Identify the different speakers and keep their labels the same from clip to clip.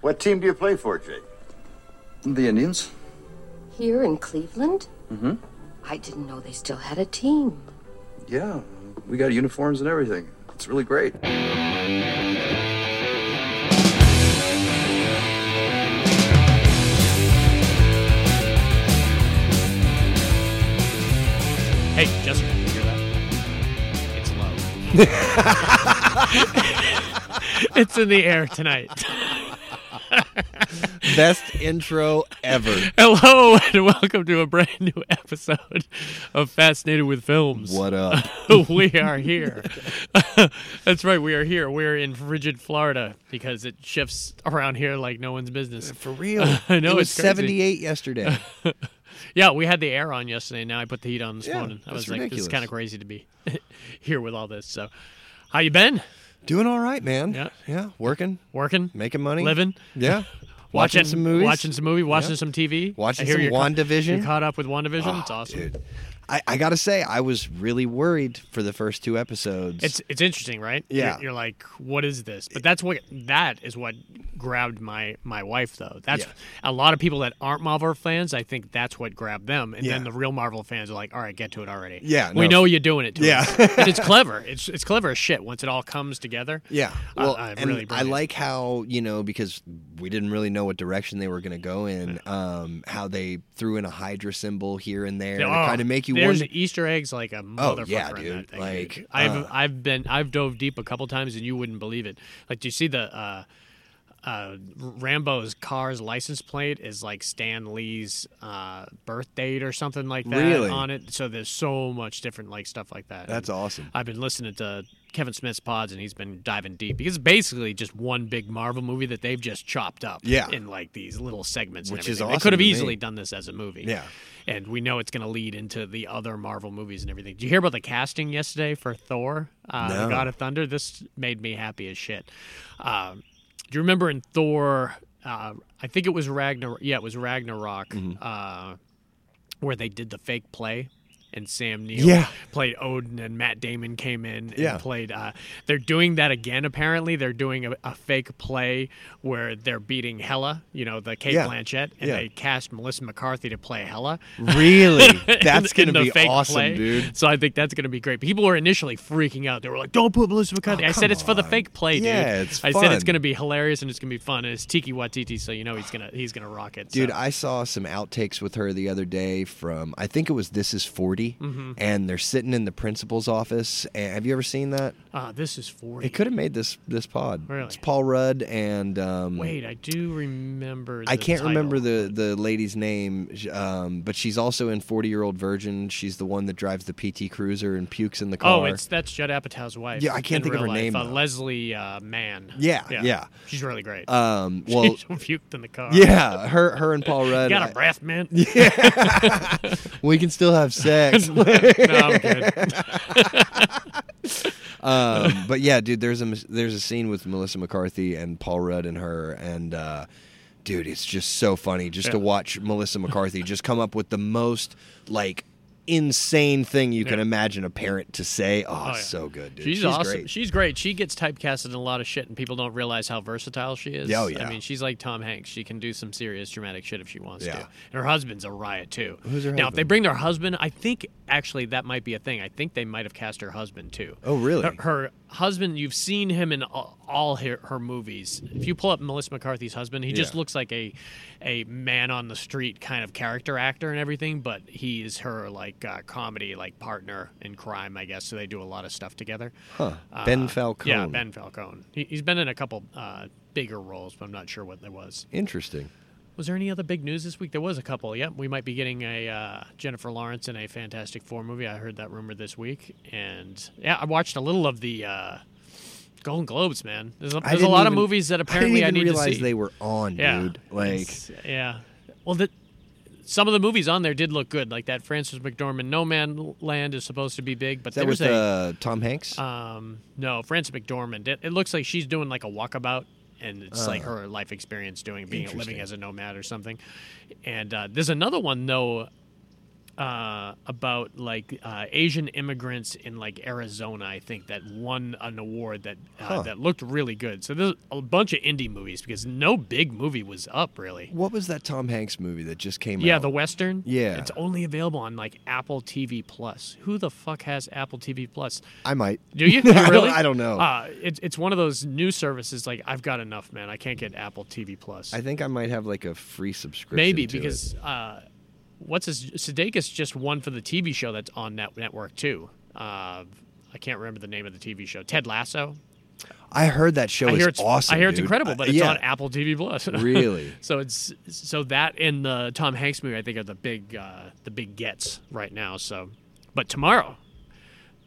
Speaker 1: What team do you play for, Jake?
Speaker 2: The Indians?
Speaker 3: Here in Cleveland?
Speaker 2: Mhm.
Speaker 3: I didn't know they still had a team.
Speaker 2: Yeah. We got uniforms and everything. It's really great.
Speaker 4: Hey, Jessica, you hear that? It's low.
Speaker 5: It's in the air tonight.
Speaker 6: Best intro ever.
Speaker 5: Hello and welcome to a brand new episode of Fascinated with Films.
Speaker 6: What up?
Speaker 5: we are here. That's right, we are here. We're in frigid Florida because it shifts around here like no one's business.
Speaker 6: For real.
Speaker 5: I know,
Speaker 6: It was
Speaker 5: it's crazy.
Speaker 6: 78 yesterday.
Speaker 5: Yeah, we had the air on yesterday. Now I put the heat on this
Speaker 6: Yeah,
Speaker 5: morning. I was
Speaker 6: that's
Speaker 5: like, this is
Speaker 6: ridiculous.
Speaker 5: kind of crazy to be here with all this. So, how you been?
Speaker 6: Doing all right, man.
Speaker 5: Yeah.
Speaker 6: Yeah. Working,
Speaker 5: Working,
Speaker 6: making money,
Speaker 5: living,
Speaker 6: Yeah.
Speaker 5: watching,
Speaker 6: some movies.
Speaker 5: watching some movie, watching some TV,
Speaker 6: Watching
Speaker 5: I hear
Speaker 6: some
Speaker 5: you're ca-
Speaker 6: WandaVision. Ah,
Speaker 5: You're caught up with WandaVision. it's awesome.
Speaker 6: Dude, I, I gotta say, I was really worried for the first two episodes.
Speaker 5: It's it's interesting, right?
Speaker 6: Yeah.
Speaker 5: You're, you're like, what is this? But that's what that is what grabbed my my wife though. That's a lot of people that aren't Marvel fans. I think that's what grabbed them, and then
Speaker 6: Yeah.
Speaker 5: the real Marvel fans are like, all right, get to it already.
Speaker 6: Yeah,
Speaker 5: we
Speaker 6: no.
Speaker 5: know you're doing it. To
Speaker 6: Yeah.
Speaker 5: us. And it's clever. It's it's clever as shit once it all comes together.
Speaker 6: Yeah.
Speaker 5: I-
Speaker 6: Well,
Speaker 5: I
Speaker 6: and
Speaker 5: really
Speaker 6: I
Speaker 5: brilliant.
Speaker 6: like how, you know, because we didn't really know what direction they were going to go in, um, how they threw in a Hydra symbol here and there to
Speaker 5: Oh,
Speaker 6: kind of make you
Speaker 5: there's
Speaker 6: wonder. Oh,
Speaker 5: Easter eggs like a motherfucker.
Speaker 6: yeah,
Speaker 5: in
Speaker 6: dude.
Speaker 5: That thing,
Speaker 6: Like,
Speaker 5: dude. I've
Speaker 6: uh,
Speaker 5: I've been I've dove deep a couple times and you wouldn't believe it. Like, do you see the uh, uh, Rambo's car's license plate is like Stan Lee's uh, birth date or something like that
Speaker 6: Really?
Speaker 5: on it. So there's so much different like stuff like that.
Speaker 6: That's
Speaker 5: And
Speaker 6: awesome.
Speaker 5: I've been listening to Kevin Smith's pods and he's been diving deep because it's basically just one big Marvel movie that they've just chopped up
Speaker 6: Yeah.
Speaker 5: in like these little segments. and
Speaker 6: Which is
Speaker 5: everything. They
Speaker 6: awesome
Speaker 5: could have
Speaker 6: to me.
Speaker 5: easily done this as a movie.
Speaker 6: Yeah.
Speaker 5: And we know it's going to lead into the other Marvel movies and everything. Did you hear about the casting yesterday for Thor, uh, the
Speaker 6: No.
Speaker 5: God of Thunder? This made me happy as shit. Um, do you remember in Thor? Uh, I think it was Ragnar. Yeah, it was Ragnarok,
Speaker 6: Mm-hmm.
Speaker 5: uh, where they did the fake play, and Sam Neill
Speaker 6: Yeah.
Speaker 5: played Odin, and Matt Damon came in and
Speaker 6: Yeah.
Speaker 5: played. Uh, they're doing that again. Apparently, they're doing a, a fake play where they're beating Hela, you know, the Kate
Speaker 6: Yeah.
Speaker 5: Blanchett, and
Speaker 6: Yeah.
Speaker 5: they cast Melissa McCarthy to play Hela.
Speaker 6: Really? That's
Speaker 5: in-
Speaker 6: going
Speaker 5: in
Speaker 6: to
Speaker 5: the
Speaker 6: be
Speaker 5: fake
Speaker 6: awesome,
Speaker 5: play.
Speaker 6: dude.
Speaker 5: So I think that's going to be great. People were initially freaking out. They were like, "Don't put Melissa McCarthy." I said
Speaker 6: Oh, come
Speaker 5: it's for the
Speaker 6: on.
Speaker 5: fake play, dude.
Speaker 6: Yeah, it's
Speaker 5: I said it's
Speaker 6: fun.
Speaker 5: going to be hilarious and it's going to be fun. And it's Tiki Watiti, so you know he's gonna he's gonna rock it.
Speaker 6: Dude,
Speaker 5: so.
Speaker 6: I saw some outtakes with her the other day from, I think it was This Is 40,
Speaker 5: Mm-hmm.
Speaker 6: and they're sitting in the principal's office. And have you ever seen that?
Speaker 5: Ah, this is forty.
Speaker 6: It could have made this this pod.
Speaker 5: Really?
Speaker 6: It's Paul Rudd and. Um,
Speaker 5: Wait, I do remember.
Speaker 6: I
Speaker 5: the
Speaker 6: can't remember
Speaker 5: title.
Speaker 6: the, the lady's name, sh- um, but she's also in 40 Year Old Virgin. She's the one that drives the PT Cruiser and pukes in the car.
Speaker 5: Oh, it's that's Judd Apatow's wife.
Speaker 6: Yeah, I
Speaker 5: in
Speaker 6: can't think of
Speaker 5: real
Speaker 6: her
Speaker 5: life.
Speaker 6: name,
Speaker 5: Uh,
Speaker 6: though.
Speaker 5: Leslie uh, Mann.
Speaker 6: Yeah, yeah.
Speaker 5: She's really great.
Speaker 6: Um, well,
Speaker 5: she puked in the car.
Speaker 6: yeah, her her and Paul Rudd.
Speaker 5: Got
Speaker 6: I-
Speaker 5: a breath, man.
Speaker 6: we can still have sex.
Speaker 5: no, I'm good.
Speaker 6: um, but yeah, dude, there's a mis- there's a scene with Melissa McCarthy and Paul Rudd and her and. Uh, Dude, it's just so funny just to
Speaker 5: Yeah.
Speaker 6: watch Melissa McCarthy just come up with the most like insane thing you can
Speaker 5: Yeah.
Speaker 6: imagine a parent to say. Oh,
Speaker 5: yeah.
Speaker 6: so good, dude.
Speaker 5: She's, awesome.
Speaker 6: great.
Speaker 5: She's great. She gets typecasted in a lot of shit, and people don't realize how versatile she is.
Speaker 6: Yeah, oh, yeah.
Speaker 5: I mean, she's like Tom Hanks. She can do some serious dramatic shit if she wants
Speaker 6: Yeah.
Speaker 5: to. And her husband's a riot too.
Speaker 6: Who's her
Speaker 5: now, if they
Speaker 6: husband?
Speaker 5: bring their husband, I think actually that might be a thing. I think they might have cast her husband too.
Speaker 6: Oh, really?
Speaker 5: Her, her husband, you've seen him in all, all her, her movies. If you pull up Melissa McCarthy's husband, he just
Speaker 6: Yeah.
Speaker 5: looks like a a man on the street kind of character actor and everything, but he is her like uh, comedy like partner in crime, I guess. So they do a lot of stuff together.
Speaker 6: Huh. ben
Speaker 5: Uh,
Speaker 6: Falcone.
Speaker 5: Yeah, Ben Falcone. He, he's been in a couple uh, bigger roles, but I'm not sure what there was.
Speaker 6: Interesting.
Speaker 5: Was there any other big news this week? There was a couple. Yep, we might be getting a uh, Jennifer Lawrence in a Fantastic Four movie. I heard that rumor this week, and yeah, I watched a little of the uh, Golden Globes. Man, there's a,
Speaker 6: I
Speaker 5: there's a
Speaker 6: didn't
Speaker 5: lot of
Speaker 6: even-
Speaker 5: movies that apparently I,
Speaker 6: I didn't even
Speaker 5: need
Speaker 6: realize
Speaker 5: to see.
Speaker 6: they were on,
Speaker 5: yeah,
Speaker 6: dude. Like,
Speaker 5: It's- yeah. Well, the, some of the movies on there did look good, like that Francis McDormand No Man Land is supposed to be big, but
Speaker 6: that
Speaker 5: there's
Speaker 6: was
Speaker 5: a
Speaker 6: uh, Tom Hanks.
Speaker 5: um, no, Frances McDormand. It, it looks like she's doing like a walkabout, and it's like
Speaker 6: Oh.
Speaker 5: her life experience doing being living
Speaker 6: Interesting.
Speaker 5: as a nomad or something. And uh, there's another one though. uh, about like uh, Asian immigrants in like Arizona. I think that won an award that uh,
Speaker 6: Huh.
Speaker 5: that looked really good. So there's a bunch of indie movies because no big movie was up really.
Speaker 6: What was that Tom Hanks movie that just came
Speaker 5: Yeah,
Speaker 6: out?
Speaker 5: the Western.
Speaker 6: Yeah.
Speaker 5: it's only available on like Apple TV Plus. Who the fuck has Apple TV Plus?
Speaker 6: I might.
Speaker 5: Do you?
Speaker 6: I don't-
Speaker 5: Really?
Speaker 6: I don't know.
Speaker 5: Uh, it's it's one of those new services. Like I've got enough, man. I can't get Apple TV Plus.
Speaker 6: I think I might have like a free subscription.
Speaker 5: Maybe
Speaker 6: to it.
Speaker 5: because uh, what's his Sudeikis just won for the TV show that's on that network too. Uh, I can't remember the name of the TV show. Ted Lasso.
Speaker 6: I heard that show
Speaker 5: I
Speaker 6: is
Speaker 5: hear it's
Speaker 6: awesome.
Speaker 5: I hear it's
Speaker 6: dude.
Speaker 5: incredible, but
Speaker 6: Uh,
Speaker 5: it's
Speaker 6: yeah.
Speaker 5: on Apple TV Plus.
Speaker 6: Really?
Speaker 5: so it's so that and the Tom Hanks movie I think are the big uh, the big gets right now. So, but tomorrow.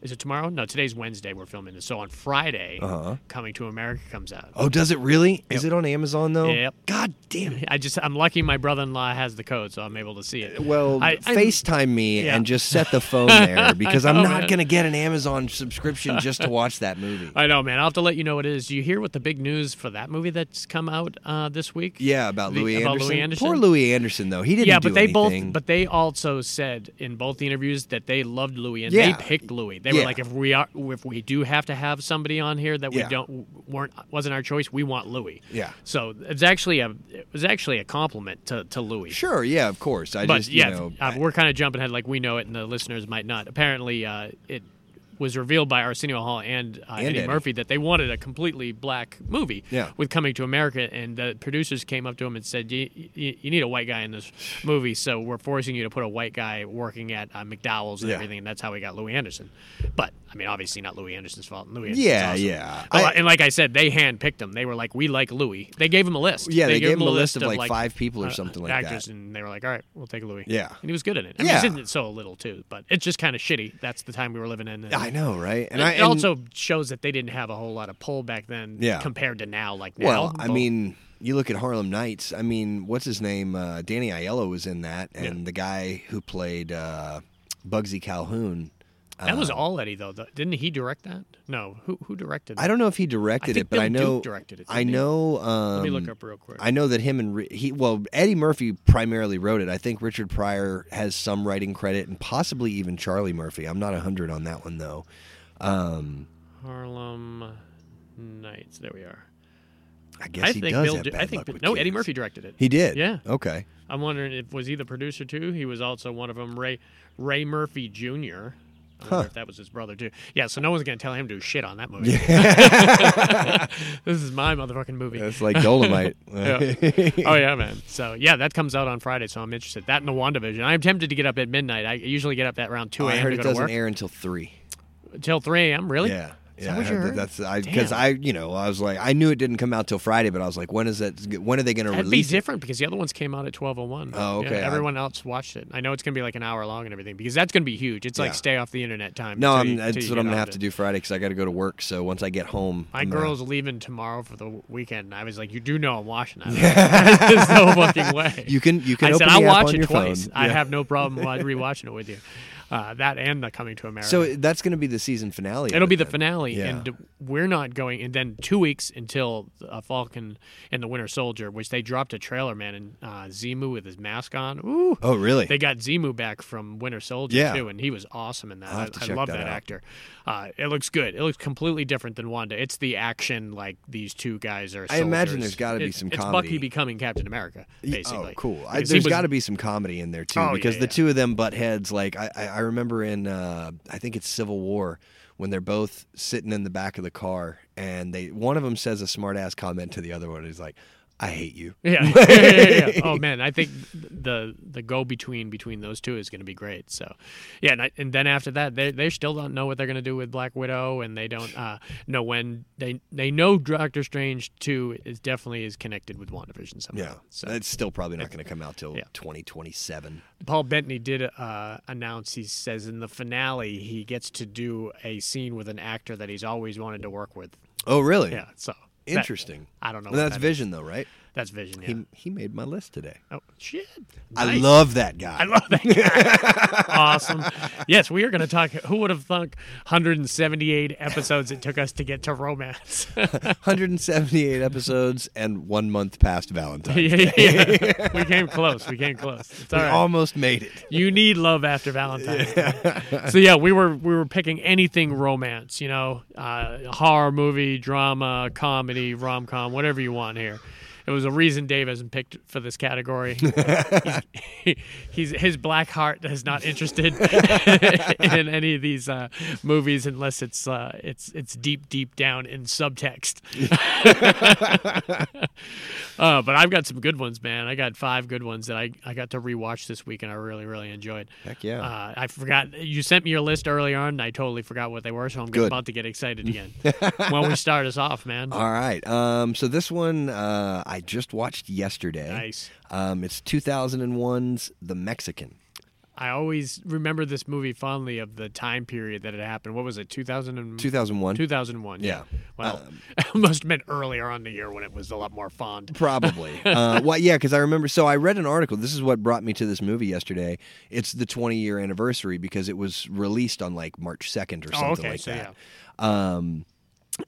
Speaker 5: Is it tomorrow? No, today's Wednesday. We're filming this. So on Friday,
Speaker 6: Uh-huh.
Speaker 5: Coming to America comes out.
Speaker 6: Oh, does it really? Is it on Amazon though?
Speaker 5: Yep.
Speaker 6: Oh, God damn it. Uh,
Speaker 5: I just I'm lucky my brother-in-law has the code, so I'm able to see it.
Speaker 6: Well,
Speaker 5: I- I-
Speaker 6: FaceTime me
Speaker 5: Yeah.
Speaker 6: and just set the phone there because I'm
Speaker 5: know,
Speaker 6: not
Speaker 5: man.
Speaker 6: going to get an Amazon subscription just to watch that movie.
Speaker 5: I know, man. I'll have to let you know what it is. Do you hear what the big news for that movie that's come out uh, this week?
Speaker 6: Yeah, about
Speaker 5: The-
Speaker 6: Louis
Speaker 5: about
Speaker 6: Anderson.
Speaker 5: Louis Anderson?
Speaker 6: Poor Louis Anderson though. He didn't
Speaker 5: yeah,
Speaker 6: do
Speaker 5: but they
Speaker 6: anything.
Speaker 5: both, but they also said in both the interviews that they loved Louis and
Speaker 6: Yeah.
Speaker 5: they picked Louis. They
Speaker 6: Yeah.
Speaker 5: were like, if we are, if we do have to have somebody on here that we
Speaker 6: Yeah.
Speaker 5: don't weren't wasn't our choice, we want Louis.
Speaker 6: Yeah.
Speaker 5: So it's actually a it was actually a compliment to to Louis.
Speaker 6: Sure, yeah, of course. I
Speaker 5: but
Speaker 6: just,
Speaker 5: yeah,
Speaker 6: you know,
Speaker 5: uh, we're kind of jumping ahead, like we know it, and the listeners might not. Apparently, uh, it was revealed by Arsenio Hall and, uh,
Speaker 6: And
Speaker 5: Eddie,
Speaker 6: Eddie.
Speaker 5: Murphy that they wanted a completely black movie
Speaker 6: Yeah.
Speaker 5: with Coming to America, and the producers came up to him and said, "You you you need a white guy in this movie, so we're forcing you to put a white guy working at uh, McDowell's and
Speaker 6: Yeah.
Speaker 5: everything." And that's how we got Louis Anderson. But I mean, obviously not Louis Anderson's fault. Louis Anderson's
Speaker 6: Yeah,
Speaker 5: awesome.
Speaker 6: yeah.
Speaker 5: Oh,
Speaker 6: I-
Speaker 5: and like I said, they handpicked him. They were like, "We like Louis." They gave him a list.
Speaker 6: Yeah, they gave
Speaker 5: him
Speaker 6: him a list of, like, five people or something like that.
Speaker 5: Uh, actors and they were like, "All right, we'll take Louis."
Speaker 6: Yeah.
Speaker 5: and he was good in it. I mean,
Speaker 6: Yeah.
Speaker 5: he's in it so little too, but it's just kind of shitty. That's the time we were living in. And
Speaker 6: I know, right?
Speaker 5: It,
Speaker 6: And I
Speaker 5: it
Speaker 6: and-
Speaker 5: also shows that they didn't have a whole lot of pull back then,
Speaker 6: Yeah.
Speaker 5: compared to now. Like now,
Speaker 6: Well, I
Speaker 5: but-
Speaker 6: mean, you look at Harlem Nights. I mean, what's his name? Uh, Danny Aiello was in that, and the guy who played uh, Bugsy Calhoun. um,
Speaker 5: that
Speaker 6: uh,
Speaker 5: was all Eddie though. th- Didn't he direct that? No, who who directed?
Speaker 6: I don't know if he directed
Speaker 5: think
Speaker 6: it, but
Speaker 5: Bill
Speaker 6: I know
Speaker 5: Duke directed it,
Speaker 6: I
Speaker 5: didn't he?
Speaker 6: know. Um,
Speaker 5: Let me look up real quick.
Speaker 6: I know that him and Ri- he well Eddie Murphy primarily wrote it. I think Richard Pryor has some writing credit, and possibly even Charlie Murphy. I'm not hundred on that one though. Um,
Speaker 5: Harlem Nights. There we are.
Speaker 6: I guess
Speaker 5: I
Speaker 6: he
Speaker 5: think
Speaker 6: does
Speaker 5: Bill.
Speaker 6: have
Speaker 5: Di-
Speaker 6: bad
Speaker 5: I think
Speaker 6: luck with
Speaker 5: no. Eddie
Speaker 6: kids.
Speaker 5: Murphy directed it.
Speaker 6: He did.
Speaker 5: Yeah.
Speaker 6: Okay.
Speaker 5: I'm wondering if was he the producer too? He was also one of them, Ray Ray Murphy Jr. I wonder if that was his brother too. Yeah, so no one's gonna tell him to do shit on that movie. this is my motherfucking movie.
Speaker 6: That's like Dolomite.
Speaker 5: Yeah. oh yeah, man. So yeah, that comes out on Friday, so I'm interested. That and the WandaVision. I'm tempted to get up at midnight. I usually get up at around two
Speaker 6: Oh, I
Speaker 5: a.m.
Speaker 6: heard
Speaker 5: to
Speaker 6: it
Speaker 5: go to
Speaker 6: doesn't
Speaker 5: work
Speaker 6: air until three.
Speaker 5: till three a.m. Really?
Speaker 6: Yeah.
Speaker 5: Is
Speaker 6: Yeah,
Speaker 5: that
Speaker 6: I
Speaker 5: what you
Speaker 6: heard
Speaker 5: heard?
Speaker 6: that- that's I because
Speaker 5: Damn.
Speaker 6: I you know I was like I knew it didn't come out till Friday, but I was like, when is that? When are they going to
Speaker 5: That'd be
Speaker 6: release? it?
Speaker 5: different because the other ones came out at twelve oh one.
Speaker 6: Oh, okay. I-
Speaker 5: everyone else watched it. I know it's gonna be like an hour long and everything because that's gonna be huge. It's
Speaker 6: Yeah.
Speaker 5: like stay off the internet time.
Speaker 6: No,
Speaker 5: till
Speaker 6: I'm,
Speaker 5: you- till
Speaker 6: that's
Speaker 5: you
Speaker 6: what
Speaker 5: get
Speaker 6: I'm gonna
Speaker 5: off
Speaker 6: have
Speaker 5: it.
Speaker 6: to do Friday because I got to go to work. So once I get home,
Speaker 5: My
Speaker 6: I'm gonna-
Speaker 5: girl's leaving tomorrow for the weekend. I was like, "You do know I'm watching that? right?" There's no fucking way."
Speaker 6: You can- you can
Speaker 5: I
Speaker 6: open
Speaker 5: said I'll
Speaker 6: the app
Speaker 5: watch
Speaker 6: on
Speaker 5: it
Speaker 6: your
Speaker 5: twice.
Speaker 6: phone.
Speaker 5: I
Speaker 6: Yeah.
Speaker 5: have no problem wa- rewatching it with you. Uh, that and the Coming to America.
Speaker 6: So that's going to be the season finale. of
Speaker 5: it'll
Speaker 6: it
Speaker 5: be the
Speaker 6: then.
Speaker 5: finale,
Speaker 6: Yeah.
Speaker 5: and we're not going. And then two weeks until uh, Falcon and the Winter Soldier, which they dropped a trailer, man, and uh, Zemu with his mask on. Ooh,
Speaker 6: Oh, really?
Speaker 5: they got Zemu back from Winter Soldier
Speaker 6: Yeah.
Speaker 5: too, and he was awesome in that.
Speaker 6: I'll have to
Speaker 5: I, I
Speaker 6: check
Speaker 5: love
Speaker 6: that
Speaker 5: that,
Speaker 6: out.
Speaker 5: actor. Uh, it looks good. It looks completely different than Wanda. It's the action like these two guys are.
Speaker 6: I imagine
Speaker 5: soldiers.
Speaker 6: there's gotta be
Speaker 5: It-
Speaker 6: some
Speaker 5: it's
Speaker 6: comedy.
Speaker 5: Bucky becoming Captain America, basically.
Speaker 6: Oh, cool. I,
Speaker 5: Because he
Speaker 6: there's
Speaker 5: was-
Speaker 6: got to be some comedy in there too,
Speaker 5: Oh, yeah,
Speaker 6: because the
Speaker 5: yeah.
Speaker 6: two of them butt heads. Like I, I I remember in, uh, I think it's Civil War, when they're both sitting in the back of the car, and they one of them says a smart ass comment to the other one. He's like, "I hate you."
Speaker 5: Yeah. Yeah, yeah, yeah. Oh man, I think the the go between between those two is going to be great. So, yeah, and, I, and then after that, they they still don't know what they're going to do with Black Widow, and they don't uh, know when they they know Doctor Strange two is definitely is connected with WandaVision somehow.
Speaker 6: Yeah,
Speaker 5: So
Speaker 6: that's still probably not going to come out till
Speaker 5: Yeah.
Speaker 6: 2027.
Speaker 5: Paul Bettany did uh, announce. He says in the finale he gets to do a scene with an actor that he's always wanted to work with.
Speaker 6: Oh, really?
Speaker 5: Yeah. So that-
Speaker 6: Interesting.
Speaker 5: I don't know
Speaker 6: Well,
Speaker 5: what
Speaker 6: that's
Speaker 5: that
Speaker 6: Vision, though, right?
Speaker 5: That's Vision. Yeah.
Speaker 6: He he made my list today.
Speaker 5: oh shit!
Speaker 6: I
Speaker 5: Nice.
Speaker 6: love that guy.
Speaker 5: I love that guy. awesome. Yes, we are going to talk. Who would have thunk 178 episodes it took us to get to romance? yeah,
Speaker 6: 178 episodes and one month past Valentine's.
Speaker 5: yeah, yeah. We came close. We came close. It's all
Speaker 6: We
Speaker 5: right.
Speaker 6: almost made it.
Speaker 5: you need love after Valentine's. Day. so yeah, we were we were picking anything romance, you know, uh, horror movie, drama, comedy, rom com, whatever you want here. It was a reason Dave hasn't picked for this category. he's, he's his black heart is not interested in any of these uh, movies unless it's uh, it's it's deep deep down in subtext. Uh, but I've got some good ones, man. I got five good ones that I, I got to rewatch this week, and I really really enjoyed.
Speaker 6: Heck yeah.
Speaker 5: Uh, I forgot you sent me your list earlier on, and I totally forgot what they were, so I'm
Speaker 6: Good.
Speaker 5: about to get excited again. when we start us off, man.
Speaker 6: All right. Um, so this one uh, I just watched yesterday.
Speaker 5: Nice.
Speaker 6: Um, it's 2001's The Mexican.
Speaker 5: I always remember this movie fondly of the time period that it happened. What was it? 2000 and
Speaker 6: 2001.
Speaker 5: 2001. Yeah.
Speaker 6: Yeah. Um,
Speaker 5: Well, it must have been earlier on in the year when it was a lot more fond.
Speaker 6: Probably. uh, well, yeah, because I remember. So I read an article. This is what brought me to this movie yesterday. It's the 20 year anniversary because it was released on like March 2nd or something
Speaker 5: Oh, okay.
Speaker 6: like
Speaker 5: so
Speaker 6: that.
Speaker 5: yeah.
Speaker 6: Um,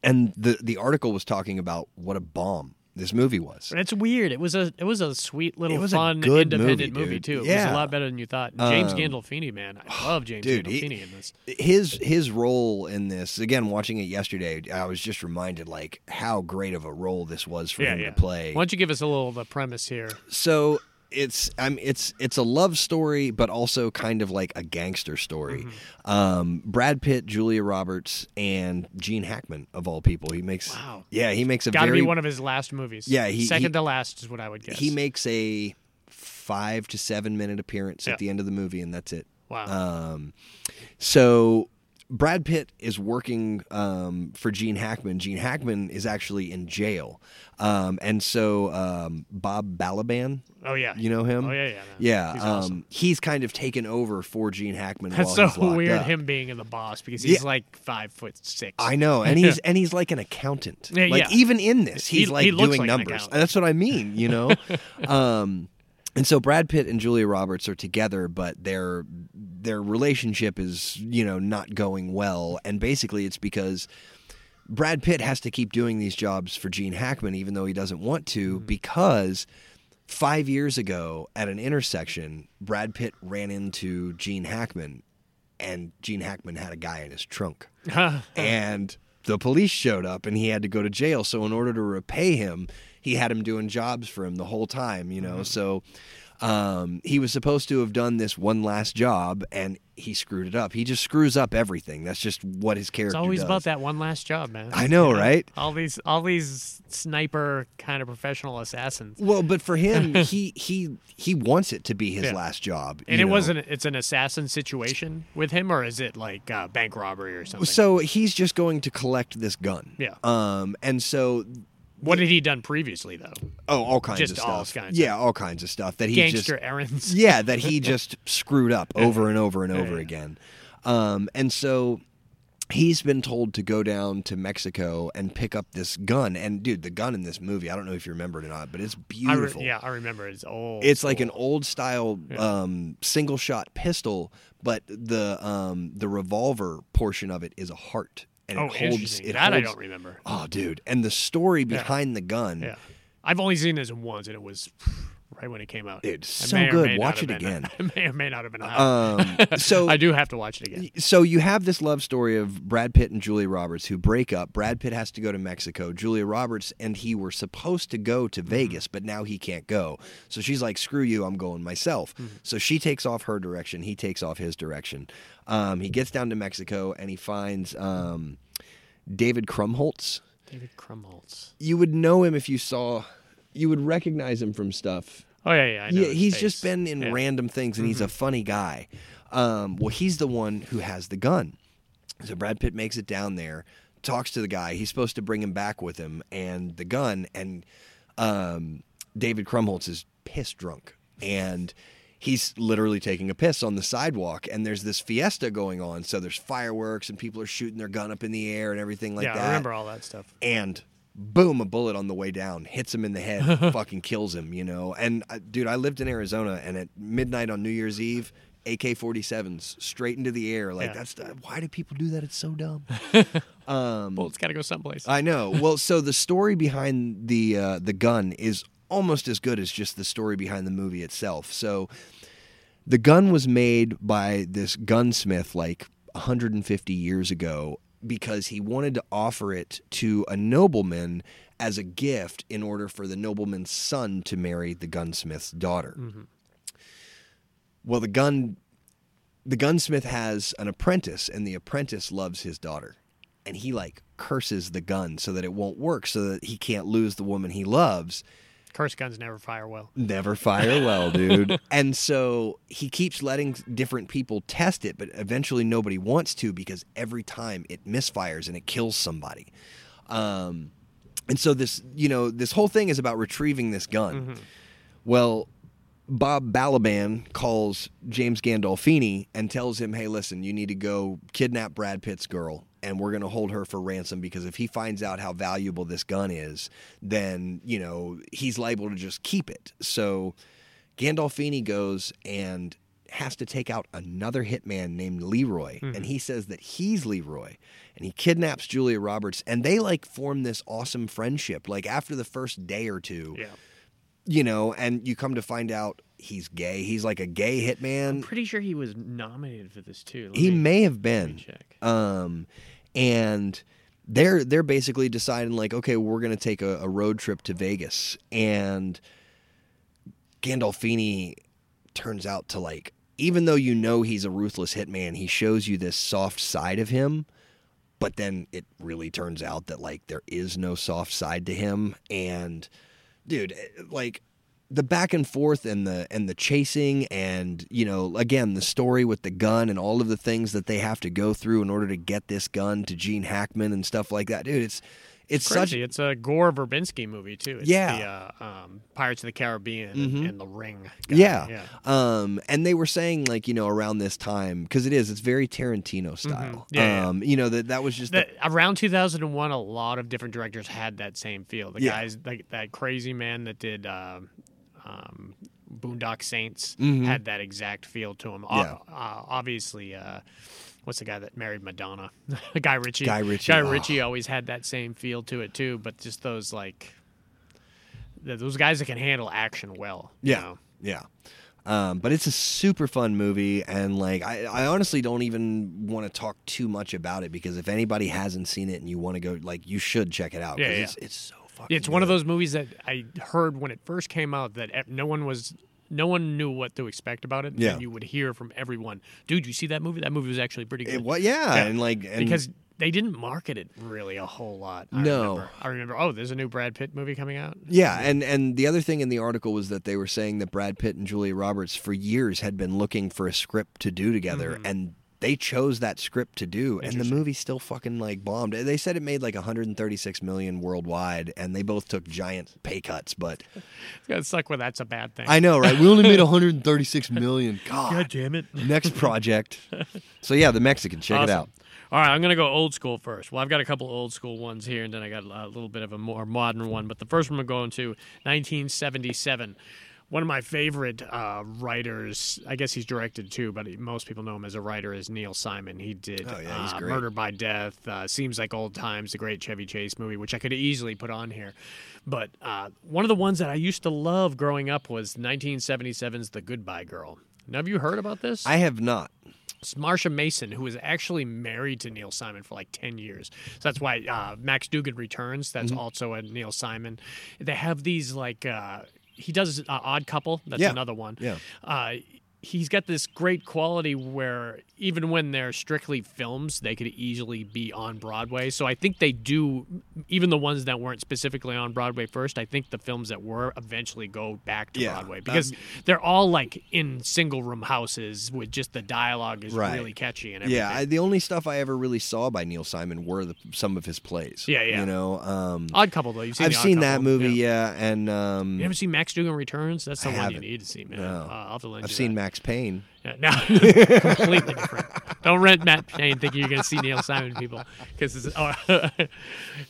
Speaker 6: and the the article was talking about what a bomb this movie was.
Speaker 5: But it's weird. It was a it was a sweet little
Speaker 6: It was a
Speaker 5: fun
Speaker 6: good
Speaker 5: independent
Speaker 6: movie,
Speaker 5: movie,
Speaker 6: dude.
Speaker 5: too. It was
Speaker 6: Yeah.
Speaker 5: a lot better than you thought. James
Speaker 6: Um,
Speaker 5: Gandolfini, man, I love James
Speaker 6: dude, he-
Speaker 5: Gandolfini in this.
Speaker 6: His his role in this again. Watching it yesterday, I was just reminded like how great of a role this was for him to play.
Speaker 5: Why don't you give us a little of the premise here?
Speaker 6: so it's I'm it's it's a love story, but also kind of like a gangster story.
Speaker 5: Mm-hmm.
Speaker 6: Um, Brad Pitt, Julia Roberts, and Gene Hackman of all people. He makes
Speaker 5: Wow.
Speaker 6: yeah he makes a
Speaker 5: Got to
Speaker 6: very
Speaker 5: be one of his last movies.
Speaker 6: Yeah, he-
Speaker 5: second
Speaker 6: he-
Speaker 5: to last is what I would guess.
Speaker 6: he makes a five to seven minute appearance
Speaker 5: Yeah.
Speaker 6: at the end of the movie, and that's it.
Speaker 5: wow.
Speaker 6: Um, so Brad Pitt is working um, for Gene Hackman. Gene Hackman is actually in jail, um, and so um, Bob Balaban.
Speaker 5: oh yeah,
Speaker 6: You know him?
Speaker 5: Oh yeah, yeah, no.
Speaker 6: Yeah,
Speaker 5: He's
Speaker 6: um,
Speaker 5: awesome.
Speaker 6: he's kind of taken over for Gene Hackman.
Speaker 5: That's
Speaker 6: while he's
Speaker 5: so
Speaker 6: locked
Speaker 5: weird.
Speaker 6: up.
Speaker 5: Him being in the boss because he's
Speaker 6: Yeah.
Speaker 5: like five foot six.
Speaker 6: I know, and he's and he's like an accountant.
Speaker 5: Yeah,
Speaker 6: like
Speaker 5: yeah.
Speaker 6: even in this,
Speaker 5: He-
Speaker 6: he's like
Speaker 5: he looks
Speaker 6: doing
Speaker 5: like an
Speaker 6: numbers.
Speaker 5: accountant.
Speaker 6: That's what I mean, you know. um, and so Brad Pitt and Julia Roberts are together, but their their relationship is you know not going well, and basically it's because. Brad Pitt has to keep doing these jobs for Gene Hackman, even though he doesn't want to,
Speaker 5: Mm-hmm.
Speaker 6: because five years ago at an intersection, Brad Pitt ran into Gene Hackman, and Gene Hackman had a guy in his trunk and the police showed up and he had to go to jail so in order to repay him he had him doing jobs for him the whole time you
Speaker 5: Mm-hmm.
Speaker 6: know so um, he was supposed to have done this one last job and he screwed it up he just screws up everything that's just what his character
Speaker 5: it's always
Speaker 6: does.
Speaker 5: about that one last job, man.
Speaker 6: i know
Speaker 5: Yeah.
Speaker 6: right
Speaker 5: All these, all these sniper kind of professional assassins,
Speaker 6: well but for him he he he wants it to be his
Speaker 5: Yeah.
Speaker 6: last job
Speaker 5: and
Speaker 6: you
Speaker 5: it
Speaker 6: know?
Speaker 5: wasn't. It's an assassin situation with him, or is it like uh, bank robbery or something?
Speaker 6: so he's just going to collect this gun
Speaker 5: Yeah.
Speaker 6: um and so
Speaker 5: what had he done previously though?
Speaker 6: oh all kinds
Speaker 5: Just
Speaker 6: of
Speaker 5: all
Speaker 6: stuff
Speaker 5: kinds of-
Speaker 6: yeah all kinds of stuff that he just
Speaker 5: Gangster errands.
Speaker 6: yeah, that he just screwed up over and over and over
Speaker 5: yeah.
Speaker 6: again. Um, and so he's been told to go down to Mexico and pick up this gun. And dude, the gun in this movie, I don't know if you remember it or not, but it's
Speaker 5: I re-
Speaker 6: beautiful.
Speaker 5: yeah, I remember it's old.
Speaker 6: It's like an
Speaker 5: school.
Speaker 6: old style um, single shot pistol, but the um, the revolver portion of it is a heart, and
Speaker 5: oh,
Speaker 6: it holds.
Speaker 5: interesting.
Speaker 6: It
Speaker 5: that I
Speaker 6: holds,
Speaker 5: don't remember.
Speaker 6: Oh, dude! And the story behind the gun,
Speaker 5: Yeah, I've only seen this once, and it was right when it came out.
Speaker 6: It's
Speaker 5: I
Speaker 6: so
Speaker 5: may or
Speaker 6: good.
Speaker 5: may not
Speaker 6: Watch
Speaker 5: have
Speaker 6: it
Speaker 5: been-
Speaker 6: again.
Speaker 5: It may or may not have been. out.
Speaker 6: Um, so
Speaker 5: I do have to watch it again.
Speaker 6: so you have this love story of Brad Pitt and Julia Roberts who break up. Brad Pitt has to go to Mexico. Julia Roberts and he were supposed to go to Vegas, but now he can't go. So she's like, "Screw you, I'm going myself." So she takes off her direction. He takes off his direction. Um, he gets down to Mexico and he finds um, David Krumholtz.
Speaker 5: David Krumholtz.
Speaker 6: You would know him if you saw. You would recognize him from stuff
Speaker 5: Oh yeah, yeah. I know
Speaker 6: yeah,
Speaker 5: his
Speaker 6: he's
Speaker 5: face.
Speaker 6: just been in
Speaker 5: Yeah. Mm-hmm.
Speaker 6: random things, and he's a funny guy. Um, well, he's the one who has the gun. So Brad Pitt makes it down there, talks to the guy. He's supposed to bring him back with him and the gun. And um, David Krumholtz is piss drunk, and he's literally taking a piss on the sidewalk. And there's this fiesta going on, so there's fireworks and people are shooting their gun up in the air and everything like
Speaker 5: yeah,
Speaker 6: that.
Speaker 5: I remember all that stuff.
Speaker 6: And boom, a bullet on the way down hits him in the head, and fucking kills him, you know. And uh, dude, I lived in Arizona, and at midnight on New Year's Eve, AK 47s straight into the air. Like,
Speaker 5: Yeah.
Speaker 6: that's why do people do that? It's so dumb.
Speaker 5: Bullets got to go someplace.
Speaker 6: Um, I know. Well, so the story behind the uh, the gun is almost as good as just the story behind the movie itself. So the gun was made by this gunsmith like 150 years ago because he wanted to offer it to a nobleman as a gift in order for the nobleman's son to marry the gunsmith's daughter. Well, the gun the gunsmith has an apprentice and the apprentice loves his daughter and he like curses the gun so that it won't work so that he can't lose the woman he loves
Speaker 5: Curse guns never fire well.
Speaker 6: never fire well dude and so he keeps letting different people test it but eventually nobody wants to because every time it misfires and it kills somebody um, and so this you know this whole thing is about retrieving this gun well, Bob Balaban calls James Gandolfini and tells him, "Hey, listen, you need to go kidnap Brad Pitt's girl, and we're going to hold her for ransom because if he finds out how valuable this gun is, then you know he's liable to just keep it." So Gandolfini goes and has to take out another hitman named Leroy, and he says that he's Leroy, and he kidnaps Julia Roberts, and they like form this awesome friendship. Like after the first day or two,
Speaker 5: Yeah.
Speaker 6: you know, and you come to find out he's gay. He's like a gay hitman.
Speaker 4: Pretty sure he was nominated for this too. Let
Speaker 6: He
Speaker 4: me-
Speaker 6: may have been.
Speaker 4: check.
Speaker 6: Um, and they're they're basically deciding like, okay, we're gonna take a, a road trip to Vegas, and Gandolfini turns out to like, even though you know he's a ruthless hitman, he shows you this soft side of him. But then it really turns out that like there is no soft side to him, and dude, it- like the back and forth and the and the chasing and you know again the story with the gun and all of the things that they have to go through in order to get this gun to Gene Hackman and stuff like that, dude. It's it's such
Speaker 5: Crazy. It's a Gore Verbinski movie too. It's
Speaker 6: Yeah. Mm-hmm.
Speaker 5: The, uh, um, Pirates of the Caribbean and- and, The Ring. guy.
Speaker 6: Yeah.
Speaker 5: Yeah.
Speaker 6: Um, and they were saying like you know around this time because it is it's very Tarantino style.
Speaker 5: Mm-hmm. Yeah, yeah.
Speaker 6: um, you know that that was just
Speaker 5: The- around 2001, a lot of different directors had that same feel. The
Speaker 6: Yeah.
Speaker 5: guys, like that crazy man that did um, um, Boondock Saints, had that exact feel to him. O-
Speaker 6: Mm-hmm. Yeah.
Speaker 5: uh, obviously, uh, what's the guy that married Madonna? Guy Ritchie.
Speaker 6: Guy Ritchie,
Speaker 5: Guy
Speaker 6: oh.
Speaker 5: Ritchie always had that same feel to it too. But just those like th- those guys that can handle action well. you
Speaker 6: Yeah.
Speaker 5: know?
Speaker 6: Yeah. Um, but it's a super fun movie, and like I, I honestly don't even want to talk too much about it because if anybody hasn't seen it and you want to go, like you should check it out. 'cause
Speaker 5: Yeah, yeah.
Speaker 6: It's, it's so fucking.
Speaker 5: It's one of those movies that I heard when it first came out that ev- no one was no one knew what to expect about it.
Speaker 6: Yeah.
Speaker 5: And you would hear from everyone, dude, you see that movie? That movie was actually pretty good.
Speaker 6: It, well, yeah,
Speaker 5: Yeah.
Speaker 6: and like and,
Speaker 5: because they didn't market it really a whole lot. I
Speaker 6: No.
Speaker 5: remember. I remember, oh, there's a new Brad Pitt movie coming out.
Speaker 6: Yeah, and and the other thing in the article was that they were saying that Brad Pitt and Julia Roberts for years had been looking for a script to do together,
Speaker 5: Mm-hmm.
Speaker 6: and they chose that script to do, and the movie still fucking like bombed. They said it made like 136 million worldwide, and they both took giant pay cuts. But
Speaker 5: It's gonna suck when that's a bad thing.
Speaker 6: I know, right? We only made 136 million.
Speaker 5: God
Speaker 6: God,
Speaker 5: damn it.
Speaker 6: next project. So yeah, the Mexican. Check it
Speaker 5: Awesome.
Speaker 6: out.
Speaker 5: All right, I'm going to go old school first. Well, I've got a couple old school ones here, and then I got a little bit of a more modern one. But the first one I'm going to, 1977. One of my favorite uh, writers, I guess he's directed too, but he- most people know him as a writer, is Neil Simon. He did
Speaker 6: Oh, yeah, he's
Speaker 5: uh,
Speaker 6: great.
Speaker 5: Murder by Death, uh, Seems Like Old Times, the great Chevy Chase movie, which I could easily put on here. But uh, one of the ones that I used to love growing up was 1977's The Goodbye Girl. Now, have you heard about this?
Speaker 6: I have not.
Speaker 5: It's Marsha Mason, who was actually married to Neil Simon for like 10 years. So that's why uh, Max Dugan returns. That's
Speaker 6: Mm-hmm.
Speaker 5: also a Neil Simon. They have these like, uh, he does uh, Odd Couple. That's
Speaker 6: Yeah.
Speaker 5: another one.
Speaker 6: Yeah.
Speaker 5: Uh, he's got this great quality where even when they're strictly films, they could easily be on Broadway. So I think they do, even the ones that weren't specifically on Broadway first, I think the films that were eventually go back to
Speaker 6: Yeah.
Speaker 5: Broadway
Speaker 6: Um,
Speaker 5: because they're all like in single room houses with just the dialogue is
Speaker 6: Right.
Speaker 5: really catchy and everything.
Speaker 6: Yeah, I, the only stuff I ever really saw by Neil Simon were the, some of his plays.
Speaker 5: Yeah, yeah.
Speaker 6: You know, um,
Speaker 5: Odd Couple though, you've seen
Speaker 6: I've
Speaker 5: The Odd
Speaker 6: seen that
Speaker 5: Couple,
Speaker 6: movie,
Speaker 5: yeah.
Speaker 6: yeah, and um,
Speaker 5: You haven't seen Max Dugan Returns? That's the
Speaker 6: I
Speaker 5: one you
Speaker 6: haven't.
Speaker 5: need to see, man.
Speaker 6: No.
Speaker 5: Uh, I'll have to lend
Speaker 6: I've
Speaker 5: you
Speaker 6: seen
Speaker 5: that.
Speaker 6: Max Payne.
Speaker 5: Yeah, no, completely different. Don't rent Matt Payne thinking you're going to see Neil Simon people because it's, oh,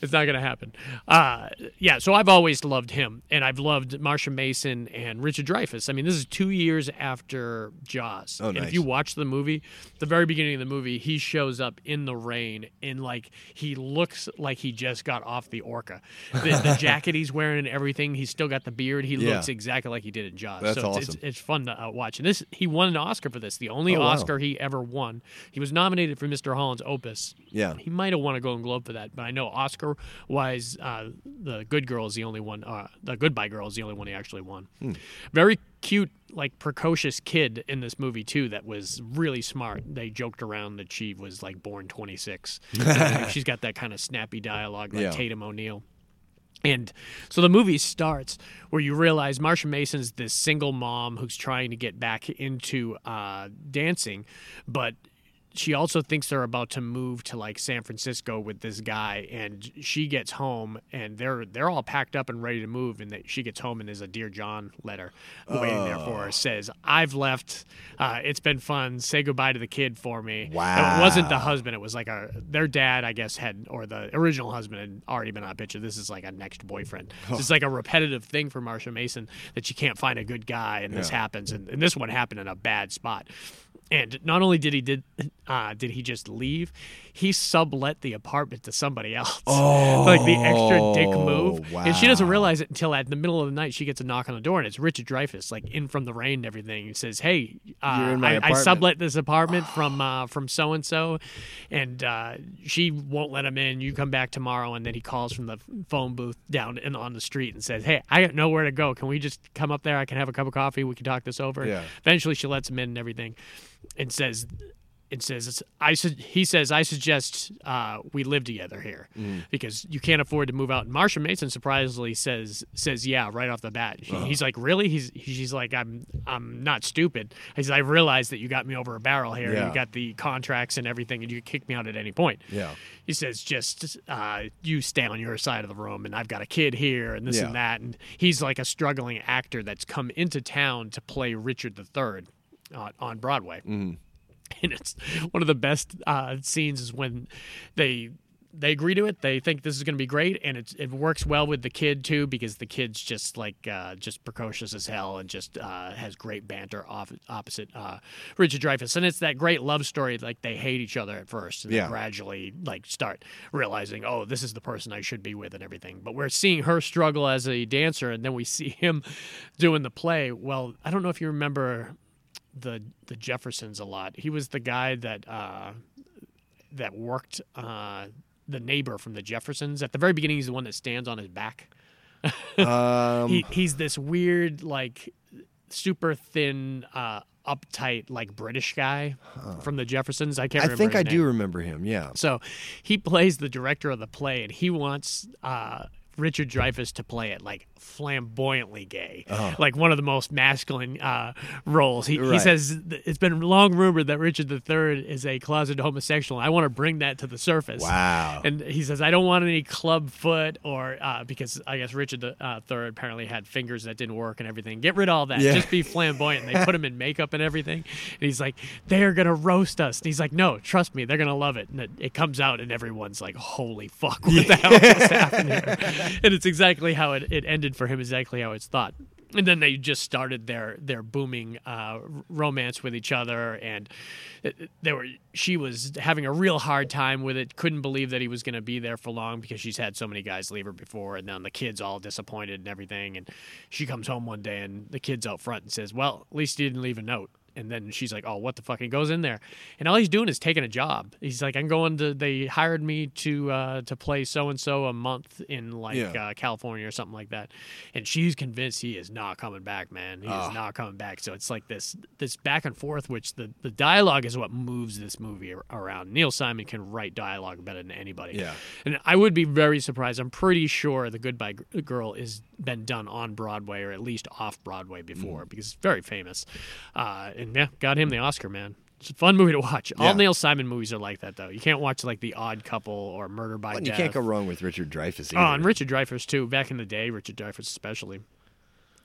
Speaker 5: it's not going to happen. Uh, yeah, so I've always loved him, and I've loved Marsha Mason and Richard Dreyfuss. I mean, this is two years after Jaws.
Speaker 6: Oh,
Speaker 5: and
Speaker 6: nice.
Speaker 5: if you watch the movie, the very beginning of the movie, he shows up in the rain and like he looks like he just got off the orca. The, the jacket he's wearing and everything, he's still got the beard. He
Speaker 6: Yeah.
Speaker 5: looks exactly like he did in Jaws.
Speaker 6: That's
Speaker 5: so it's-
Speaker 6: awesome.
Speaker 5: It's, it's fun to uh, watch. And this, he won an Oscar for this. The only
Speaker 6: Oh, wow.
Speaker 5: Oscar he ever won. He was nominated for Mr. Holland's Opus.
Speaker 6: Yeah.
Speaker 5: He might have won a Golden Globe for that, but I know Oscar wise, uh, the Good Girl is the only one. Uh, the Goodbye Girl is the only one he actually won.
Speaker 6: Hmm.
Speaker 5: Very cute, like precocious kid in this movie too. That was really smart. They joked around that she was like born 26. Like, She's got that kind of snappy dialogue, like
Speaker 6: Yeah.
Speaker 5: Tatum O'Neill. And so the movie starts where you realize Marsha Mason's this single mom who's trying to get back into uh, dancing, but she also thinks they're about to move to like San Francisco with this guy, and she gets home and they're they're all packed up and ready to move, and that she gets home and there's a Dear John letter waiting there for her. Says, "I've left. Uh, it's been fun. Say goodbye to the kid for me." Now, It wasn't the
Speaker 6: Wow.
Speaker 5: husband. It was like a their dad, I guess, had or the original husband had already been on a picture. This is like a next boyfriend. This is like a repetitive thing for Marsha Mason that she can't find a good guy, and this
Speaker 6: Yeah.
Speaker 5: happens, and, and this one happened in a bad spot. And not only did he did uh, did he just leave, he sublet the apartment to somebody else. Oh, like the extra dick move. And she doesn't
Speaker 6: Oh, wow.
Speaker 5: realize it until at the middle of the night she gets a knock on the door, and it's Richard Dreyfuss, like in from the rain and everything. He says, "Hey, uh,
Speaker 6: You're in my
Speaker 5: I- I, sublet."
Speaker 6: apartment."
Speaker 5: sublet this apartment from uh, from so and so, and uh, she won't let him in. You come back tomorrow, and then he calls from the phone booth down and on the street and says, "Hey, I got nowhere to go. Can we just come up there? I can have a cup of coffee. We can talk this over."
Speaker 6: Yeah.
Speaker 5: Eventually, she lets him in and everything, and says. And says I. Su- he says I suggest uh, we live together here
Speaker 6: Mm.
Speaker 5: because you can't afford to move out. And Marsha Mason surprisingly says says yeah right off the bat. She,
Speaker 6: Uh-huh.
Speaker 5: He's like really. He's she's like I'm I'm not stupid. He's I realize that you got me over a barrel here.
Speaker 6: Yeah.
Speaker 5: You got the contracts and everything, and you could kick me out at any point.
Speaker 6: Yeah.
Speaker 5: He says, just uh, you stay on your side of the room, and I've got a kid here, and this
Speaker 6: Yeah.
Speaker 5: and that. And he's like a struggling actor that's come into town to play Richard III on, on Broadway. And it's one of the best uh, scenes is when they. They agree to it. They think this is going to be great, and it it works well with the kid too because the kid's just like uh, just precocious as hell and just uh, has great banter off opposite uh, Richard Dreyfuss, and it's that great love story. Like they hate each other at first, and
Speaker 6: Yeah.
Speaker 5: they gradually like start realizing, oh, this is the person I should be with and everything. But we're seeing her struggle as a dancer, and then we see him doing the play. Well, I don't know if you remember the the Jeffersons a lot. He was the guy that uh, that worked uh, the neighbor from the Jeffersons. At the very beginning, he's the one that stands on his back.
Speaker 6: Um,
Speaker 5: he, he's this weird, like, super thin, uh, uptight, like British guy from the Jeffersons. I can't.
Speaker 6: I
Speaker 5: remember
Speaker 6: think
Speaker 5: his
Speaker 6: I
Speaker 5: name.
Speaker 6: do remember him. Yeah.
Speaker 5: So he plays the director of the play, and he wants uh, Richard Dreyfuss to play it like flamboyantly gay, like one of the most masculine uh, roles. He, he
Speaker 6: Uh-huh. Right.
Speaker 5: says th- it's been long rumored that Richard III is a closet homosexual. I want to bring that to the surface.
Speaker 6: Wow.
Speaker 5: And he says, I don't want any club foot or uh, because I guess Richard the, uh, III apparently had fingers that didn't work and everything. Get rid of all that.
Speaker 6: Yeah.
Speaker 5: Just be flamboyant. And they put him in makeup and everything. And he's like, they're going to roast us. And he's like, no, trust me, they're going to love it. And it, it comes out and everyone's like, holy fuck, what the hell just happened here? And it's exactly how it, it ended for him, exactly how it's thought. And then they just started their their booming uh, r- romance with each other, and it- it- they were she was having a real hard time with it. Couldn't believe that he was going to be there for long because she's had so many guys leave her before, and then the kids all disappointed and everything. And she comes home one day, and the kids out front and says, "Well, at least you didn't leave a note." And then she's like, "Oh, what the fuck?" And he goes in there, and all he's doing is taking a job. He's like, "I'm going to." They hired me to uh, to play so and so a month in like
Speaker 6: Yeah.
Speaker 5: uh, California or something like that, and she's convinced he is not coming back, man. He
Speaker 6: Ah.
Speaker 5: is not coming back. So it's like this this back and forth, which the the dialogue is what moves this movie ar- around. Neil Simon can write dialogue better than anybody.
Speaker 6: Yeah.
Speaker 5: And I would be very surprised. I'm pretty sure The Goodbye G- Girl is been done on Broadway or at least off Broadway
Speaker 6: Mm.
Speaker 5: before because it's very famous. Uh, and yeah, got him the Oscar, man. It's a fun movie to watch.
Speaker 6: Yeah.
Speaker 5: All Neil Simon movies are like that, though. You can't watch like The Odd Couple or Murder by
Speaker 6: But you
Speaker 5: Death.
Speaker 6: can't go wrong with Richard Dreyfuss either.
Speaker 5: Oh, and Richard Dreyfuss too. Back in the day, Richard Dreyfuss especially.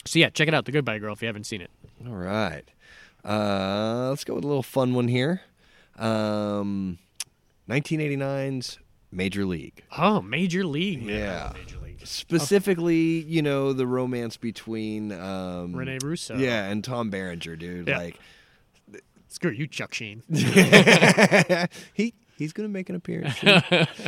Speaker 5: So yeah, check it out, The Goodbye Girl, if you haven't seen it.
Speaker 6: All right. Uh, let's go with a little fun one here. Um, 1989's Major League.
Speaker 5: Oh, Major League. man.
Speaker 6: Yeah.
Speaker 5: Major League.
Speaker 6: Specifically, you know, the romance between um,
Speaker 5: Rene Russo.
Speaker 6: Yeah, and Tom Berenger, dude.
Speaker 5: Yeah.
Speaker 6: Like
Speaker 5: Screw you, Chuck Sheen.
Speaker 6: he he's gonna make an appearance.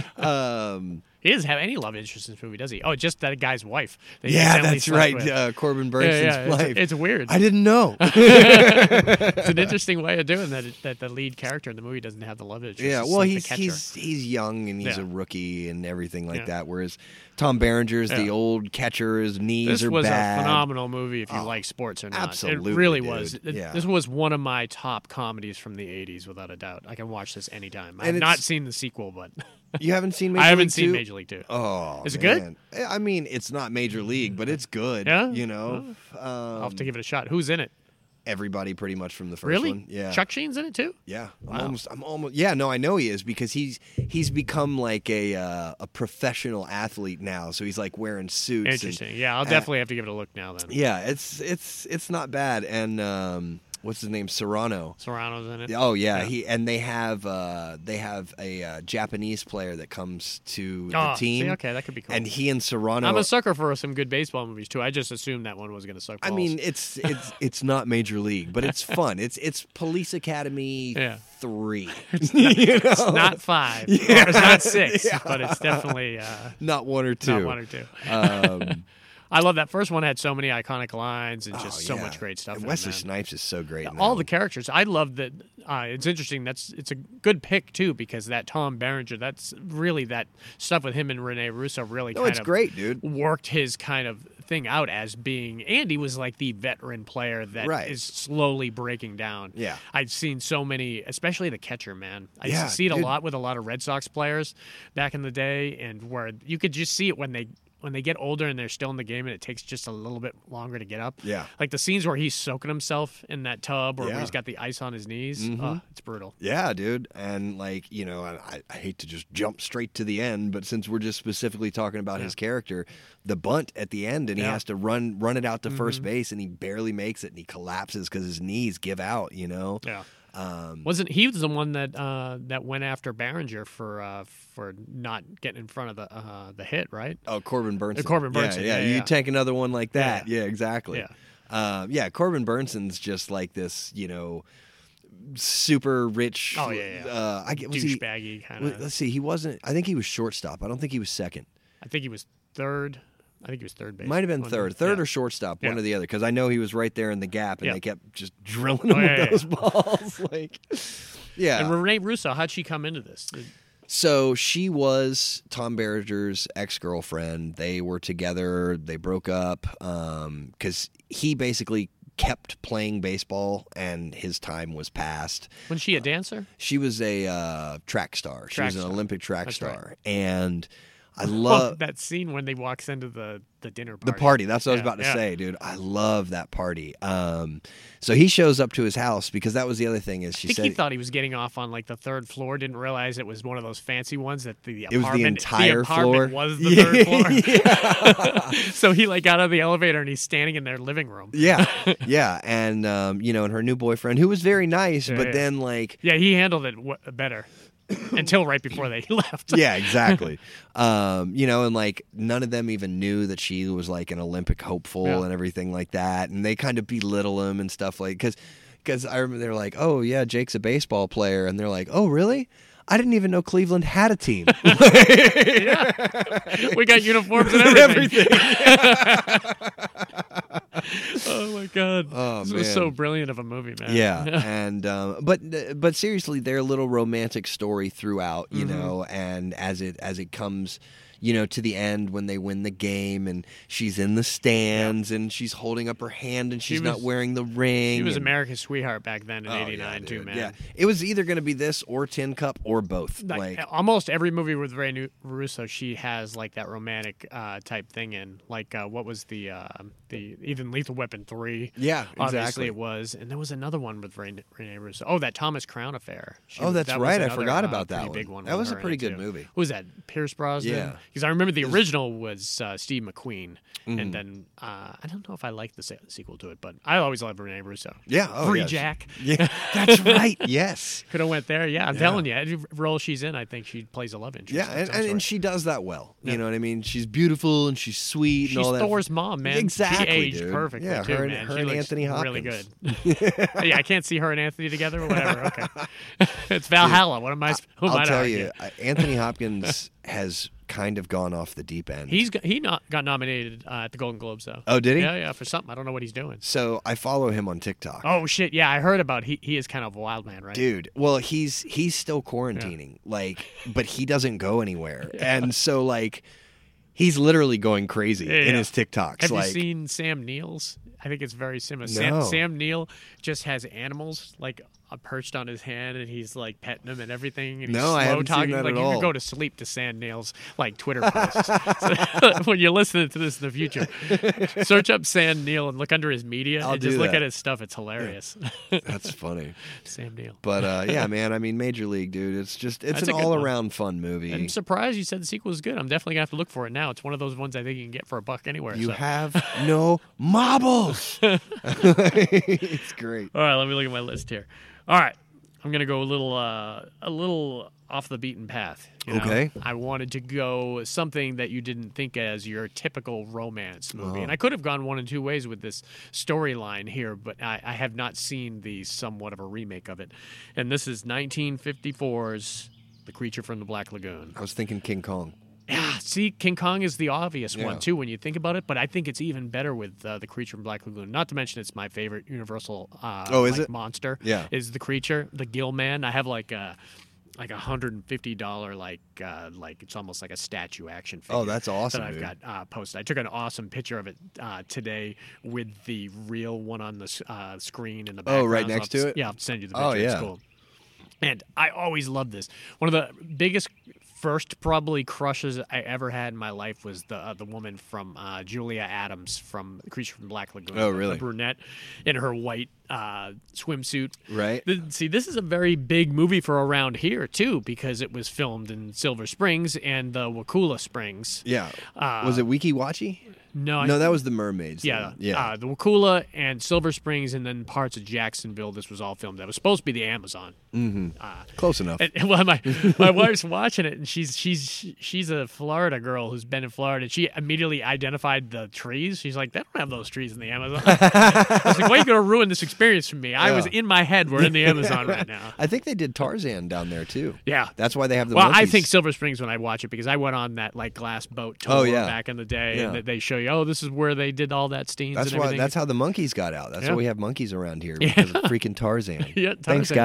Speaker 6: um,
Speaker 5: He doesn't have any love interest in this movie, does he? Oh, just that guy's wife. that he
Speaker 6: yeah,
Speaker 5: accidentally
Speaker 6: that's
Speaker 5: slept
Speaker 6: right.
Speaker 5: with.
Speaker 6: Uh, Corbin
Speaker 5: yeah,
Speaker 6: Burnson's
Speaker 5: yeah, it's-
Speaker 6: wife.
Speaker 5: It's, weird.
Speaker 6: I didn't know.
Speaker 5: It's an interesting way of doing that. That the lead character in the movie doesn't have the love interest.
Speaker 6: yeah,
Speaker 5: It's
Speaker 6: well,
Speaker 5: like the
Speaker 6: he's
Speaker 5: catcher.
Speaker 6: he's he's young and he's
Speaker 5: Yeah.
Speaker 6: a rookie and everything like
Speaker 5: Yeah.
Speaker 6: that. Whereas Tom Berenger's the
Speaker 5: Yeah.
Speaker 6: old catcher. His knees
Speaker 5: this
Speaker 6: are
Speaker 5: was
Speaker 6: bad.
Speaker 5: a phenomenal movie if you
Speaker 6: Oh,
Speaker 5: like sports or not.
Speaker 6: absolutely,
Speaker 5: it really
Speaker 6: dude.
Speaker 5: was. It-
Speaker 6: Yeah.
Speaker 5: This was one of my top comedies from the '80s, without a doubt. I can watch this anytime. I've
Speaker 6: And
Speaker 5: not
Speaker 6: it's-
Speaker 5: seen the sequel, but
Speaker 6: You haven't seen. Major
Speaker 5: I haven't
Speaker 6: League
Speaker 5: seen
Speaker 6: Two?
Speaker 5: Major League Two.
Speaker 6: Oh,
Speaker 5: Is it good?
Speaker 6: man. Eh, I mean, it's not Major League, but it's good.
Speaker 5: Yeah? Oh.
Speaker 6: you know, um,
Speaker 5: I'll have to give it a shot. Who's in it?
Speaker 6: everybody pretty much from the first
Speaker 5: Really?
Speaker 6: one. Yeah,
Speaker 5: Chuck Sheen's in it too.
Speaker 6: Yeah, I'm almost. I'm almost. Yeah, no, I know he is because he's he's become like a uh, a professional athlete now. So he's like wearing suits. and-
Speaker 5: Interesting. Yeah, I'll
Speaker 6: uh,
Speaker 5: definitely have to give it a look now then.
Speaker 6: yeah, it's it's it's not bad. And um, what's his name? Serrano.
Speaker 5: Serrano's in it.
Speaker 6: Oh yeah,
Speaker 5: Yeah.
Speaker 6: he and they have uh, they have a uh, Japanese player that comes to
Speaker 5: Oh,
Speaker 6: the team.
Speaker 5: see, okay, that could be cool.
Speaker 6: And he and Serrano.
Speaker 5: I'm a sucker for some good baseball movies too. I just assumed that one was going to suck.
Speaker 6: I
Speaker 5: balls.
Speaker 6: mean, it's it's it's not Major League, but it's fun. It's it's Police Academy
Speaker 5: Yeah.
Speaker 6: three. You know?
Speaker 5: it's not five, or it's not six, but it's definitely uh,
Speaker 6: not one or two.
Speaker 5: not one or two.
Speaker 6: Um,
Speaker 5: I love that first one had so many iconic lines and just so
Speaker 6: oh, yeah.
Speaker 5: much great stuff.
Speaker 6: And
Speaker 5: in it,
Speaker 6: Wesley
Speaker 5: man.
Speaker 6: Snipes is so great. in
Speaker 5: all the
Speaker 6: that
Speaker 5: characters. I love that. Uh, it's interesting. That's it's a good pick too because that Tom Berenger. That's really that stuff with him and Rene Russo really.
Speaker 6: one. no,
Speaker 5: kind
Speaker 6: it's
Speaker 5: of
Speaker 6: great, dude.
Speaker 5: Worked his kind of thing out as being Andy was like the veteran player that is
Speaker 6: Right.
Speaker 5: slowly breaking down.
Speaker 6: Yeah.
Speaker 5: I've seen so many, especially the catcher man. I
Speaker 6: Yeah,
Speaker 5: see it a
Speaker 6: dude.
Speaker 5: lot with a lot of Red Sox players back in the day, and where you could just see it when they. When they get older and they're still in the game, and it takes just a little bit longer to get up,
Speaker 6: Yeah.
Speaker 5: like the scenes where he's soaking himself in that tub or where
Speaker 6: Yeah. Mm-hmm.
Speaker 5: he's got the ice on his knees. Oh, it's brutal.
Speaker 6: Yeah, dude. And like you know, and I, I hate to just jump straight to the end, but since we're just specifically talking about his character, the bunt at the end, and he
Speaker 5: Yeah. Mm-hmm.
Speaker 6: has to run run it out to first base, and he barely makes it, and he collapses because his knees give out. You know.
Speaker 5: Yeah.
Speaker 6: Um,
Speaker 5: Wasn't he was the one that uh, that went after Barringer for uh, for not getting in front of the uh, the hit, right?
Speaker 6: Oh, Corbin Burnson.
Speaker 5: Uh, Corbin
Speaker 6: Yeah,
Speaker 5: Burnson,
Speaker 6: Yeah,
Speaker 5: yeah,
Speaker 6: you
Speaker 5: yeah.
Speaker 6: take another one like that. Yeah, exactly.
Speaker 5: Yeah.
Speaker 6: Um, yeah, Corbin Burnson's just like this, you know, super rich.
Speaker 5: Oh, yeah, yeah.
Speaker 6: Uh, I get was he,
Speaker 5: Douchebaggy kind
Speaker 6: wa-
Speaker 5: of.
Speaker 6: Let's see, he wasn't. I think he was shortstop. I don't think he was second.
Speaker 5: I think he was third. I think he was third base.
Speaker 6: Might have been
Speaker 5: One-
Speaker 6: third, third
Speaker 5: yeah.
Speaker 6: or shortstop, one
Speaker 5: Yeah.
Speaker 6: or the other. Because I know he was right there in the gap, and
Speaker 5: Yeah.
Speaker 6: they kept just drilling him
Speaker 5: Oh, yeah, yeah,
Speaker 6: with those balls. like, yeah.
Speaker 5: And Renee Russo, how'd she come into this?
Speaker 6: So she was Tom Berenger's ex girlfriend. They were together. They broke up because he basically kept playing baseball and his time was past.
Speaker 5: Wasn't she a
Speaker 6: Uh,
Speaker 5: dancer?
Speaker 6: She was a uh, track star. She
Speaker 5: Track
Speaker 6: was an
Speaker 5: star.
Speaker 6: Olympic track
Speaker 5: That's right.
Speaker 6: star. And I love
Speaker 5: that scene when they walks into the the dinner party.
Speaker 6: the party. That's what I was
Speaker 5: Yeah,
Speaker 6: about to
Speaker 5: yeah.
Speaker 6: say, dude. I love that party. Um, so he shows up to his house because that was the other thing is
Speaker 5: I
Speaker 6: she
Speaker 5: think
Speaker 6: said
Speaker 5: he thought he was getting off on like the third floor. Didn't realize it was one of those fancy ones that the
Speaker 6: It was the
Speaker 5: apartment
Speaker 6: entire
Speaker 5: apartment
Speaker 6: floor.
Speaker 5: was the
Speaker 6: Yeah.
Speaker 5: third floor. so he like got out of the elevator and he's standing in their living room.
Speaker 6: yeah, yeah, and um, you know, and her new boyfriend who was very nice,
Speaker 5: Yeah,
Speaker 6: but
Speaker 5: yeah.
Speaker 6: then like
Speaker 5: Yeah, he handled it w- better until right before they left.
Speaker 6: yeah, exactly. um, you know, and like none of them even knew that she was like an Olympic hopeful
Speaker 5: Yeah.
Speaker 6: and everything like that, and they kind of belittle him and stuff like because because I remember they're like, oh yeah, Jake's a baseball player, and they're like, oh really? I didn't even know Cleveland had a team.
Speaker 5: we got uniforms and everything. oh my god,
Speaker 6: Oh,
Speaker 5: this was
Speaker 6: man.
Speaker 5: so brilliant of a movie, man.
Speaker 6: yeah, and um, but but seriously, their little romantic story throughout, you
Speaker 5: Mm-hmm.
Speaker 6: know, and as it as it comes. You know, to the end when they win the game, and she's in the stands, and she's holding up her hand, and she's not
Speaker 5: was-
Speaker 6: wearing the ring.
Speaker 5: he was
Speaker 6: and-
Speaker 5: America's sweetheart back then in
Speaker 6: Oh, yeah,
Speaker 5: '89 too,
Speaker 6: dude.
Speaker 5: man.
Speaker 6: Yeah, it was either going to be this or Tin Cup or both.
Speaker 5: like,
Speaker 6: Like,
Speaker 5: almost every movie with Ray Nu- Russo, she has like that romantic uh, type thing in. Like uh, what was the uh, the even Lethal Weapon three?
Speaker 6: Yeah,
Speaker 5: obviously
Speaker 6: exactly.
Speaker 5: it was, and there was another one with Ray, Rene Russo. Oh, that Thomas Crown affair. She
Speaker 6: Oh,
Speaker 5: was-
Speaker 6: that's
Speaker 5: that was
Speaker 6: right. I
Speaker 5: another,
Speaker 6: forgot
Speaker 5: uh,
Speaker 6: about that
Speaker 5: pretty
Speaker 6: one.
Speaker 5: Big one
Speaker 6: That
Speaker 5: with
Speaker 6: was a
Speaker 5: her in
Speaker 6: pretty
Speaker 5: it,
Speaker 6: good
Speaker 5: too.
Speaker 6: movie.
Speaker 5: Who was that? Pierce Brosnan.
Speaker 6: Yeah.
Speaker 5: because I remember the original was uh, Steve McQueen,
Speaker 6: Mm-hmm.
Speaker 5: and then uh, I don't know if I like the se- sequel to it, but I always loved Rene Russo.
Speaker 6: Yeah, oh,
Speaker 5: Free
Speaker 6: yes.
Speaker 5: Jack
Speaker 6: Yeah, that's right. Yes.
Speaker 5: could have went there. Yeah, I'm telling you, every role she's in, I think she plays a love interest.
Speaker 6: Yeah,
Speaker 5: of
Speaker 6: and,
Speaker 5: some
Speaker 6: and, and
Speaker 5: sort.
Speaker 6: she does that well. You know what I mean? She's beautiful and she's sweet and
Speaker 5: She's
Speaker 6: all that.
Speaker 5: Thor's mom, man.
Speaker 6: Exactly,
Speaker 5: she aged
Speaker 6: dude.
Speaker 5: perfectly
Speaker 6: Yeah,
Speaker 5: too,
Speaker 6: her and-
Speaker 5: man.
Speaker 6: her
Speaker 5: she
Speaker 6: and
Speaker 5: looks
Speaker 6: Anthony
Speaker 5: really
Speaker 6: Hopkins.
Speaker 5: good. yeah, I can't see her and Anthony together, but whatever. Okay, it's Valhalla. What am I? sp- who am I
Speaker 6: I'll
Speaker 5: to
Speaker 6: tell
Speaker 5: argue?
Speaker 6: you, uh, Anthony Hopkins has kind of gone off the deep end.
Speaker 5: He's got, he not got nominated uh, at the Golden Globes though.
Speaker 6: Oh, did he?
Speaker 5: Yeah, yeah, for something. I don't know what he's doing.
Speaker 6: so I follow him on TikTok.
Speaker 5: Oh shit! Yeah, I heard about. He he is kind of a wild man, right?
Speaker 6: Dude, well, he's he's still quarantining, like, but he doesn't go anywhere, and so like, he's literally going crazy
Speaker 5: Yeah,
Speaker 6: in
Speaker 5: yeah.
Speaker 6: his TikToks.
Speaker 5: Have
Speaker 6: like,
Speaker 5: you seen Sam Neill's? I think it's very similar. Sam,
Speaker 6: No.
Speaker 5: Sam Neill just has animals like uh, perched on his hand, and he's like petting them and everything. And he's
Speaker 6: No,
Speaker 5: slow
Speaker 6: I haven't seen
Speaker 5: talking.
Speaker 6: that
Speaker 5: like
Speaker 6: at
Speaker 5: you could
Speaker 6: all.
Speaker 5: go to sleep to Sam Neill's like Twitter posts. So, when you're listening to this in the future, search up Sam Neill and look under his media
Speaker 6: I'll
Speaker 5: and just
Speaker 6: do
Speaker 5: look
Speaker 6: that.
Speaker 5: at his stuff. It's hilarious.
Speaker 6: that's funny.
Speaker 5: Sam Neill.
Speaker 6: But uh, yeah, man, I mean, Major League, dude, it's just it's
Speaker 5: That's
Speaker 6: an
Speaker 5: a good one.
Speaker 6: all around fun movie.
Speaker 5: I'm surprised you said the sequel is good. I'm definitely gonna have to look for it now. It's one of those ones I think you can get for a buck anywhere.
Speaker 6: You
Speaker 5: so.
Speaker 6: have no marbles. it's great.
Speaker 5: All right, let me look at my list here. All right, I'm gonna go a little uh, a little off the beaten path. you know?
Speaker 6: Okay.
Speaker 5: I wanted to go something that you didn't think as your typical romance movie, and I could have gone one in two ways with this storyline here, but I, I have not seen the somewhat of a remake of it, and this is 1954's. The creature from the Black Lagoon.
Speaker 6: I was thinking King Kong.
Speaker 5: Yeah, see, King Kong is the obvious
Speaker 6: Yeah.
Speaker 5: one too when you think about it, but I think it's even better with uh, the creature from Black Lagoon. Not to mention, it's my favorite Universal. Uh,
Speaker 6: Oh, is
Speaker 5: like,
Speaker 6: it?
Speaker 5: monster?
Speaker 6: Yeah.
Speaker 5: is the creature the Gill Man? I have like a like a hundred and fifty dollar like uh, like it's almost like a statue action figure.
Speaker 6: Oh, that's awesome,
Speaker 5: That I've
Speaker 6: dude.
Speaker 5: got uh, posted. I took an awesome picture of it uh, today with the real one on the s- uh, screen in the
Speaker 6: Oh,
Speaker 5: background.
Speaker 6: right
Speaker 5: So
Speaker 6: next
Speaker 5: I'll
Speaker 6: to
Speaker 5: s-
Speaker 6: it?
Speaker 5: Yeah, I'll send you the picture.
Speaker 6: Oh,
Speaker 5: It's
Speaker 6: yeah.
Speaker 5: cool. And I always loved this. One of the biggest first probably crushes I ever had in my life was the uh, the woman from uh, Julia Adams from Creature from Black Lagoon.
Speaker 6: Oh,
Speaker 5: the-
Speaker 6: really?
Speaker 5: The brunette in her white uh, swimsuit.
Speaker 6: Right.
Speaker 5: Th- See, this is a very big movie for around here too because it was filmed in Silver Springs and the Wakula Springs.
Speaker 6: Yeah.
Speaker 5: Uh,
Speaker 6: was it Wiki Watchy?
Speaker 5: No, I
Speaker 6: No, that was the mermaids.
Speaker 5: yeah,
Speaker 6: then. Yeah.
Speaker 5: Uh, the Wakula and Silver Springs, and then parts of Jacksonville. This was all filmed. That was supposed to be the Amazon.
Speaker 6: Close enough.
Speaker 5: And, and well, my my wife's watching it, and she's she's she's a Florida girl who's been in Florida. She immediately identified the trees. She's like, "They don't have those trees in the Amazon." I was like, "Why are you going to ruin this experience for me?" I was
Speaker 6: Yeah.
Speaker 5: in my head. We're in the Amazon right now.
Speaker 6: I think they did Tarzan down there too.
Speaker 5: Yeah.
Speaker 6: That's why they have the
Speaker 5: well, I
Speaker 6: monkeys.
Speaker 5: think Silver Springs when I watch it because I went on that like glass boat tour
Speaker 6: Oh, yeah.
Speaker 5: back in the day,
Speaker 6: Yeah.
Speaker 5: and that they show you, oh, this is where they did all that scenes
Speaker 6: That's
Speaker 5: and
Speaker 6: why
Speaker 5: everything.
Speaker 6: that's how the monkeys got out. That's
Speaker 5: Yeah.
Speaker 6: why we have monkeys around here because of freaking Tarzan.
Speaker 5: Yeah,
Speaker 6: Thanks
Speaker 5: Tarzan.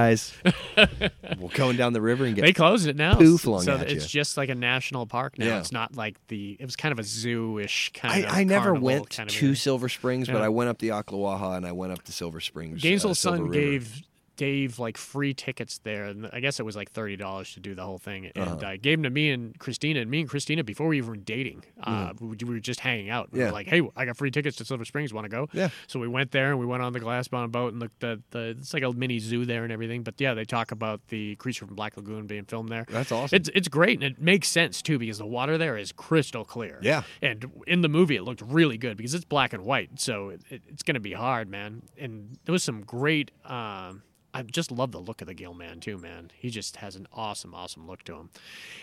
Speaker 6: guys. We're going down the river and
Speaker 5: They
Speaker 6: getting
Speaker 5: closed it now.
Speaker 6: poo flung
Speaker 5: so
Speaker 6: at
Speaker 5: it's
Speaker 6: you.
Speaker 5: just like a national park now.
Speaker 6: Yeah.
Speaker 5: It's not like the. It was kind of a zoo-ish kind of.
Speaker 6: I, I never
Speaker 5: carnival
Speaker 6: went
Speaker 5: kind of
Speaker 6: to
Speaker 5: area.
Speaker 6: Silver Springs, but
Speaker 5: Yeah.
Speaker 6: I went up the Ocklawaha and I went up to Silver Springs. uh,
Speaker 5: Gainesville's
Speaker 6: Silver
Speaker 5: son
Speaker 6: River.
Speaker 5: gave Dave like free tickets there, and I guess it was like thirty dollars to do the whole thing. And
Speaker 6: Uh-huh.
Speaker 5: uh, gave them to me and Christina, and me and Christina before we even were dating, uh, we, we were just hanging out. We were
Speaker 6: Mm-hmm. Yeah.
Speaker 5: like, hey, I got free tickets to Silver Springs. Want to go?
Speaker 6: Yeah.
Speaker 5: So we went there and we went on the glassbound boat and looked at the. It's like a mini zoo there and everything. But yeah, they talk about the creature from Black Lagoon being filmed there.
Speaker 6: That's awesome.
Speaker 5: It's it's great and it makes sense too because the water there is crystal clear.
Speaker 6: Yeah.
Speaker 5: And in the movie, it looked really good because it's black and white, so it, it, it's going to be hard, man. And there was some great. Um, I just love the look of the Gill man too, man. He just has an awesome, awesome look to him.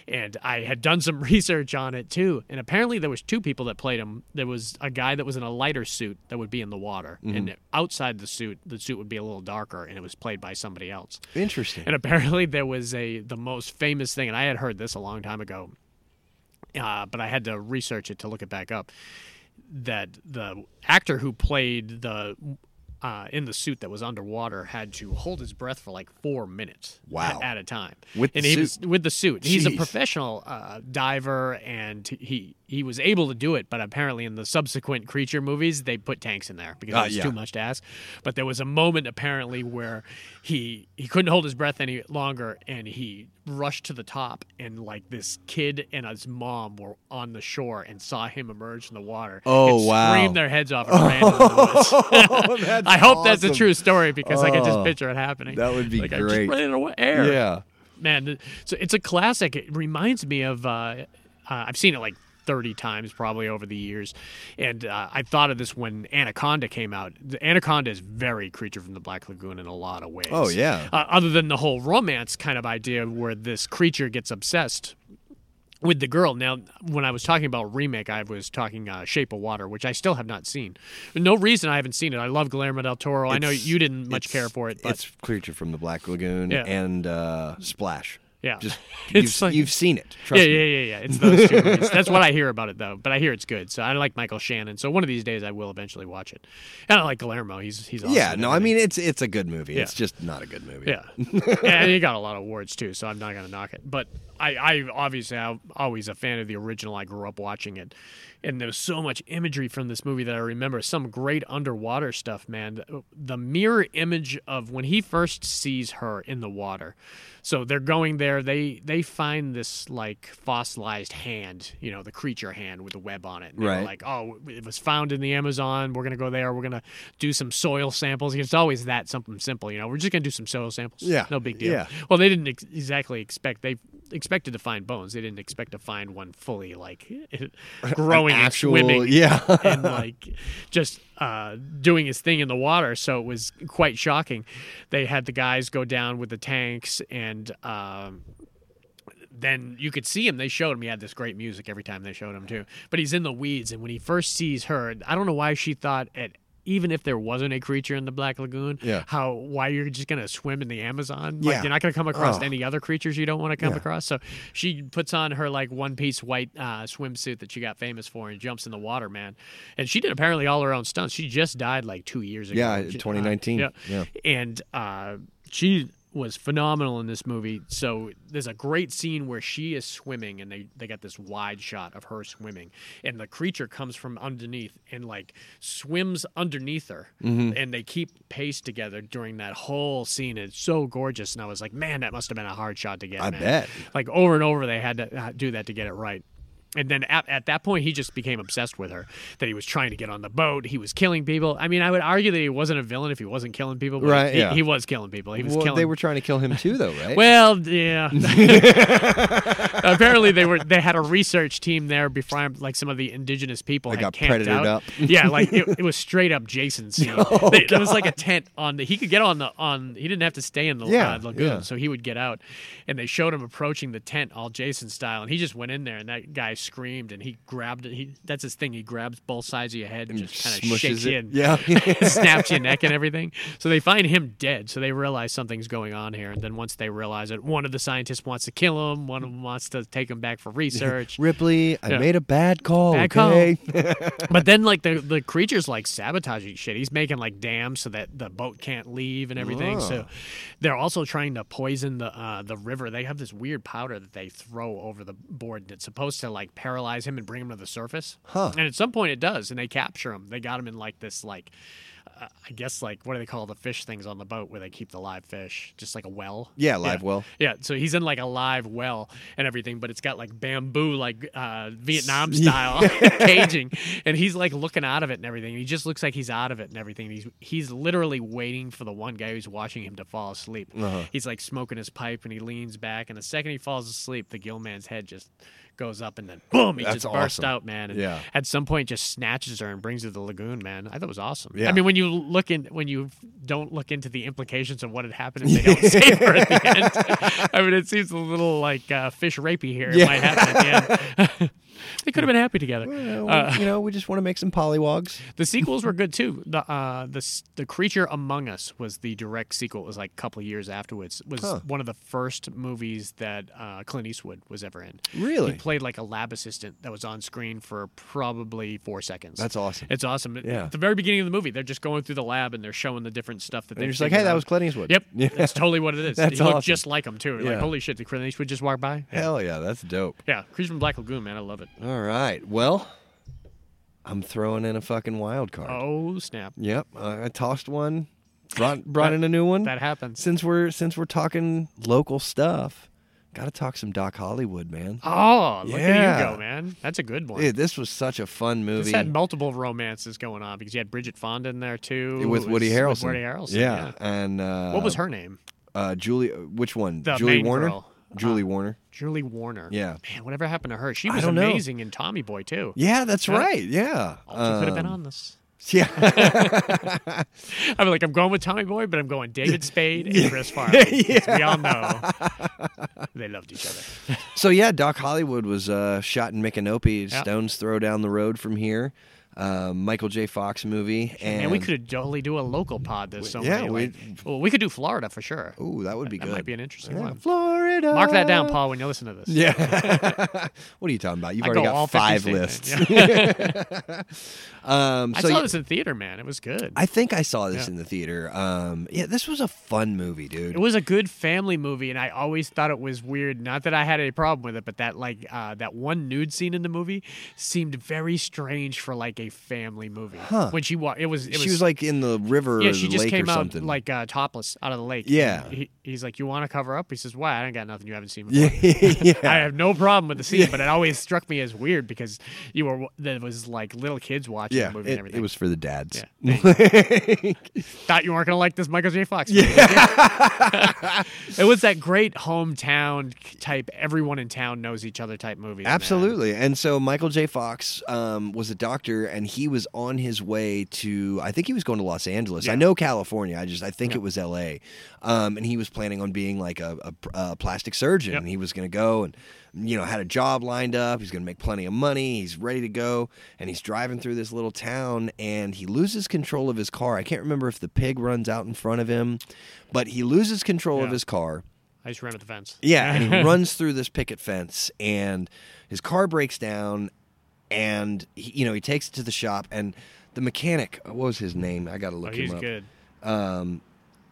Speaker 5: And I had done some research on it too, and apparently there was two people that played him. There was a guy that was in a lighter suit that would be in the water, and outside the suit, the suit would be a little darker, and it was played by somebody else.
Speaker 6: Interesting.
Speaker 5: And apparently there was a the most famous thing, and I had heard this a long time ago, uh, but I had to research it to look it back up. That the actor who played the uh, in the suit that was underwater had to hold his breath for like four minutes
Speaker 6: Wow.
Speaker 5: at, at a time
Speaker 6: With the
Speaker 5: and he
Speaker 6: suit?
Speaker 5: was with the suit. He's a
Speaker 6: Jeez.
Speaker 5: professional uh, diver, and he he was able to do it. But apparently, in the subsequent creature movies, they put tanks in there because
Speaker 6: Ah,
Speaker 5: it was
Speaker 6: yeah.
Speaker 5: too much to ask. But there was a moment apparently where he he couldn't hold his breath any longer, and he rushed to the top, and like this kid and his mom were on the shore and saw him emerge from the water.
Speaker 6: Oh,
Speaker 5: and
Speaker 6: wow.
Speaker 5: Screamed their heads off and ran into the woods. I hope that's a
Speaker 6: awesome.
Speaker 5: true story because I can just
Speaker 6: Oh,
Speaker 5: picture it happening.
Speaker 6: that would be
Speaker 5: like, I
Speaker 6: great.
Speaker 5: just ran away air
Speaker 6: yeah.
Speaker 5: man th- so it's a classic it reminds me of uh, uh, i've seen it like 30 times probably over the years. And uh, I thought of this when Anaconda came out. The Anaconda is very Creature from the Black Lagoon in a lot of ways.
Speaker 6: Oh, yeah.
Speaker 5: Uh, other than the whole romance kind of idea where this creature gets obsessed with the girl. Now, when I was talking about remake, I was talking uh, Shape of Water, which I still have not seen. No reason I haven't seen it. I love Guillermo del Toro. I know
Speaker 6: It's-
Speaker 5: you didn't much
Speaker 6: it's-
Speaker 5: care for it, but
Speaker 6: It's Creature from the Black Lagoon
Speaker 5: Yeah.
Speaker 6: and uh, Splash.
Speaker 5: Yeah.
Speaker 6: Just you've,
Speaker 5: It's like-
Speaker 6: you've seen it. Trust
Speaker 5: yeah,
Speaker 6: me.
Speaker 5: yeah, yeah, yeah. It's those two. movies. That's what I hear about it, though. But I hear it's good. So I like Michael Shannon. So one of these days I will eventually watch it. And I like Guillermo. He's he's awesome.
Speaker 6: Yeah,
Speaker 5: in
Speaker 6: no, I
Speaker 5: everything.
Speaker 6: mean it's it's a good movie.
Speaker 5: Yeah.
Speaker 6: It's just not a good movie.
Speaker 5: yeah, and he got a lot of awards too. So I'm not gonna knock it. But I, I obviously I'm always a fan of the original. I grew up watching it, and there was so much imagery from this movie that I remember. Some great underwater stuff, man. The- The mirror image of when he first sees her in the water. So they're going there. They they find this like fossilized hand, you know, the creature hand with the web on it. And they were
Speaker 6: Right.
Speaker 5: Like, oh, it was found in the Amazon. We're gonna go there. We're gonna do some soil samples. It's always that something simple, you know. We're just gonna do some soil samples.
Speaker 6: Yeah.
Speaker 5: no big deal.
Speaker 6: Yeah.
Speaker 5: Well, they didn't ex- exactly expect they expected to find bones. They didn't expect to find one fully like growing,
Speaker 6: An
Speaker 5: and
Speaker 6: actual
Speaker 5: swimming,
Speaker 6: yeah.
Speaker 5: and like just uh, doing his thing in the water. So it was quite shocking. They had the guys go down with the tanks and. Um, then you could see him. They showed him. He had this great music every time they showed him too. But he's in the weeds, and when he first sees her, I don't know why she thought at even if there wasn't a creature in the Black Lagoon,
Speaker 6: Yeah.
Speaker 5: how why you're just gonna swim in the Amazon?
Speaker 6: Yeah. Oh.
Speaker 5: Like you're not gonna come across
Speaker 6: Ugh.
Speaker 5: any other creatures you don't want to come
Speaker 6: Yeah.
Speaker 5: across. So she puts on her like one piece white uh, swimsuit that she got famous for and jumps in the water, man. And she did apparently all her own stunts. She just died like two years ago.
Speaker 6: Yeah,
Speaker 5: She- uh,
Speaker 6: 2019. Yeah.
Speaker 5: and uh, she was phenomenal in this movie. So there's a great scene where she is swimming, and they they got this wide shot of her swimming, and the creature comes from underneath and like swims underneath her,
Speaker 6: Mm-hmm.
Speaker 5: and they keep pace together during that whole scene. It's so gorgeous, and I was like, man, that must have been a hard shot to get.
Speaker 6: I
Speaker 5: man."
Speaker 6: bet.
Speaker 5: Like over and over, they had to uh, do that to get it right. And then at, at that point, he just became obsessed with her. That he was trying to get on the boat. He was killing people. I mean, I would argue that he wasn't a villain if he wasn't killing people. But
Speaker 6: Right,
Speaker 5: He,
Speaker 6: yeah.
Speaker 5: he was killing people. He was
Speaker 6: Well,
Speaker 5: killing.
Speaker 6: they were trying to kill him too, though, right?
Speaker 5: Well, yeah. Apparently, they were. They had a research team there before, like some of the indigenous people
Speaker 6: They
Speaker 5: had
Speaker 6: got
Speaker 5: camped
Speaker 6: predatored
Speaker 5: out.
Speaker 6: up. Oh,
Speaker 5: yeah, like it, it was straight up Jason scene. They- it was like a tent on the. He could get on the on. He didn't have to stay in the
Speaker 6: Yeah,
Speaker 5: uh, lagoon,
Speaker 6: yeah.
Speaker 5: so he would get out. And they showed him approaching the tent all Jason style, and he just went in there, and that guy screamed, and he grabbed. He that's his thing. He grabs both sides of your head and, just kind of
Speaker 6: Smushes
Speaker 5: shakes
Speaker 6: it.
Speaker 5: you. And,
Speaker 6: Yeah.
Speaker 5: snapped your neck and everything. So they find him dead. So they realize something's going on here. And then once they realize it, one of the scientists wants to kill him. One of them wants to take him back for research.
Speaker 6: Ripley, I
Speaker 5: Yeah.
Speaker 6: made a bad call.
Speaker 5: Bad call.
Speaker 6: okay?
Speaker 5: but then like the the creature's like sabotaging shit. He's making like dams so that the boat can't leave and everything. So they're also trying to poison the uh, the river. They have this weird powder that they throw over the board that's supposed to like paralyze him and bring him to the surface.
Speaker 6: Huh.
Speaker 5: And at some point it does, and they capture him. They got him in like this like. Uh, I guess like what do they call the fish things on the boat where they keep the live fish? Just like a well.
Speaker 6: Yeah, live well.
Speaker 5: Yeah, so he's in like a live well and everything, but it's got like bamboo, like uh, Vietnam style caging, and he's like looking out of it and everything. And he just looks like he's out of it and everything. He's he's literally waiting for the one guy who's watching him to fall asleep.
Speaker 6: Uh-huh.
Speaker 5: He's like smoking his pipe and he leans back, and the second he falls asleep, the gill man's head just goes up and then boom, he
Speaker 6: That's
Speaker 5: just bursts
Speaker 6: awesome.
Speaker 5: out, man. And
Speaker 6: Yeah.
Speaker 5: At some point, just snatches her and brings her to the lagoon, man. I thought it was awesome.
Speaker 6: Yeah.
Speaker 5: I mean, when you look in, when you don't look into the implications of what had happened if they don't save her at the end. I mean, it seems a little like uh, fish rapey here. It
Speaker 6: Yeah.
Speaker 5: might happen at the end. they could have been happy together.
Speaker 6: Well,
Speaker 5: Uh,
Speaker 6: you know, we just want to make some polywogs.
Speaker 5: the sequels were good too. The uh, the s- the creature among us was the direct sequel. It was like a couple of years afterwards. It was
Speaker 6: Huh.
Speaker 5: one of the first movies that uh, Clint Eastwood was ever in.
Speaker 6: Really?
Speaker 5: he played like a lab assistant that was on screen for probably four seconds.
Speaker 6: That's awesome.
Speaker 5: It's awesome. At-
Speaker 6: Yeah.
Speaker 5: At the very beginning of the movie, they're just going through the lab and they're showing the different stuff that
Speaker 6: And
Speaker 5: they're
Speaker 6: you're just like, hey, that was Clint Eastwood.
Speaker 5: Yep,
Speaker 6: Yeah.
Speaker 5: that's totally what it is.
Speaker 6: That's
Speaker 5: he looked
Speaker 6: awesome.
Speaker 5: just like him too. Like,
Speaker 6: Yeah.
Speaker 5: holy shit, did Clint Eastwood just walk by? Yeah.
Speaker 6: Hell yeah, that's dope.
Speaker 5: yeah, Creature from Black Lagoon, man, I love it.
Speaker 6: All right. Well, I'm throwing in a fucking wild card.
Speaker 5: Oh snap,
Speaker 6: Yep. I I tossed one, brought brought in a new one.
Speaker 5: that happens.
Speaker 6: since we're since we're talking local stuff, got to talk some Doc Hollywood, man.
Speaker 5: Oh, look at
Speaker 6: Yeah.
Speaker 5: you go, man. That's a good one.
Speaker 6: Dude, this was such a fun movie.
Speaker 5: This had multiple romances going on because you had Bridget Fonda in there too who
Speaker 6: with
Speaker 5: was-
Speaker 6: Woody Harrelson.
Speaker 5: Woody Harrelson,
Speaker 6: Yeah. And uh,
Speaker 5: What was her name?
Speaker 6: Uh, Julie. Which one?
Speaker 5: The
Speaker 6: Julie
Speaker 5: main
Speaker 6: Warner.
Speaker 5: girl. Uh-huh.
Speaker 6: Julie Warner.
Speaker 5: Julie Warner.
Speaker 6: Yeah.
Speaker 5: Man, whatever happened to her? She was
Speaker 6: don't know.
Speaker 5: amazing in Tommy Boy too.
Speaker 6: Yeah, that's right. Yeah.
Speaker 5: Also could have been
Speaker 6: Um,
Speaker 5: on this.
Speaker 6: Yeah.
Speaker 5: I'm like, I'm going with Tommy Boy, but I'm going David Spade and Chris Farley. 'cause We all know they loved each other.
Speaker 6: so yeah, Doc Hollywood was uh, shot in Micanopy,
Speaker 5: Yeah.
Speaker 6: stones throw down the road from here. Um, Michael J. Fox movie, and
Speaker 5: And, we could totally do a local pod this summer.
Speaker 6: Yeah,
Speaker 5: anyway. well, we could do Florida for sure.
Speaker 6: Ooh, that would be
Speaker 5: that
Speaker 6: good.
Speaker 5: might be an interesting
Speaker 6: Yeah,
Speaker 5: one.
Speaker 6: Florida.
Speaker 5: Mark that down, Paul, when you listen to this.
Speaker 6: Yeah. what are you talking about? You've
Speaker 5: I
Speaker 6: already
Speaker 5: go
Speaker 6: got
Speaker 5: all 50
Speaker 6: five
Speaker 5: states,
Speaker 6: lists.
Speaker 5: man. Yeah.
Speaker 6: Um,
Speaker 5: I
Speaker 6: so
Speaker 5: saw
Speaker 6: yeah,
Speaker 5: this in theater, man. It was good.
Speaker 6: I think I saw this
Speaker 5: Yeah.
Speaker 6: in the theater. Um, yeah, this was a fun movie, dude.
Speaker 5: It was a good family movie, and I always thought it was weird. Not that I had any problem with it, but that like uh, that one nude scene in the movie seemed very strange for like a family movie.
Speaker 6: Huh.
Speaker 5: When she wa- it was it
Speaker 6: she was like in the river
Speaker 5: yeah,
Speaker 6: or
Speaker 5: she
Speaker 6: the
Speaker 5: just
Speaker 6: lake
Speaker 5: came
Speaker 6: or
Speaker 5: out
Speaker 6: something.
Speaker 5: like uh, topless out of the lake.
Speaker 6: Yeah.
Speaker 5: he, he's like, "You want to cover up?" He says, "Why? I ain't got nothing you haven't seen before."
Speaker 6: yeah, yeah.
Speaker 5: I have no problem with the scene, but it always struck me as weird because you were there was like little kids watching
Speaker 6: yeah.
Speaker 5: the movie and
Speaker 6: It,
Speaker 5: everything.
Speaker 6: it was for the dads.
Speaker 5: Yeah. Thought you weren't gonna like this Michael J. Fox. Movie. it was that great hometown type, everyone in town knows each other type movie. man.
Speaker 6: Absolutely. And so Michael J. Fox um, was a doctor, and he was on his way to, I think he was going to Los Angeles. I
Speaker 5: Yeah.
Speaker 6: know California. I just, I think it was L.A. Um, and he was planning on being like a, a, a plastic surgeon.
Speaker 5: Yep.
Speaker 6: And he was going to go and, you know, had a job lined up. He's going to make plenty of money. He's ready to go. And he's driving through this little town, and he loses control of his car. I can't remember if the pig runs out in front of him, but he loses control of
Speaker 5: Yeah.
Speaker 6: his car.
Speaker 5: I just ran at the fence.
Speaker 6: Yeah, and he runs through this picket fence, and his car breaks down, and he, you know he takes it to the shop, and the mechanic, uh, what was his name? I got to
Speaker 5: Oh,
Speaker 6: look
Speaker 5: he's
Speaker 6: him up.
Speaker 5: good.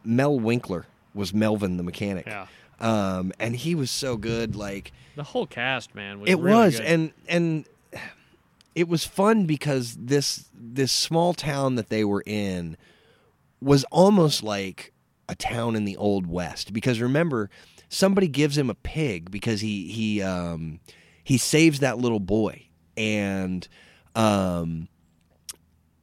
Speaker 6: Mel Winkler was Melvin the mechanic.
Speaker 5: Yeah.
Speaker 6: Um, and he was so good. Like
Speaker 5: The whole cast, man, was
Speaker 6: it
Speaker 5: really
Speaker 6: was,
Speaker 5: good.
Speaker 6: and and it was fun because this this small town that they were in was almost like a town in the old west because remember somebody gives him a pig because he he um he saves that little boy and um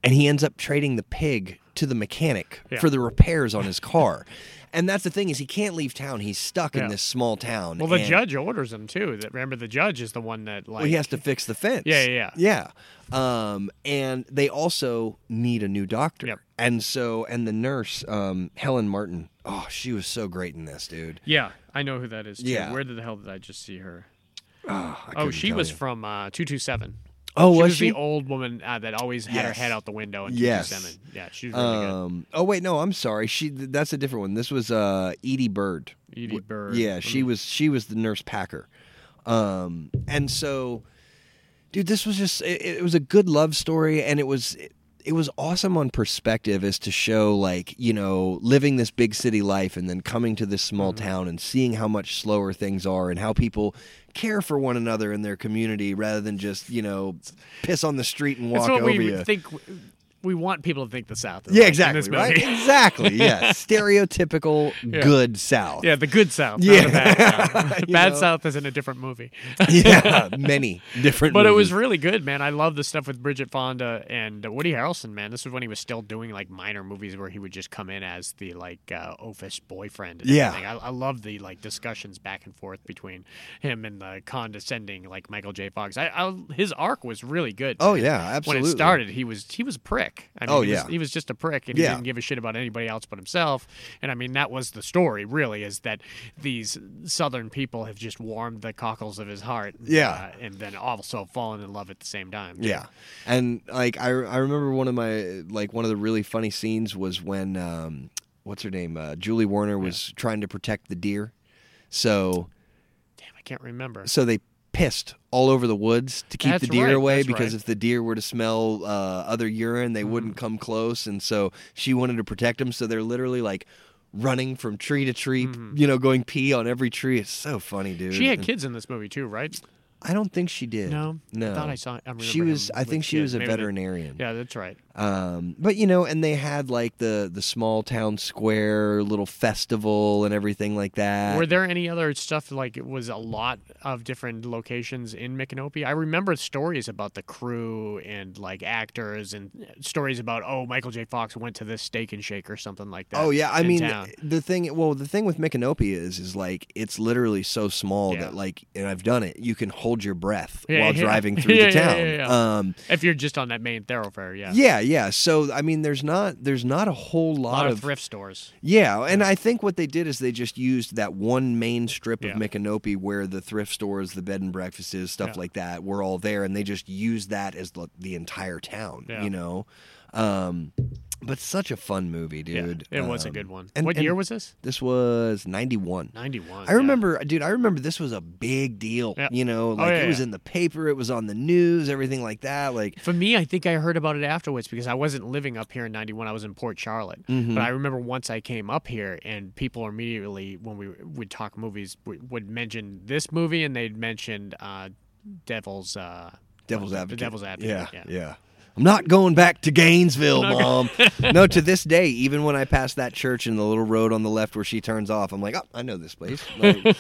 Speaker 6: and he ends up trading the pig to the mechanic
Speaker 5: Yeah.
Speaker 6: for the repairs on his car and that's the thing is he can't leave town he's stuck
Speaker 5: Yeah.
Speaker 6: in this small town
Speaker 5: well, the
Speaker 6: and-
Speaker 5: judge orders him too. That remember, the judge is the one that like
Speaker 6: well, he has to fix the fence.
Speaker 5: Yeah, yeah,
Speaker 6: yeah. Yeah. Um, and they also need a new doctor.
Speaker 5: Yep.
Speaker 6: And so, and the nurse, um, Helen Martin. Oh, she was so great in this, dude.
Speaker 5: Yeah, I know who that is. Too.
Speaker 6: Yeah.
Speaker 5: Where did the hell did I just see her?
Speaker 6: Ah, I
Speaker 5: Oh,
Speaker 6: couldn't
Speaker 5: she
Speaker 6: tell
Speaker 5: was
Speaker 6: you.
Speaker 5: from uh, 227.
Speaker 6: Oh, was she?
Speaker 5: the old woman uh, that always had
Speaker 6: Yes.
Speaker 5: her head out the window in
Speaker 6: Yes.
Speaker 5: 227. Yeah, she was really good.
Speaker 6: Um, oh wait, no, I'm sorry. She th- that's a different one. This was uh, Edie Bird.
Speaker 5: Edie
Speaker 6: W-
Speaker 5: Bird.
Speaker 6: Yeah, she was she was the nurse packer. Um, and so, dude, this was just it, it was a good love story, and it was. It, it was awesome on perspective as to show like you know living this big city life and then coming to this small
Speaker 5: Mm-hmm.
Speaker 6: town and seeing how much slower things are and how people care for one another in their community rather than just you know piss on the street and walk
Speaker 5: That's what
Speaker 6: over
Speaker 5: we
Speaker 6: you
Speaker 5: think. We want people to think the South. Is
Speaker 6: yeah,
Speaker 5: like in
Speaker 6: exactly.
Speaker 5: this
Speaker 6: Right?
Speaker 5: movie.
Speaker 6: Exactly. Yeah. Stereotypical good South.
Speaker 5: Yeah, the good South.
Speaker 6: Yeah.
Speaker 5: Yeah, the bad South.
Speaker 6: You
Speaker 5: Bad
Speaker 6: know?
Speaker 5: South is in a different movie,
Speaker 6: Yeah, Many different.
Speaker 5: but it was
Speaker 6: movies.
Speaker 5: really good, man. I love the stuff with Bridget Fonda and uh, Woody Harrelson, man. This was when he was still doing like minor movies where he would just come in as the like uh, office boyfriend. And
Speaker 6: Yeah.
Speaker 5: everything. I, I love the like discussions back and forth between him and the condescending like Michael J. Fox. I, I his arc was really good.
Speaker 6: Oh
Speaker 5: man.
Speaker 6: yeah, absolutely.
Speaker 5: When it started, he was he was a prick. I mean,
Speaker 6: Oh,
Speaker 5: he was,
Speaker 6: yeah.
Speaker 5: he was just a prick, and
Speaker 6: Yeah.
Speaker 5: he didn't give a shit about anybody else but himself. And I mean, that was the story. Really, is that these Southern people have just warmed the cockles of his heart.
Speaker 6: Yeah.
Speaker 5: uh, and then also fallen in love at the same time.
Speaker 6: Yeah, and like I, I remember one of my like one of the really funny scenes was when um, what's her name, uh, Julie Warner was trying to protect the deer, so
Speaker 5: damn, I can't remember.
Speaker 6: so they pissed all over the woods to keep
Speaker 5: That's
Speaker 6: the deer
Speaker 5: right,
Speaker 6: away
Speaker 5: that's
Speaker 6: because
Speaker 5: right. Mm-hmm.
Speaker 6: if the deer were to smell uh, other urine they wouldn't come close and so she wanted to protect them so they're literally like running from tree to tree you know going pee on every tree it's so funny dude
Speaker 5: Mm-hmm. She had
Speaker 6: And
Speaker 5: kids in this movie too, right?
Speaker 6: i don't think she did
Speaker 5: No? I
Speaker 6: no
Speaker 5: thought I saw- I remember
Speaker 6: she was
Speaker 5: him
Speaker 6: i
Speaker 5: with
Speaker 6: think she was
Speaker 5: kids.
Speaker 6: a
Speaker 5: Maybe they-
Speaker 6: veterinarian
Speaker 5: Yeah, that's right.
Speaker 6: Um, but you know, and they had like the the small town square little festival and everything like that.
Speaker 5: Were there any other stuff like it was a lot of different locations in Micanopy? I remember stories about the crew and like actors and stories about oh Michael J. Fox went to this steak and shake or something like that.
Speaker 6: Oh yeah, I
Speaker 5: in
Speaker 6: mean
Speaker 5: town.
Speaker 6: the thing. Well, the thing with Micanopy is, is like it's literally so small
Speaker 5: Yeah.
Speaker 6: that like, and I've done it. You can hold your breath
Speaker 5: Yeah,
Speaker 6: while
Speaker 5: yeah.
Speaker 6: driving through
Speaker 5: Yeah,
Speaker 6: the
Speaker 5: yeah,
Speaker 6: town.
Speaker 5: yeah, yeah.
Speaker 6: Um,
Speaker 5: if you're just on that main thoroughfare, yeah,
Speaker 6: yeah, yeah. So I mean, there's not there's not a whole
Speaker 5: a
Speaker 6: lot,
Speaker 5: lot of
Speaker 6: of
Speaker 5: thrift stores.
Speaker 6: yeah, and I think what they did is they just used that one main strip
Speaker 5: Yeah.
Speaker 6: of Micanopy where the thrift stores, the bed and breakfast is, stuff
Speaker 5: Yeah.
Speaker 6: like that were all there, and they just used that as the, the entire town,
Speaker 5: Yeah.
Speaker 6: you know. Um, but such a fun movie,
Speaker 5: Yeah,
Speaker 6: dude.
Speaker 5: it was a
Speaker 6: Um,
Speaker 5: good one.
Speaker 6: and-
Speaker 5: what
Speaker 6: and
Speaker 5: year was this?
Speaker 6: This was ninety one.
Speaker 5: Ninety one.
Speaker 6: I remember, dude. I remember this was a big deal.
Speaker 5: Yeah. Oh,
Speaker 6: You know, like
Speaker 5: yeah,
Speaker 6: it was
Speaker 5: yeah.
Speaker 6: in the paper, it was on the news, everything like that. Like,
Speaker 5: For me, I think I heard about it afterwards because I wasn't living up here in 91. I was in Port Charlotte.
Speaker 6: Mm-hmm.
Speaker 5: But I remember once I came up here and people immediately, when we would talk movies, we would mention this movie and they'd mentioned uh, Devil's. Uh,
Speaker 6: Devil's
Speaker 5: the
Speaker 6: Advocate.
Speaker 5: Devil's Advocate.
Speaker 6: Yeah,
Speaker 5: Yeah.
Speaker 6: yeah. I'm not going back to Gainesville, Mom. no, to this day, even when I pass that church and the little road on the left where she turns off, I'm like, oh, I know this place. Like,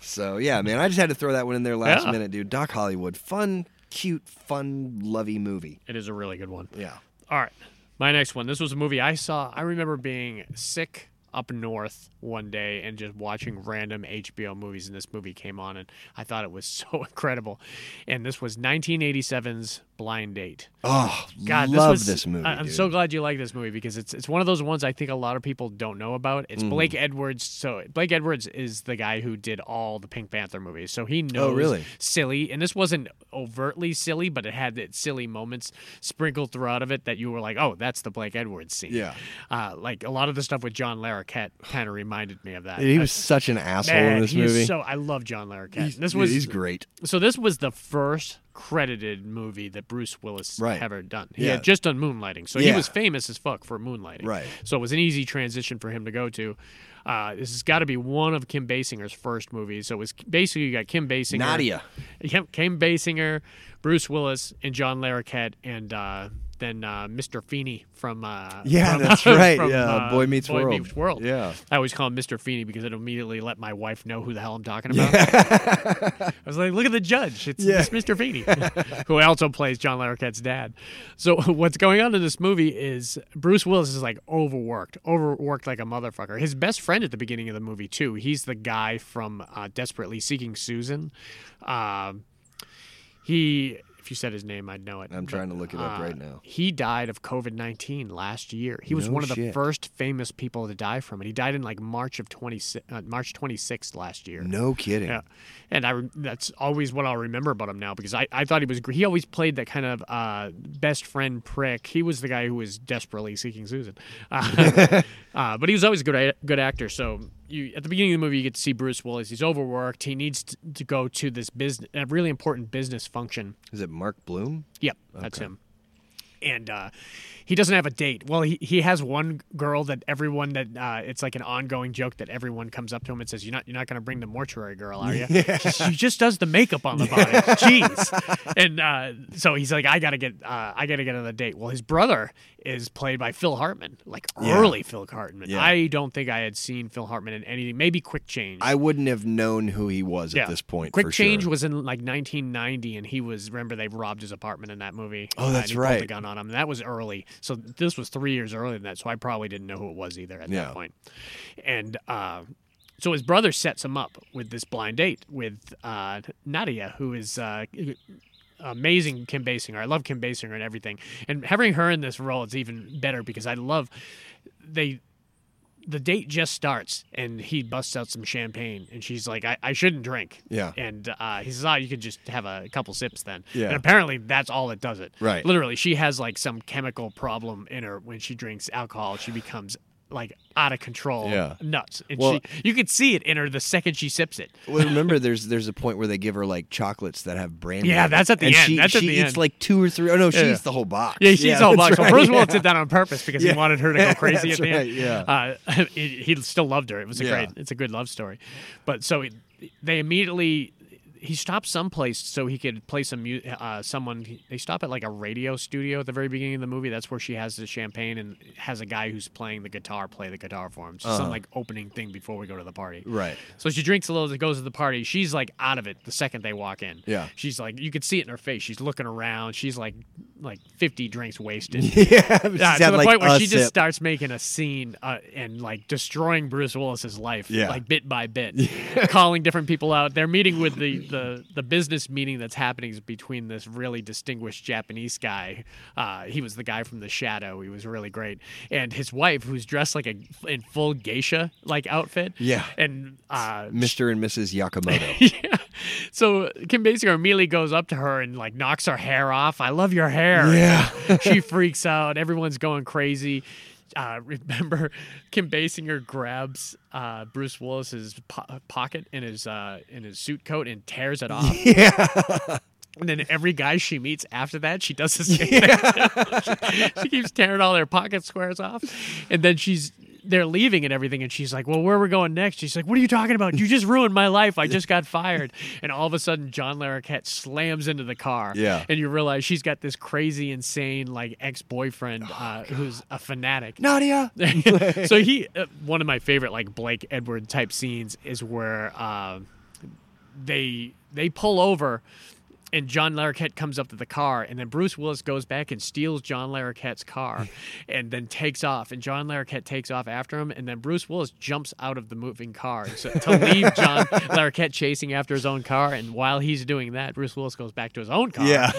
Speaker 6: so, yeah, man, I just had to throw that one in there last
Speaker 5: Yeah.
Speaker 6: minute, dude. Doc Hollywood. Fun, cute, fun, lovey movie.
Speaker 5: It is a really good one.
Speaker 6: Yeah.
Speaker 5: All right. My next one. This was a movie I saw. I remember being sick up north one day and just watching random HBO movies, and this movie came on, and I thought it was so incredible. And this was 1987's Blind Date.
Speaker 6: Oh,
Speaker 5: God,
Speaker 6: love
Speaker 5: this, was,
Speaker 6: movie.
Speaker 5: I, am
Speaker 6: dude.
Speaker 5: so glad you like this movie because it's it's one of those ones I think a lot of people don't know about. It's
Speaker 6: Mm-hmm.
Speaker 5: Blake Edwards. So Blake Edwards is the guy who did all the Pink Panther movies. So he knows
Speaker 6: Oh, really?
Speaker 5: silly, and this wasn't overtly silly, but it had its silly moments sprinkled throughout of it that you were like, oh, that's the Blake Edwards scene.
Speaker 6: Yeah.
Speaker 5: uh, like a lot of the stuff with John Larroquette kind of reminded me of that.
Speaker 6: He was such an asshole in
Speaker 5: Man,
Speaker 6: this
Speaker 5: he is
Speaker 6: movie.
Speaker 5: so I love John Larroquette.
Speaker 6: He's-
Speaker 5: this was
Speaker 6: he's great.
Speaker 5: so this was the first credited movie that Bruce Willis
Speaker 6: Right.
Speaker 5: ever done. He
Speaker 6: Yeah.
Speaker 5: had just done Moonlighting, so he
Speaker 6: Yeah.
Speaker 5: was famous as fuck for Moonlighting.
Speaker 6: Right.
Speaker 5: So it was an easy transition for him to go to. Uh, this has got to be one of Kim Basinger's first movies. So it was basically you got Kim Basinger,
Speaker 6: Nadia.
Speaker 5: yeah, Kim Basinger, Bruce Willis, and John Larroquette, and uh, then uh, Mr. Feeney from uh,
Speaker 6: Yeah,
Speaker 5: from-
Speaker 6: that's right.
Speaker 5: from,
Speaker 6: Yeah,
Speaker 5: uh,
Speaker 6: Boy Meets
Speaker 5: Boy
Speaker 6: World.
Speaker 5: Meets World.
Speaker 6: Yeah.
Speaker 5: I always call him Mr. Feeney because it immediately let my wife know who the hell I'm talking about. I was like, look at the judge. It's,
Speaker 6: Yeah.
Speaker 5: it's Mr. Feeney, who also plays John Larroquette's dad. So what's going on in this movie is Bruce Willis is like overworked, overworked like a motherfucker. His best friend at the beginning of the movie too. He's the guy from uh, Desperately Seeking Susan. Um, he, if you said his name, I'd know it.
Speaker 6: I'm trying to look it up
Speaker 5: Uh,
Speaker 6: right now.
Speaker 5: He died of COVID 19 last year. He was
Speaker 6: No
Speaker 5: one of the
Speaker 6: shit.
Speaker 5: first famous people to die from it. He died in like March of 26, uh, March 26th last year.
Speaker 6: No kidding.
Speaker 5: Yeah, and I rem- that's always what I'll remember about him now because I, I thought he was gr- he always played that kind of uh, best friend prick. He was the guy who was desperately seeking Susan, uh, uh, but he was always a good a- good actor. So you at the beginning of the movie you get to see Bruce Willis. He's overworked. He needs to, to go to this business a really important business function.
Speaker 6: Is it Mark Bloom?
Speaker 5: Yep, that's him. And uh, he doesn't have a date. Well, he, he has one girl that everyone that uh, it's like an ongoing joke that everyone comes up to him and says, "You're not you're not going to bring the mortuary girl, are you?" She, she just does the makeup on the body. Jeez. And uh, so he's like, "I got to get uh, I got to get another date." Well, his brother is played by Phil Hartman, like
Speaker 6: Yeah.
Speaker 5: early Phil Hartman.
Speaker 6: Yeah.
Speaker 5: I don't think I had seen Phil Hartman in anything. Maybe Quick Change.
Speaker 6: I wouldn't have known who he was at this point.
Speaker 5: Quick
Speaker 6: for
Speaker 5: Change
Speaker 6: sure.
Speaker 5: was in like 1990, and he was remember they robbed his apartment in that movie.
Speaker 6: Oh,
Speaker 5: and
Speaker 6: that's
Speaker 5: he pulled the
Speaker 6: right.
Speaker 5: gun on him. That was early, so this was three years earlier than that. So I probably didn't know who it was either at
Speaker 6: Yeah.
Speaker 5: that point. And uh, so his brother sets him up with this blind date with uh, Nadia, who is uh, amazing Kim Basinger. I love Kim Basinger and everything. And having her in this role is even better because I love they the date just starts and he busts out some champagne and she's like, I, I shouldn't drink.
Speaker 6: Yeah.
Speaker 5: And uh, he says, Oh, you could just have a couple sips then.
Speaker 6: Yeah.
Speaker 5: And apparently that's all it does it.
Speaker 6: Right.
Speaker 5: Literally, she has like some chemical problem in her when she drinks alcohol. She becomes like out of control.
Speaker 6: Yeah.
Speaker 5: Nuts. And
Speaker 6: Well-
Speaker 5: she you could see it in her the second she sips it.
Speaker 6: Well, remember, there's there's a point where they give her like chocolates that have brandy.
Speaker 5: Yeah,
Speaker 6: in it.
Speaker 5: that's at the
Speaker 6: and
Speaker 5: end.
Speaker 6: She,
Speaker 5: That's at
Speaker 6: she
Speaker 5: the
Speaker 6: eats
Speaker 5: end.
Speaker 6: like two or three. Oh no, she
Speaker 5: Yeah.
Speaker 6: eats the whole box.
Speaker 5: Yeah, she's all
Speaker 6: that's
Speaker 5: box.
Speaker 6: right,
Speaker 5: so Bruce
Speaker 6: yeah.
Speaker 5: Willis did that on purpose because
Speaker 6: Yeah.
Speaker 5: he wanted her to go crazy
Speaker 6: That's
Speaker 5: at the
Speaker 6: right,
Speaker 5: end.
Speaker 6: yeah.
Speaker 5: Uh, he, he still loved her. It was a
Speaker 6: Yeah.
Speaker 5: great. It's a good love story, but so it, they immediately he stopped someplace so he could play some mu- uh, someone. They stop at like a radio studio at the very beginning of the movie. That's where she has the champagne and has a guy who's playing the guitar play the guitar for him. It's some like opening thing before we go to the party.
Speaker 6: Uh-huh. Right.
Speaker 5: So she drinks a little, goes to the party. She's like out of it the second they walk in.
Speaker 6: Yeah.
Speaker 5: She's like, you could see it in her face. She's looking around. She's like, like fifty drinks wasted.
Speaker 6: Yeah, she's
Speaker 5: Yeah, to
Speaker 6: had,
Speaker 5: the
Speaker 6: like,
Speaker 5: point where
Speaker 6: a
Speaker 5: she just
Speaker 6: sip.
Speaker 5: starts making a scene uh, and like destroying Bruce Willis's life,
Speaker 6: Yeah.
Speaker 5: like bit by bit, calling different people out. They're meeting with the, the, the business meeting that's happening is between this really distinguished Japanese guy. Uh, he was the guy from The Shadow. He was really great, and his wife, who's dressed like a in full geisha like outfit.
Speaker 6: Yeah.
Speaker 5: and uh,
Speaker 6: Mr. and Mrs. Yakamoto.
Speaker 5: yeah. So Kim Basinger immediately goes up to her and like knocks her hair off. I love your hair.
Speaker 6: Yeah.
Speaker 5: she freaks out. Everyone's going crazy. Uh, remember, Kim Basinger grabs uh, Bruce Willis's po- pocket in his uh, in his suit coat and tears it off.
Speaker 6: yeah.
Speaker 5: And then every guy she meets after that, she does the same thing. she keeps tearing all their pocket squares off. And then she's they're leaving and everything, and she's like, Well, where are we going next? She's like, What are you talking about? You just ruined my life. I just got fired. And all of a sudden John Larroquette slams into the car.
Speaker 6: Yeah.
Speaker 5: And you realize she's got this crazy, insane, like ex boyfriend uh, who's a fanatic.
Speaker 6: Nadia.
Speaker 5: so he uh, one of my favorite like Blake Edward type scenes is where um they they pull over and John Larroquette comes up to the car and then Bruce Willis goes back and steals John Larroquette's car and then takes off and John Larroquette takes off after him and then Bruce Willis jumps out of the moving car so, to leave John Larroquette chasing after his own car and while he's doing that Bruce Willis goes back to his own car
Speaker 6: Yeah.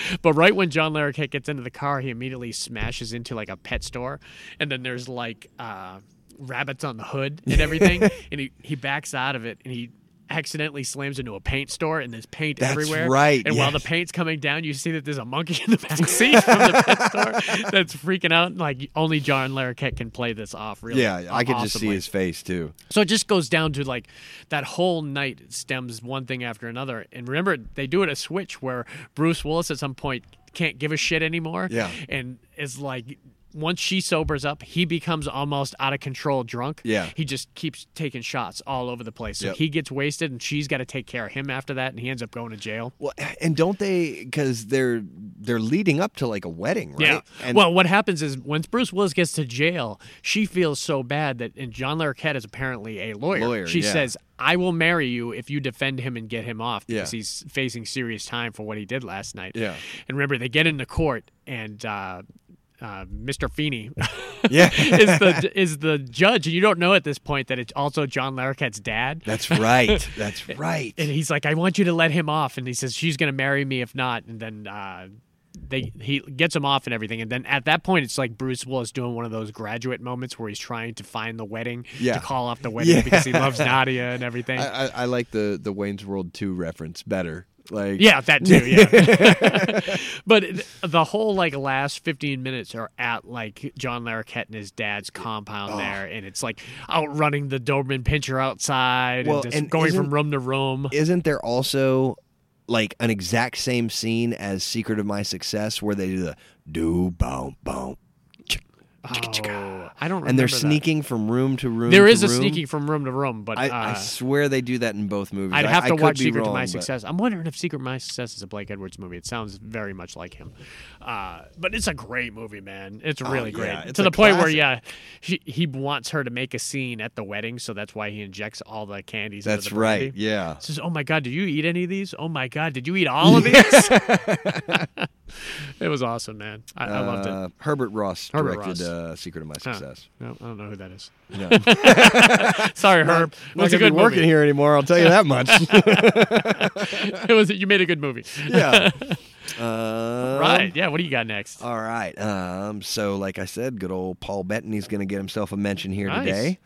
Speaker 5: but right when John Larroquette gets into the car, he immediately smashes into like a pet store, and then there's like uh, rabbits on the hood and everything, and he, he backs out of it and he accidentally slams into a paint store and there's paint
Speaker 6: That's
Speaker 5: everywhere.
Speaker 6: right,
Speaker 5: And while the
Speaker 6: yes.
Speaker 5: paint's coming down, you see that there's a monkey in the back seat from the pet store that's freaking out. Like only John Larroquette can play this off. Really,
Speaker 6: Yeah, I could just see
Speaker 5: awesomely.
Speaker 6: his face too.
Speaker 5: So it just goes down to like that whole night stems one thing after another. And remember, they do it a switch where Bruce Willis at some point can't give a shit anymore.
Speaker 6: Yeah.
Speaker 5: And is like, once she sobers up, he becomes almost out of control drunk.
Speaker 6: Yeah.
Speaker 5: He just keeps taking shots all over the place. So
Speaker 6: Yep.
Speaker 5: he gets wasted and she's got to take care of him after that. And he ends up going to jail.
Speaker 6: Well, and don't they? Because they're they're leading up to like a wedding, right?
Speaker 5: Yeah.
Speaker 6: And
Speaker 5: well, what happens is once Bruce Willis gets to jail, she feels so bad that, and John Larroquette is apparently a lawyer.
Speaker 6: Lawyer,
Speaker 5: she
Speaker 6: yeah.
Speaker 5: says, "I will marry you if you defend him and get him off because
Speaker 6: Yeah.
Speaker 5: he's facing serious time for what he did last night."
Speaker 6: Yeah.
Speaker 5: And remember, they get into court, and uh, uh, Mr. Feeney
Speaker 6: yeah,
Speaker 5: is the is the judge, and you don't know at this point that it's also John Larroquette's dad.
Speaker 6: that's right. That's right.
Speaker 5: And he's like, I want you to let him off. And he says, she's going to marry me if not. And then uh, they he gets him off and everything. And then at that point, it's like Bruce Willis doing one of those graduate moments where he's trying to find the wedding
Speaker 6: Yeah.
Speaker 5: to call off the wedding
Speaker 6: Yeah.
Speaker 5: because he loves Nadia and everything.
Speaker 6: I, I, I like the the Wayne's World two reference better. Like
Speaker 5: yeah, that too. Yeah, but th- the whole like last fifteen minutes are at like John Larroquette and his dad's
Speaker 6: Oh.
Speaker 5: compound there, and it's like outrunning the Doberman Pinscher outside,
Speaker 6: Well,
Speaker 5: and just
Speaker 6: and
Speaker 5: going from
Speaker 6: isn't-
Speaker 5: room to room.
Speaker 6: isn't there also like an exact same scene as Secret of My Success where they do the do boom boom
Speaker 5: Oh, I don't.
Speaker 6: and
Speaker 5: remember
Speaker 6: they're
Speaker 5: that.
Speaker 6: sneaking from room to room.
Speaker 5: There
Speaker 6: to
Speaker 5: is a
Speaker 6: room.
Speaker 5: sneaking from room to room, but
Speaker 6: I,
Speaker 5: uh,
Speaker 6: I swear they do that in both movies.
Speaker 5: I'd
Speaker 6: I-
Speaker 5: have
Speaker 6: I
Speaker 5: to
Speaker 6: could
Speaker 5: watch
Speaker 6: be
Speaker 5: Secret
Speaker 6: wrong,
Speaker 5: to My
Speaker 6: but-
Speaker 5: Success. I'm wondering if Secret to My Success is a Blake Edwards movie. It sounds very much like him, uh, but it's a great movie, man. It's really great
Speaker 6: Oh, yeah, it's
Speaker 5: to
Speaker 6: a
Speaker 5: the point where
Speaker 6: classic.
Speaker 5: yeah, he, he wants her to make a scene at the wedding, so that's why he injects all the candies. into
Speaker 6: That's
Speaker 5: the
Speaker 6: right.
Speaker 5: brandy.
Speaker 6: Yeah.
Speaker 5: Says, oh my god, did you eat any of these? Oh my god, did you eat all of these? it was awesome, man. I, I loved it.
Speaker 6: Uh, Herbert Ross
Speaker 5: Herbert
Speaker 6: directed
Speaker 5: Ross.
Speaker 6: Uh, Secret of My
Speaker 5: Huh.
Speaker 6: Success.
Speaker 5: No, I don't know who that is.
Speaker 6: Yeah.
Speaker 5: Sorry, Herb.
Speaker 6: Not
Speaker 5: It's a
Speaker 6: gonna be
Speaker 5: good
Speaker 6: working
Speaker 5: movie.
Speaker 6: here anymore. I'll tell you that much.
Speaker 5: it was you made a good movie.
Speaker 6: yeah. Uh,
Speaker 5: Right. Yeah. What do you got next?
Speaker 6: All right. Um, so, like I said, good old Paul Bettany's going to get himself a mention here
Speaker 5: Nice.
Speaker 6: today.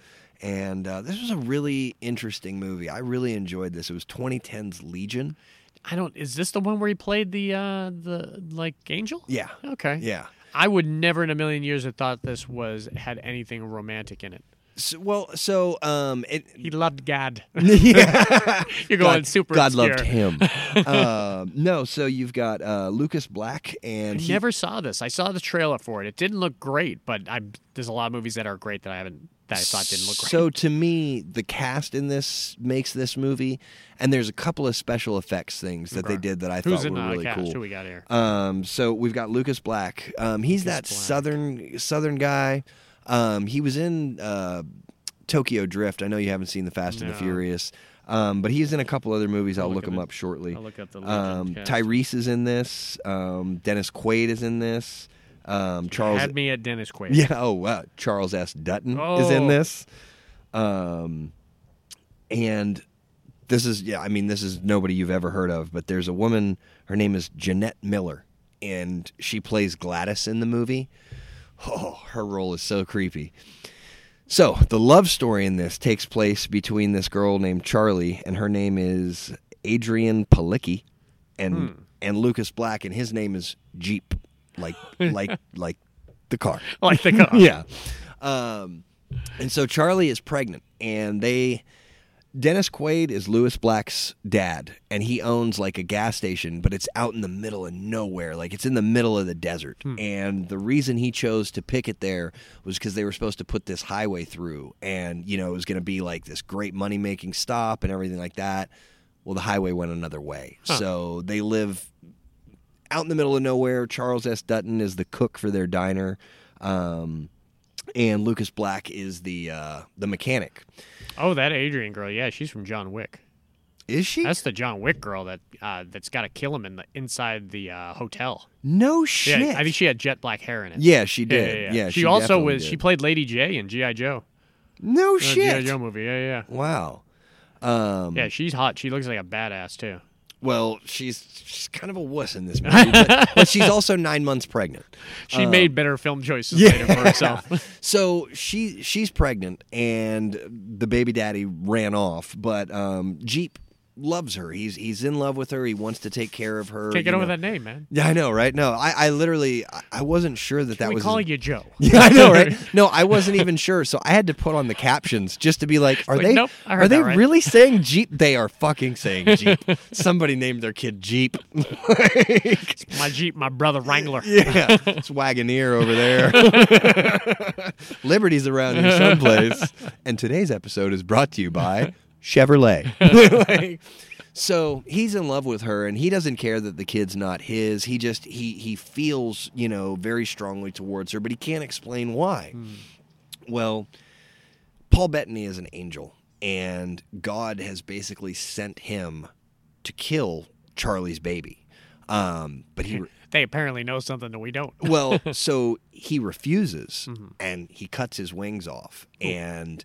Speaker 6: And uh, this was a really interesting movie. I really enjoyed this. It was 2010's Legion.
Speaker 5: I don't. Is this the one where he played the uh the like angel?
Speaker 6: Yeah.
Speaker 5: Okay.
Speaker 6: Yeah.
Speaker 5: I would never in a million years have thought this was had anything romantic in it.
Speaker 6: So, well, so um, it,
Speaker 5: He loved God.
Speaker 6: yeah.
Speaker 5: You're going super.
Speaker 6: God
Speaker 5: obscure.
Speaker 6: loved him. uh, no, so you've got uh, Lucas Black
Speaker 5: I
Speaker 6: and he-
Speaker 5: never saw this. I saw the trailer for it. It didn't look great, but I there's a lot of movies that are great that I haven't that I thought didn't look great.
Speaker 6: So to me, the cast in this makes this movie, and there's a couple of special effects things that they
Speaker 5: Okay.
Speaker 6: did that I
Speaker 5: Who's
Speaker 6: thought
Speaker 5: in
Speaker 6: were
Speaker 5: the uh,
Speaker 6: really
Speaker 5: cast?
Speaker 6: cool.
Speaker 5: Who we got here?
Speaker 6: Um, so we've got Lucas Black. Um,
Speaker 5: Lucas
Speaker 6: he's that
Speaker 5: Black.
Speaker 6: southern southern guy. Um, he was in uh, Tokyo Drift. I know you haven't seen the Fast and the
Speaker 5: No.
Speaker 6: Furious, um, but he's in a couple other movies. I'll, look
Speaker 5: at
Speaker 6: him
Speaker 5: the-
Speaker 6: up shortly.
Speaker 5: I'll look up the
Speaker 6: um,
Speaker 5: legend cast.
Speaker 6: Tyrese is in this. Um, Dennis Quaid is in this. Um, Charles.
Speaker 5: Had me at Dennis Quaid.
Speaker 6: Yeah. Oh, wow. Charles S. Dutton is
Speaker 5: Oh.
Speaker 6: in this. Um, and this is yeah. I mean, this is nobody you've ever heard of, but there's a woman. Her name is Jeanette Miller, and she plays Gladys in the movie. Oh, her role is so creepy. So the love story in this takes place between this girl named Charlie, and her name is Adrian Palicki, and and Lucas Black, and his name is Jeep, like like like the car
Speaker 5: Like the car.
Speaker 6: yeah. Um, and so Charlie is pregnant, and they. Dennis Quaid is Lewis Black's dad, and he owns like a gas station, but it's out in the middle of nowhere. Like it's in the middle of the desert. And the reason he chose to pick it there was because they were supposed to put this highway through, and you know, it was going to be like this great money making stop and everything like that. Well, the highway went another way. So they live out in the middle of nowhere. Charles S. Dutton is the cook for their diner, um, and Lucas Black is the uh, the mechanic.
Speaker 5: Oh, that Adrian girl. Yeah, she's from John Wick.
Speaker 6: Is she?
Speaker 5: That's the John Wick girl that uh, that's got to kill him in the inside the uh, hotel.
Speaker 6: no
Speaker 5: Yeah,
Speaker 6: shit.
Speaker 5: I think she had jet black hair in it.
Speaker 6: Yeah, she did. Yeah,
Speaker 5: She, also
Speaker 6: definitely
Speaker 5: was.
Speaker 6: did.
Speaker 5: She played Lady J in GI Joe.
Speaker 6: no
Speaker 5: Uh, GI
Speaker 6: shit.
Speaker 5: Joe movie. Yeah, yeah.
Speaker 6: Wow. Um,
Speaker 5: Yeah, Yeah, she's hot. She looks like a badass too.
Speaker 6: Well, she's she's kind of a wuss in this movie, but, but she's also nine months pregnant.
Speaker 5: She made better film choices
Speaker 6: um, yeah.
Speaker 5: later for herself.
Speaker 6: So she she's pregnant, and the baby daddy ran off. But um, Jeep loves her. He's he's in love with her. He wants to take care of her.
Speaker 5: Can't
Speaker 6: you
Speaker 5: get over
Speaker 6: know.
Speaker 5: that name, man.
Speaker 6: Yeah, I know, right? No, I, I literally, I- I wasn't sure that that
Speaker 5: we
Speaker 6: was.
Speaker 5: calling you Joe.
Speaker 6: yeah, I know, right? No, I wasn't even sure, so I had to put on the captions just to be like, "Are
Speaker 5: Like,
Speaker 6: they?
Speaker 5: nope, I heard
Speaker 6: are they
Speaker 5: that right.
Speaker 6: really saying Jeep? They are fucking saying Jeep. Somebody named their kid Jeep. Like,
Speaker 5: my Jeep, my brother Wrangler.
Speaker 6: yeah, it's Wagoneer over there. Liberty's around here someplace. And today's episode is brought to you by Chevrolet. Like, so he's in love with her, and he doesn't care that the kid's not his. He just he he feels you know very strongly towards her, but he can't explain why. Well, Paul Bettany is an angel, and God has basically sent him to kill Charlie's baby. Um, but he
Speaker 5: They apparently know something that we don't.
Speaker 6: well, so he refuses
Speaker 5: Mm-hmm.
Speaker 6: and he cuts his wings off and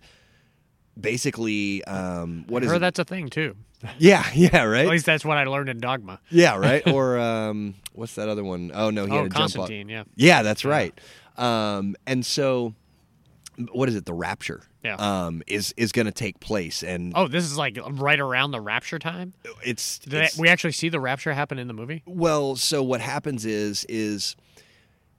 Speaker 6: basically um what is
Speaker 5: Or
Speaker 6: it?
Speaker 5: that's a thing too.
Speaker 6: Yeah, yeah, right?
Speaker 5: At least that's what I learned in Dogma.
Speaker 6: Yeah, right? or um what's that other one? Oh no, he
Speaker 5: Oh,
Speaker 6: had to jump up.
Speaker 5: Constantine. Yeah.
Speaker 6: Yeah, that's right. Um, and so, what is it? The rapture
Speaker 5: Yeah.
Speaker 6: um, is is going to take place, and
Speaker 5: Oh, this is like right around the rapture time.
Speaker 6: it's,
Speaker 5: Did
Speaker 6: it's-
Speaker 5: I- we actually see the rapture happen in the movie?
Speaker 6: well. So what happens is is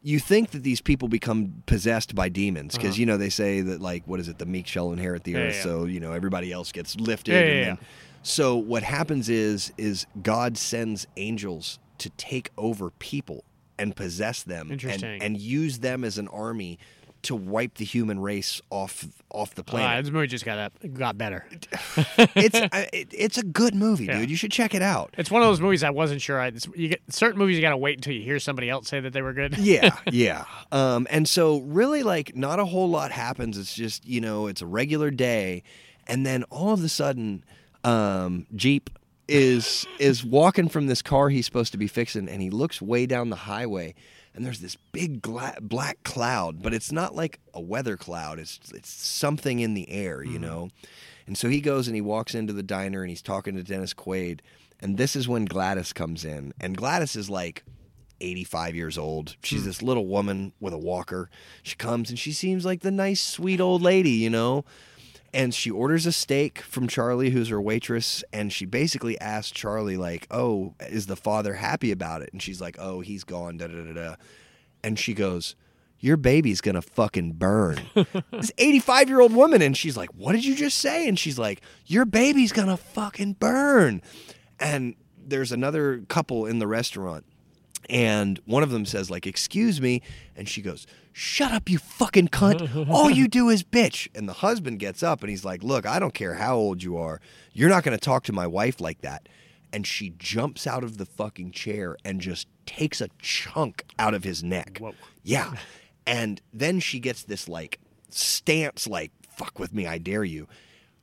Speaker 6: you think that these people become possessed by demons because you know they say that like what is it? The meek shall inherit the
Speaker 5: Uh-huh. Yeah,
Speaker 6: earth.
Speaker 5: yeah.
Speaker 6: So you know everybody else gets lifted.
Speaker 5: Yeah,
Speaker 6: and
Speaker 5: yeah,
Speaker 6: then-
Speaker 5: yeah.
Speaker 6: So what happens is is God sends angels to take over people and possess them and-
Speaker 5: Interesting.
Speaker 6: and use them as an army to wipe the human race off off the planet.
Speaker 5: Uh, this movie just got up, got better.
Speaker 6: it's I- it, it's a good movie,
Speaker 5: Yeah.
Speaker 6: dude. You should check it out.
Speaker 5: It's one of those movies I wasn't sure. I, it's, you get, certain movies you got to wait until you hear somebody else say that they were good.
Speaker 6: Yeah, yeah. Um, and so really, like, not a whole lot happens. It's just you know, it's a regular day, and then all of a sudden, um, Jeep is is walking from this car he's supposed to be fixing, and he looks way down the highway. And there's this big gla- black cloud, but it's not like a weather cloud. It's it's something in the air, you know. And so he goes and he walks into the diner and he's talking to Dennis Quaid. And this is when Gladys comes in. And Gladys is like 85 years old. She's this little woman with a walker. She comes and she seems like the nice, sweet old lady, you know? And she orders a steak from Charlie, who's her waitress. And she basically asks Charlie, like, oh, is the father happy about it? And she's like, oh, he's gone, da da da da. And she goes, your baby's gonna fucking burn. this 85 year old woman, and she's like, What did you just say? And she's like, Your baby's gonna fucking burn. And there's another couple in the restaurant, and one of them says, like, excuse me, and she goes, Shut up, you fucking cunt. All you do is bitch. And the husband gets up and he's like, Look, I don't care how old you are, you're not gonna talk to my wife like that. And she jumps out of the fucking chair and just takes a chunk out of his neck.
Speaker 5: Whoa.
Speaker 6: Yeah. And then she gets this like stance, like, fuck with me, I dare you.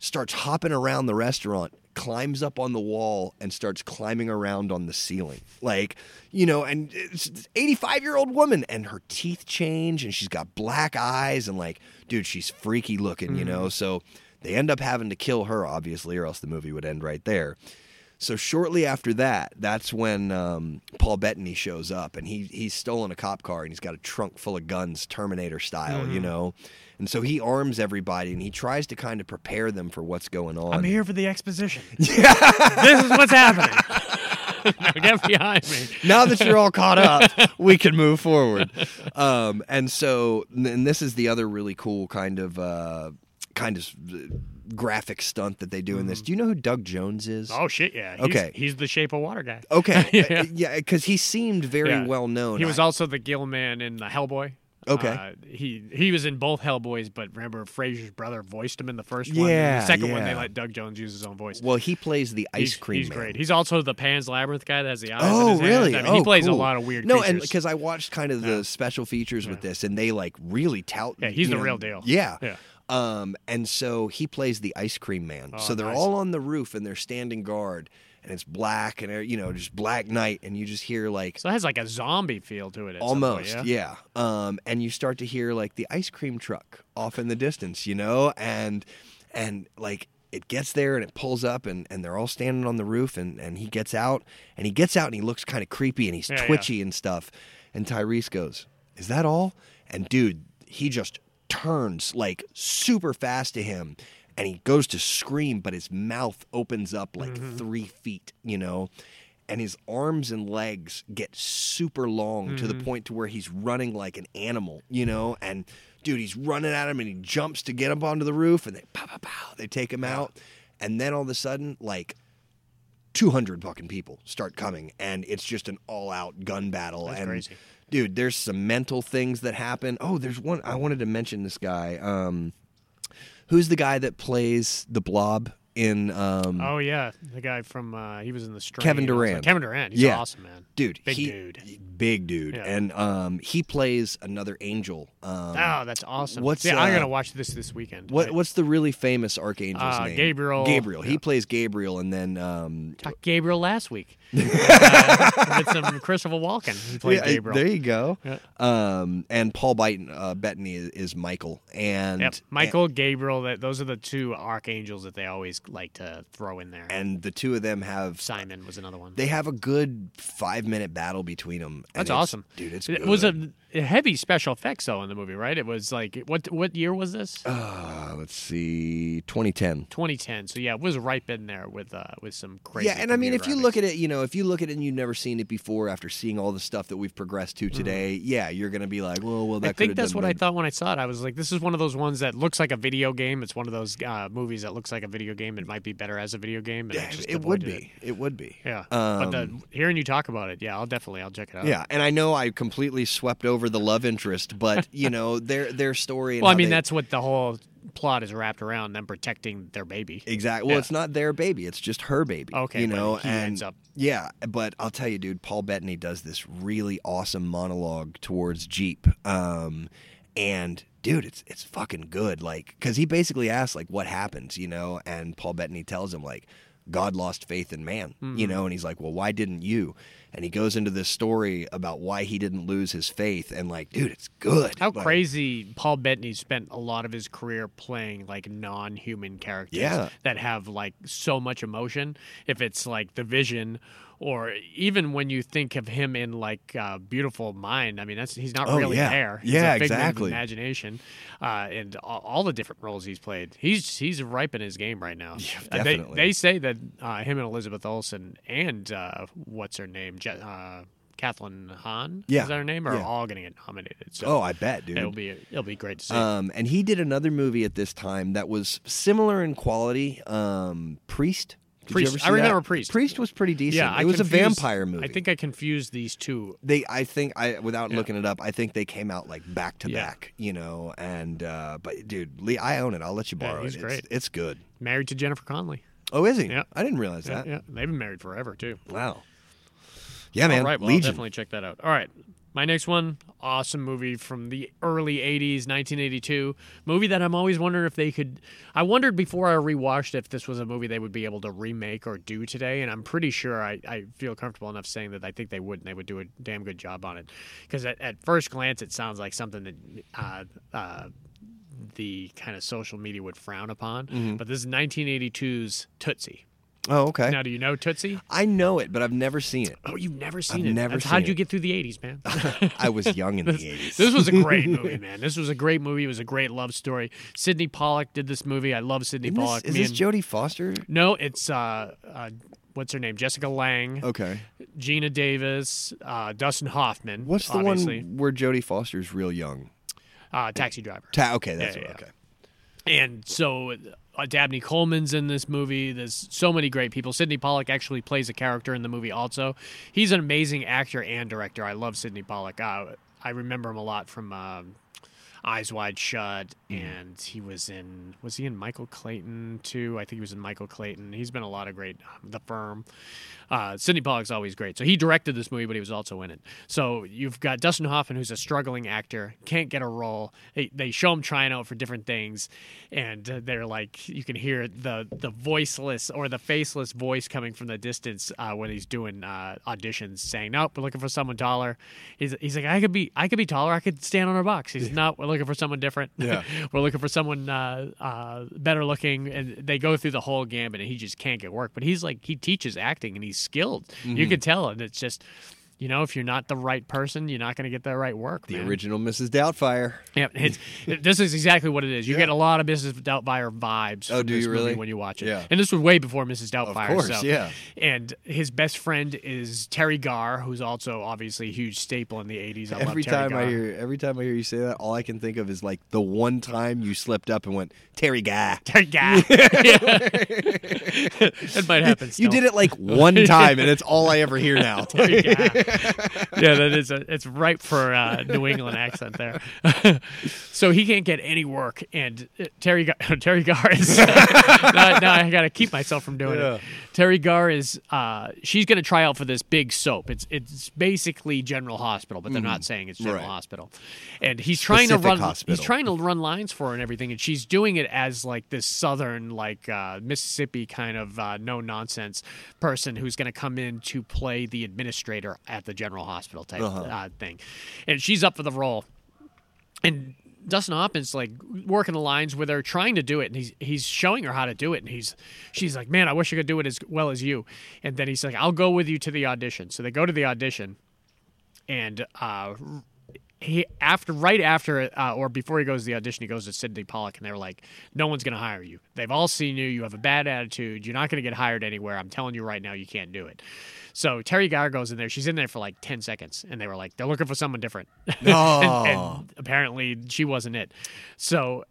Speaker 6: Starts hopping around the restaurant, climbs up on the wall, and starts climbing around on the ceiling. Like, you know, and it's 85 year old woman, and her teeth change, and she's got black eyes, and like, dude, she's freaky looking, you know? So they end up having to kill her, obviously, or else the movie would end right there. So shortly after that, that's when um, Paul Bettany shows up, and he he's stolen a cop car, and he's got a trunk full of guns, Terminator style,
Speaker 5: Mm-hmm.
Speaker 6: you know. And so he arms everybody, and he tries to kind of prepare them for what's going on.
Speaker 5: I'm here for the exposition. this is what's happening. Now Get behind me.
Speaker 6: now that you're all caught up, we can move forward. Um, and so, and this is the other really cool kind of uh, kind of graphic stunt that they do in this. Do you know who Doug Jones is?
Speaker 5: Mm-hmm. Oh shit, yeah. He's,
Speaker 6: Okay.
Speaker 5: He's the Shape of Water guy.
Speaker 6: Okay,
Speaker 5: Yeah.
Speaker 6: Uh, yeah, because he seemed very
Speaker 5: Yeah.
Speaker 6: well known.
Speaker 5: He was
Speaker 6: I-
Speaker 5: also the Gill man in the Hellboy.
Speaker 6: Okay.
Speaker 5: Uh, he he was in both Hellboys, but remember Fraser's brother voiced him in the first one. and
Speaker 6: Yeah,
Speaker 5: the second one they
Speaker 6: yeah.
Speaker 5: let Doug Jones use his own voice.
Speaker 6: well, he plays the ice
Speaker 5: he's,
Speaker 6: cream
Speaker 5: he's
Speaker 6: man.
Speaker 5: great. He's also the Pan's Labyrinth guy that has the eyes. in
Speaker 6: Oh,
Speaker 5: his hand.
Speaker 6: really?
Speaker 5: I mean, he
Speaker 6: Oh,
Speaker 5: plays a
Speaker 6: cool.
Speaker 5: lot of weird.
Speaker 6: No, and
Speaker 5: creatures.
Speaker 6: because I watched kind of the special features with this, and they like really tout.
Speaker 5: Yeah, he's
Speaker 6: you
Speaker 5: the real deal.
Speaker 6: Yeah.
Speaker 5: Yeah.
Speaker 6: Um, and so he plays the ice cream man. so they're
Speaker 5: Oh, nice.
Speaker 6: all on the roof and they're standing guard, and it's black and uh, you know just black night, and you just hear like
Speaker 5: so it has like a zombie feel to it. at some point,
Speaker 6: almost yeah. Um, and you start to hear like the ice cream truck off in the distance, you know, and and like. It gets there and it pulls up and, and they're all standing on the roof and, and he gets out and he gets out and he looks kind of creepy and he's
Speaker 5: Yeah, yeah.
Speaker 6: twitchy and stuff. And Tyrese goes, Is that all? And dude, he just turns like super fast to him and he goes to scream, but his mouth opens up like three feet, you know? And his arms and legs get super long to the point to where he's running like an animal, you know? And dude, he's running at him and he jumps to get up onto the roof and they pow pow pow, they take him out. And then all of a sudden, like 200 fucking people start coming and it's just an all-out gun battle and
Speaker 5: crazy.
Speaker 6: dude there's some mental things that happen oh there's one i wanted to mention this guy um who's the guy that plays the blob in um
Speaker 5: Oh yeah, the guy from uh, he was in the Strain.
Speaker 6: Kevin
Speaker 5: also.
Speaker 6: Durant.
Speaker 5: Kevin Durant. He's
Speaker 6: Yeah.
Speaker 5: awesome, man.
Speaker 6: dude
Speaker 5: big
Speaker 6: he-
Speaker 5: dude.
Speaker 6: big dude
Speaker 5: Yeah.
Speaker 6: and um he plays another angel um
Speaker 5: Oh, that's awesome.
Speaker 6: what's,
Speaker 5: See, I'm
Speaker 6: uh,
Speaker 5: gonna watch this this weekend.
Speaker 6: what
Speaker 5: I-
Speaker 6: what's the really famous archangel's
Speaker 5: Uh,
Speaker 6: name
Speaker 5: Gabriel.
Speaker 6: gabriel he
Speaker 5: Yeah.
Speaker 6: plays gabriel and then um
Speaker 5: talked Gabriel last week uh, with some Christopher Walken. He played
Speaker 6: Yeah, I-
Speaker 5: Gabriel.
Speaker 6: There you go.
Speaker 5: Yeah.
Speaker 6: Um, and Paul Byton, uh, Bettany is, is Michael, and
Speaker 5: Yep. Michael, Gabriel. That those are the two archangels that they always like to throw in there.
Speaker 6: and the two of them have
Speaker 5: Simon was another one.
Speaker 6: they have a good five minute battle between them.
Speaker 5: That's awesome,
Speaker 6: dude. It's
Speaker 5: it was
Speaker 6: good.
Speaker 5: a, a heavy special effects though in the movie, right? It was like what what year was this?
Speaker 6: Uh, let's see, 2010.
Speaker 5: 2010. So yeah, it was ripe in there with uh with some crazy.
Speaker 6: yeah, and I mean, if you look at it, you know, if you look at it and you've never seen it before, after seeing all the stuff that we've progressed to today, yeah, you're gonna be like, well, well, that
Speaker 5: Hmm. I think
Speaker 6: could've
Speaker 5: that's
Speaker 6: done
Speaker 5: what I
Speaker 6: better.
Speaker 5: thought when I saw it. I was like, this is one of those ones that looks like a video game. It's one of those uh, movies that looks like a video game. It might be better as a video game. And I
Speaker 6: Yeah,
Speaker 5: just
Speaker 6: it would be.
Speaker 5: avoided it.
Speaker 6: It. would be. Um,
Speaker 5: Yeah. but the, hearing you talk about it, yeah, I'll definitely I'll check it out.
Speaker 6: Yeah, and I know I completely swept over the love interest, but you know their their story. And
Speaker 5: Well, I
Speaker 6: how
Speaker 5: mean,
Speaker 6: they-
Speaker 5: that's what the whole plot is wrapped around them protecting their baby.
Speaker 6: Exactly. Well,
Speaker 5: Yeah.
Speaker 6: it's not their baby; it's just her baby.
Speaker 5: Okay,
Speaker 6: you
Speaker 5: but
Speaker 6: know,
Speaker 5: he
Speaker 6: and
Speaker 5: ends up-
Speaker 6: yeah. But I'll tell you, dude, Paul Bettany does this really awesome monologue towards Jeep, um, and dude, it's it's fucking good. Like, because he basically asks like, "What happens?" You know, and Paul Bettany tells him like. God lost faith in man,
Speaker 5: Mm-hmm.
Speaker 6: you know, and he's like, "Well, why didn't you?" And he goes into this story about why he didn't lose his faith, and like, dude, it's good.
Speaker 5: How
Speaker 6: Like,
Speaker 5: crazy Paul Bettany spent a lot of his career playing like non-human characters
Speaker 6: Yeah.
Speaker 5: that have like so much emotion. If it's like the Vision, or even when you think of him in like uh, Beautiful Mind, I mean that's he's not
Speaker 6: Oh,
Speaker 5: really
Speaker 6: yeah.
Speaker 5: there. He's
Speaker 6: Yeah,
Speaker 5: a figment of
Speaker 6: exactly.
Speaker 5: Imagination, uh, and all, all the different roles he's played. He's he's ripe in his game right now. Uh, they,
Speaker 6: definitely.
Speaker 5: they say that uh, him and Elizabeth Olsen and uh, what's her name, Je- uh, Kathleen Hahn,
Speaker 6: Yeah.
Speaker 5: is that her name, are
Speaker 6: Yeah.
Speaker 5: all going to get nominated. So
Speaker 6: Oh, I bet, dude.
Speaker 5: it'll be it'll be great to see.
Speaker 6: Um, and he did another movie at this time that was similar in quality. Um, Priest. Did
Speaker 5: Priest.
Speaker 6: You ever see
Speaker 5: I remember
Speaker 6: that?
Speaker 5: Priest.
Speaker 6: Priest was pretty decent.
Speaker 5: yeah, I
Speaker 6: it was a
Speaker 5: confused-
Speaker 6: vampire movie.
Speaker 5: I think I confused these two.
Speaker 6: they. I think I without
Speaker 5: Yeah.
Speaker 6: looking it up, I think they came out like back to
Speaker 5: Yeah.
Speaker 6: back. You know, and uh, but dude, Lee, I own it. I'll let you
Speaker 5: Yeah,
Speaker 6: borrow
Speaker 5: he's
Speaker 6: it.
Speaker 5: great.
Speaker 6: It's, it's good.
Speaker 5: Married to Jennifer Connelly.
Speaker 6: Oh, is he?
Speaker 5: Yeah.
Speaker 6: I didn't realize
Speaker 5: Yeah,
Speaker 6: that.
Speaker 5: yeah, they've been married forever too.
Speaker 6: Wow. Yeah, man.
Speaker 5: All right, well, I'll
Speaker 6: Legion.
Speaker 5: definitely check that out. All right, my next one, awesome movie from the early '80s, 1982, movie that I'm always wondering if they could. I wondered before I rewatched if this was a movie they would be able to remake or do today, and I'm pretty sure I, I feel comfortable enough saying that I think they would, and they would do a damn good job on it. Because at, at first glance, it sounds like something that. Uh, uh, the kind of social media would frown upon, but this is 1982's Tootsie.
Speaker 6: Oh, okay.
Speaker 5: Now, do you know Tootsie?
Speaker 6: I know it, but I've never seen it.
Speaker 5: Oh, you've never seen it.
Speaker 6: never
Speaker 5: That's how'd
Speaker 6: seen
Speaker 5: you
Speaker 6: it.
Speaker 5: get through the '80s, man?
Speaker 6: I was young in the 80s.
Speaker 5: This was a great movie, man. This was a great movie. It was a great love story. Sydney Pollack did this movie. I love Sydney
Speaker 6: Isn't this,
Speaker 5: Pollack.
Speaker 6: is
Speaker 5: Me
Speaker 6: this
Speaker 5: and-
Speaker 6: Jodie Foster?
Speaker 5: No, it's uh, uh, what's her name? Jessica Lang,
Speaker 6: Okay.
Speaker 5: Gina Davis, uh, Dustin Hoffman.
Speaker 6: What's the
Speaker 5: obviously.
Speaker 6: one where Jodie Foster's real young?
Speaker 5: Uh, Taxi Driver.
Speaker 6: Ta- okay, that's
Speaker 5: Yeah,
Speaker 6: what-
Speaker 5: yeah,
Speaker 6: okay.
Speaker 5: And so uh, Dabney Coleman's in this movie. There's so many great people. Sidney Pollack actually plays a character in the movie also. He's an amazing actor and director. I love Sidney Pollack. Uh, I remember him a lot from um, Eyes Wide Shut, and he was in, was he in Michael Clayton too? I think he was in Michael Clayton. He's been a lot of great, um, The Firm. Uh, Sidney Pollack's always great. So he directed this movie, but he was also in it. So you've got Dustin Hoffman, who's a struggling actor, can't get a role. They, they show him trying out for different things, and uh, they're like, you can hear the the voiceless or the faceless voice coming from the distance uh, when he's doing uh, auditions, saying, "Nope, we're looking for someone taller." He's, he's like, "I could be, I could be taller. I could stand on a box." He's not. We're looking for someone different.
Speaker 6: Yeah.
Speaker 5: we're looking for someone uh, uh, better looking, and they go through the whole gambit, and he just can't get work. But he's like, he teaches acting, and he's skilled.
Speaker 6: Mm-hmm.
Speaker 5: You can tell, and it's just. You know, if you're not the right person, you're not going to get the right work.
Speaker 6: The
Speaker 5: man.
Speaker 6: original Mrs. Doubtfire.
Speaker 5: Yeah, it's, this is exactly what it is. You get a lot of Mrs. Doubtfire vibes.
Speaker 6: Oh,
Speaker 5: from
Speaker 6: do
Speaker 5: this
Speaker 6: you
Speaker 5: movie
Speaker 6: really?
Speaker 5: When you watch it,
Speaker 6: Yeah.
Speaker 5: and this was way before Mrs. Doubtfire.
Speaker 6: course,
Speaker 5: so-
Speaker 6: yeah.
Speaker 5: And his best friend is Terry Garr, who's also obviously a huge staple in the '80s. I
Speaker 6: Every
Speaker 5: love Terry
Speaker 6: time I
Speaker 5: Garr.
Speaker 6: hear, every time I hear you say that, all I can think of is like the one time you slipped up and went Terry Guy.
Speaker 5: Terry Garr, that might happen. Still.
Speaker 6: You did it like one time, and it's all I ever hear now.
Speaker 5: Terry Garr. yeah, that is a, it's ripe for uh, New England accent there. so he can't get any work, and uh, Terry Gar- Terry Gar is. now, now I got to keep myself from doing
Speaker 6: Yeah.
Speaker 5: it. Terry Gar is. Uh, she's going to try out for this big soap. It's it's basically General Hospital, but they're not saying it's General
Speaker 6: Mm. Right.
Speaker 5: Hospital. And he's trying to
Speaker 6: Specific
Speaker 5: run.
Speaker 6: hospital.
Speaker 5: He's trying to run lines for her and everything, and she's doing it as like this Southern, like uh, Mississippi kind of uh, no nonsense person who's going to come in to play the administrator at the General Hospital type uh thing. And she's up for the role and Dustin Hoffman's like working the lines with her, trying to do it, and he's he's showing her how to do it, and he's she's like, "Man, I wish I could do it as well as you." And then he's like, "I'll go with you to the audition." So they go to the audition, and uh, he after right after uh, or before he goes to the audition, he goes to Sidney Pollock, and they're like, "No one's going to hire you. They've all seen you. You have a bad attitude. You're not going to get hired anywhere. I'm telling you right now, you can't do it." So Terry Gar goes in there. She's in there for like ten seconds, and they were like, "They're looking for someone different."
Speaker 6: Oh.
Speaker 5: and, and apparently she wasn't it. So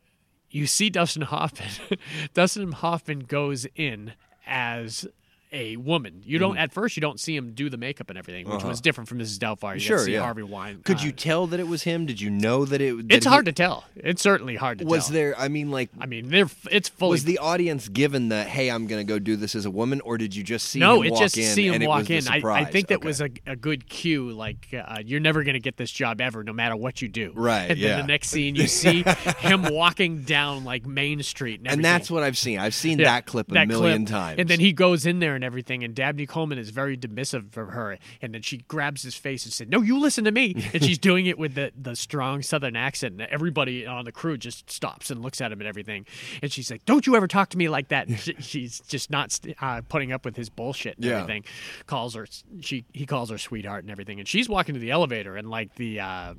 Speaker 5: you see Dustin Hoffman. Dustin Hoffman goes in as a woman. You
Speaker 6: Mm.
Speaker 5: don't at first you don't see him do the makeup and everything, which was different from Mrs. Doubtfire. You got to
Speaker 6: Uh-huh. Sure,
Speaker 5: see
Speaker 6: yeah.
Speaker 5: Harvey Wine.
Speaker 6: Could you tell that it was him? Did you know that it? that
Speaker 5: It's
Speaker 6: he-
Speaker 5: hard to tell. It's certainly hard to
Speaker 6: Was
Speaker 5: tell.
Speaker 6: there? I mean, like,
Speaker 5: I mean, they're it's fully
Speaker 6: was the audience given the "Hey, I'm going to go do this as a woman," or did you just see
Speaker 5: no, it's
Speaker 6: him walk
Speaker 5: just
Speaker 6: in?
Speaker 5: see him
Speaker 6: and it was
Speaker 5: walk
Speaker 6: the
Speaker 5: in. I, I
Speaker 6: surprise?
Speaker 5: think that
Speaker 6: Okay.
Speaker 5: was a, a good cue. Like uh, you're never going to get this job ever, no matter what you do.
Speaker 6: Right,
Speaker 5: And then
Speaker 6: yeah.
Speaker 5: the next scene, you see him walking down like Main Street, and,
Speaker 6: and
Speaker 5: everything.
Speaker 6: that's what I've seen. I've seen
Speaker 5: Yeah,
Speaker 6: that clip a
Speaker 5: that
Speaker 6: million
Speaker 5: clip.
Speaker 6: times.
Speaker 5: And then he goes in there and everything, and Dabney Coleman is very dismissive of her. And then she grabs his face and said, "No, you listen to me." And she's doing it with the the strong Southern accent, and everybody on the crew just stops and looks at him and everything. And she's like, "Don't you ever talk to me like that?" And she, she's just not st- uh, putting up with his bullshit and
Speaker 6: Yeah.
Speaker 5: everything. Calls her she he calls her sweetheart and everything, and she's walking to the elevator and like the. Uh,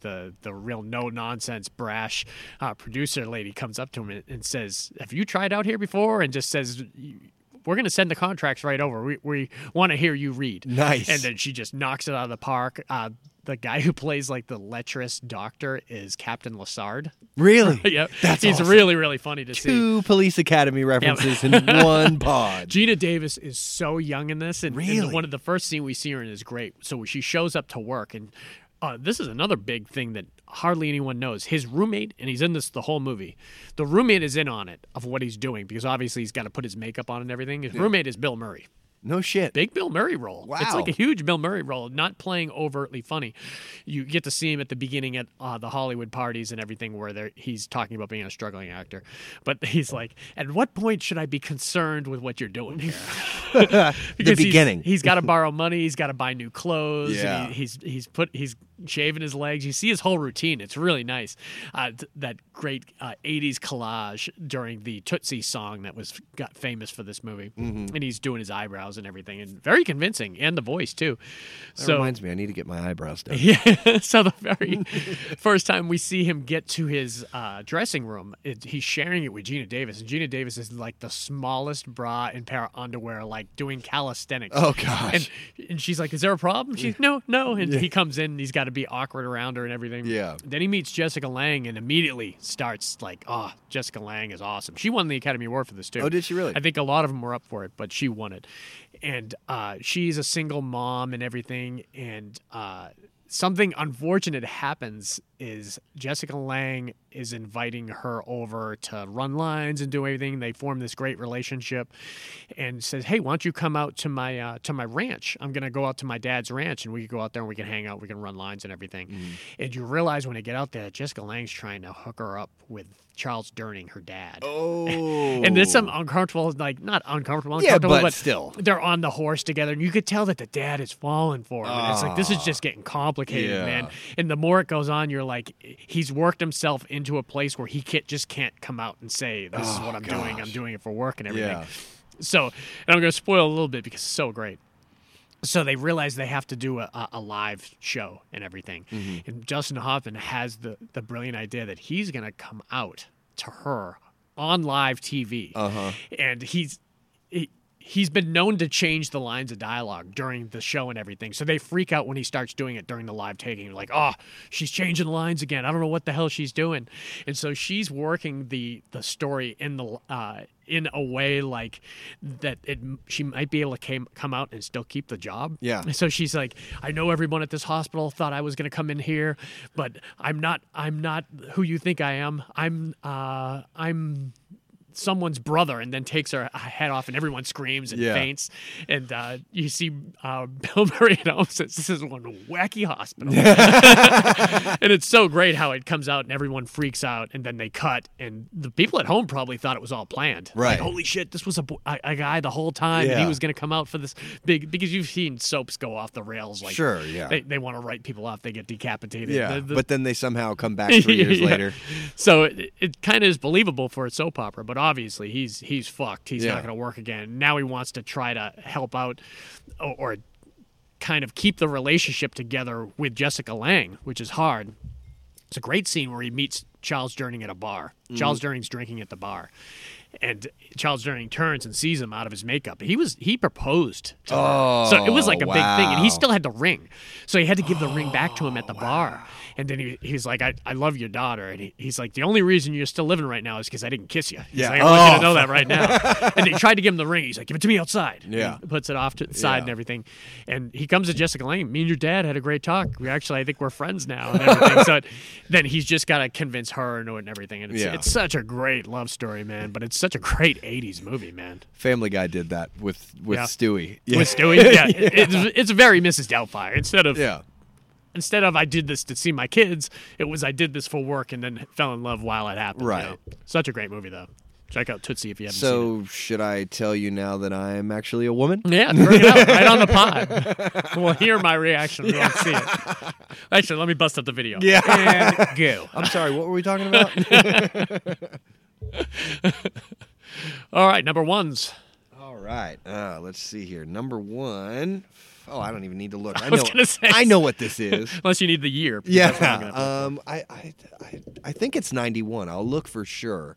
Speaker 5: the the real no nonsense brash uh, producer lady comes up to him and, and says, "Have you tried out here before?" And just says, we're going to send the contracts right over. We, we want to hear you read.
Speaker 6: Nice.
Speaker 5: And then she just knocks it out of the park. Uh, the guy who plays like the lecherous doctor is Captain Lasard.
Speaker 6: Really?
Speaker 5: yeah,
Speaker 6: That's
Speaker 5: he's
Speaker 6: awesome.
Speaker 5: really really funny to see.
Speaker 6: Two Police Academy references in one pod.
Speaker 5: Gina Davis is so young in this, and, and the-
Speaker 6: Really?
Speaker 5: one of the first scene we see her in is great. So she shows up to work, and uh, this is another big thing that hardly anyone knows. His roommate, and he's in this the whole movie. The roommate is in on it of what he's doing because obviously he's got to put his makeup on and everything. His roommate is Bill Murray
Speaker 6: No shit.
Speaker 5: big Bill Murray role. It's
Speaker 6: Wow.
Speaker 5: like a huge Bill Murray role, not playing overtly funny. You get to see him at the beginning at uh, the Hollywood parties and everything where they're- he's talking about being a struggling actor. But he's like, at what point should I be concerned with what you're doing here? Because he's-
Speaker 6: beginning.
Speaker 5: he's got to borrow money. He's got to buy new clothes. and
Speaker 6: Yeah.
Speaker 5: he- he's he's put he's shaving his legs. You see his whole routine. It's really nice. Uh, th- that great uh, '80s collage during the Tootsie song that was got famous for this movie,
Speaker 6: Mm-hmm.
Speaker 5: and he's doing his eyebrows and everything, and very convincing, and the voice too.
Speaker 6: That
Speaker 5: so
Speaker 6: reminds me, I need to get my eyebrows done.
Speaker 5: yeah. So the very first time we see him get to his uh, dressing room, it, he's sharing it with Gina Davis, and Gina Davis is like the smallest bra and pair of underwear, like doing calisthenics.
Speaker 6: Oh, gosh.
Speaker 5: And, and she's like, "Is there a problem?" She's no, no. And he comes in, and he's got to be awkward around her and everything.
Speaker 6: Yeah.
Speaker 5: Then he meets Jessica Lang and immediately starts like, "Oh, Jessica Lang is awesome. She won the Academy Award for this too."
Speaker 6: Oh, did she really?
Speaker 5: I think a lot of them were up for it, but she won it. And uh, she's a single mom and everything. And uh, something unfortunate happens is Jessica Lang is inviting her over to run lines and do everything. They form this great relationship, and says, "Hey, why don't you come out to my uh, to my ranch? I'm gonna go out to my dad's ranch, and we can go out there and we can hang out. We can run lines and everything." And you realize when they get out there, Jessica Lang's trying to hook her up with Charles Durning, her dad.
Speaker 6: Oh.
Speaker 5: And there's some uncomfortable, like not uncomfortable,
Speaker 6: Yeah,
Speaker 5: uncomfortable,
Speaker 6: but still.
Speaker 5: they're on the horse together, and you could tell that the dad is falling for him. and it's like this is just getting complicated,
Speaker 6: Yeah.
Speaker 5: man. And the more it goes on, you're like, he's worked himself into a place where he can't, just can't come out and say, "This
Speaker 6: Oh,
Speaker 5: is what I'm doing. I'm doing it for work and everything."
Speaker 6: Yeah.
Speaker 5: So, and I'm going to spoil a little bit because it's so great. So they realize they have to do a- a, a live show and everything. And Justin Hoffman has the, the brilliant idea that he's going to come out to her on live TV. Uh-huh. And he's. He, He's been known to change the lines of dialogue during the show and everything. So they freak out when he starts doing it during the live taking. They're like, oh, she's changing lines again. I don't know what the hell she's doing. And so she's working the the story in the uh, in a way like that it she might be able to came, come out and still keep the job.
Speaker 6: Yeah.
Speaker 5: So she's like, I know everyone at this hospital thought I was going to come in here, but I'm not. I'm not who you think I am. I'm. Uh, I'm someone's brother and then takes her head off and everyone screams and
Speaker 6: Yeah.
Speaker 5: faints and uh, you see uh, bill murray and Elvis says this is one wacky hospital and it's so great how it comes out and everyone freaks out and then they cut and the people at home probably thought it was all planned
Speaker 6: Right.
Speaker 5: like, holy shit this was a, bo- a, a guy the whole time and
Speaker 6: Yeah.
Speaker 5: he was going to come out for this big because you've seen soaps go off the rails like
Speaker 6: Sure, yeah.
Speaker 5: they, they want to write people off they get decapitated
Speaker 6: Yeah.
Speaker 5: The- the-
Speaker 6: but then they somehow come back three years
Speaker 5: Yeah.
Speaker 6: later.
Speaker 5: So it, it kind of is believable for a soap opera, but obviously he's he's fucked. He's
Speaker 6: Yeah.
Speaker 5: not going to work again. Now he wants to try to help out or, or kind of keep the relationship together with Jessica Lang, which is hard. It's a great scene where he meets Charles Durning at a bar.
Speaker 6: Mm-hmm.
Speaker 5: Charles Durning's drinking at the bar. And Charles Durning turns and sees him out of his makeup. He was he proposed to her. So it was like a big thing. And he
Speaker 6: wow.
Speaker 5: still had the ring. So he had to give the ring back to him
Speaker 6: Oh,
Speaker 5: at the bar. And then he, he's like, I, I love your daughter. And he, he's like, the only reason you're still living right now is because I didn't kiss you. He's
Speaker 6: Yeah.
Speaker 5: like, I want you
Speaker 6: Oh.
Speaker 5: to know that right now. and he tried to give him the ring. He's like, give it to me outside. And
Speaker 6: Yeah.
Speaker 5: he puts it off to the side
Speaker 6: Yeah.
Speaker 5: and everything. And he comes to Jessica Lang. Me and your dad had a great talk. We actually, I think we're friends now. And everything. so it- then he's just got to convince her and and everything. And it's,
Speaker 6: Yeah.
Speaker 5: it's such a great love story, man. But it's such a great 80s movie, man.
Speaker 6: Family Guy did that with with
Speaker 5: Yeah.
Speaker 6: Stewie. Yeah.
Speaker 5: With Stewie. Yeah. it- it's, it's very Mrs. Doubtfire. Instead of
Speaker 6: yeah.
Speaker 5: instead of I did this to see my kids, it was I did this for work and then fell in love while it happened. you
Speaker 6: Right.
Speaker 5: know? Such a great movie though. Check out Tootsie if you haven't seen it.
Speaker 6: So should I tell you now that I am actually a woman?
Speaker 5: Yeah, bring it out right on the pod. we'll hear my reaction. We won't see it. Actually, let me bust up the video.
Speaker 6: Yeah.
Speaker 5: And go.
Speaker 6: I'm sorry. What were we talking about?
Speaker 5: All right, number ones.
Speaker 6: All right. Uh, let's see here. Number one. Oh, I don't even need to look. I,
Speaker 5: was
Speaker 6: know.
Speaker 5: gonna say-
Speaker 6: I know what this is.
Speaker 5: Unless you need the year. because
Speaker 6: yeah. Uh,
Speaker 5: that's what I'm gonna-
Speaker 6: Um. I, I. I. I think it's ninety one. I'll look for sure.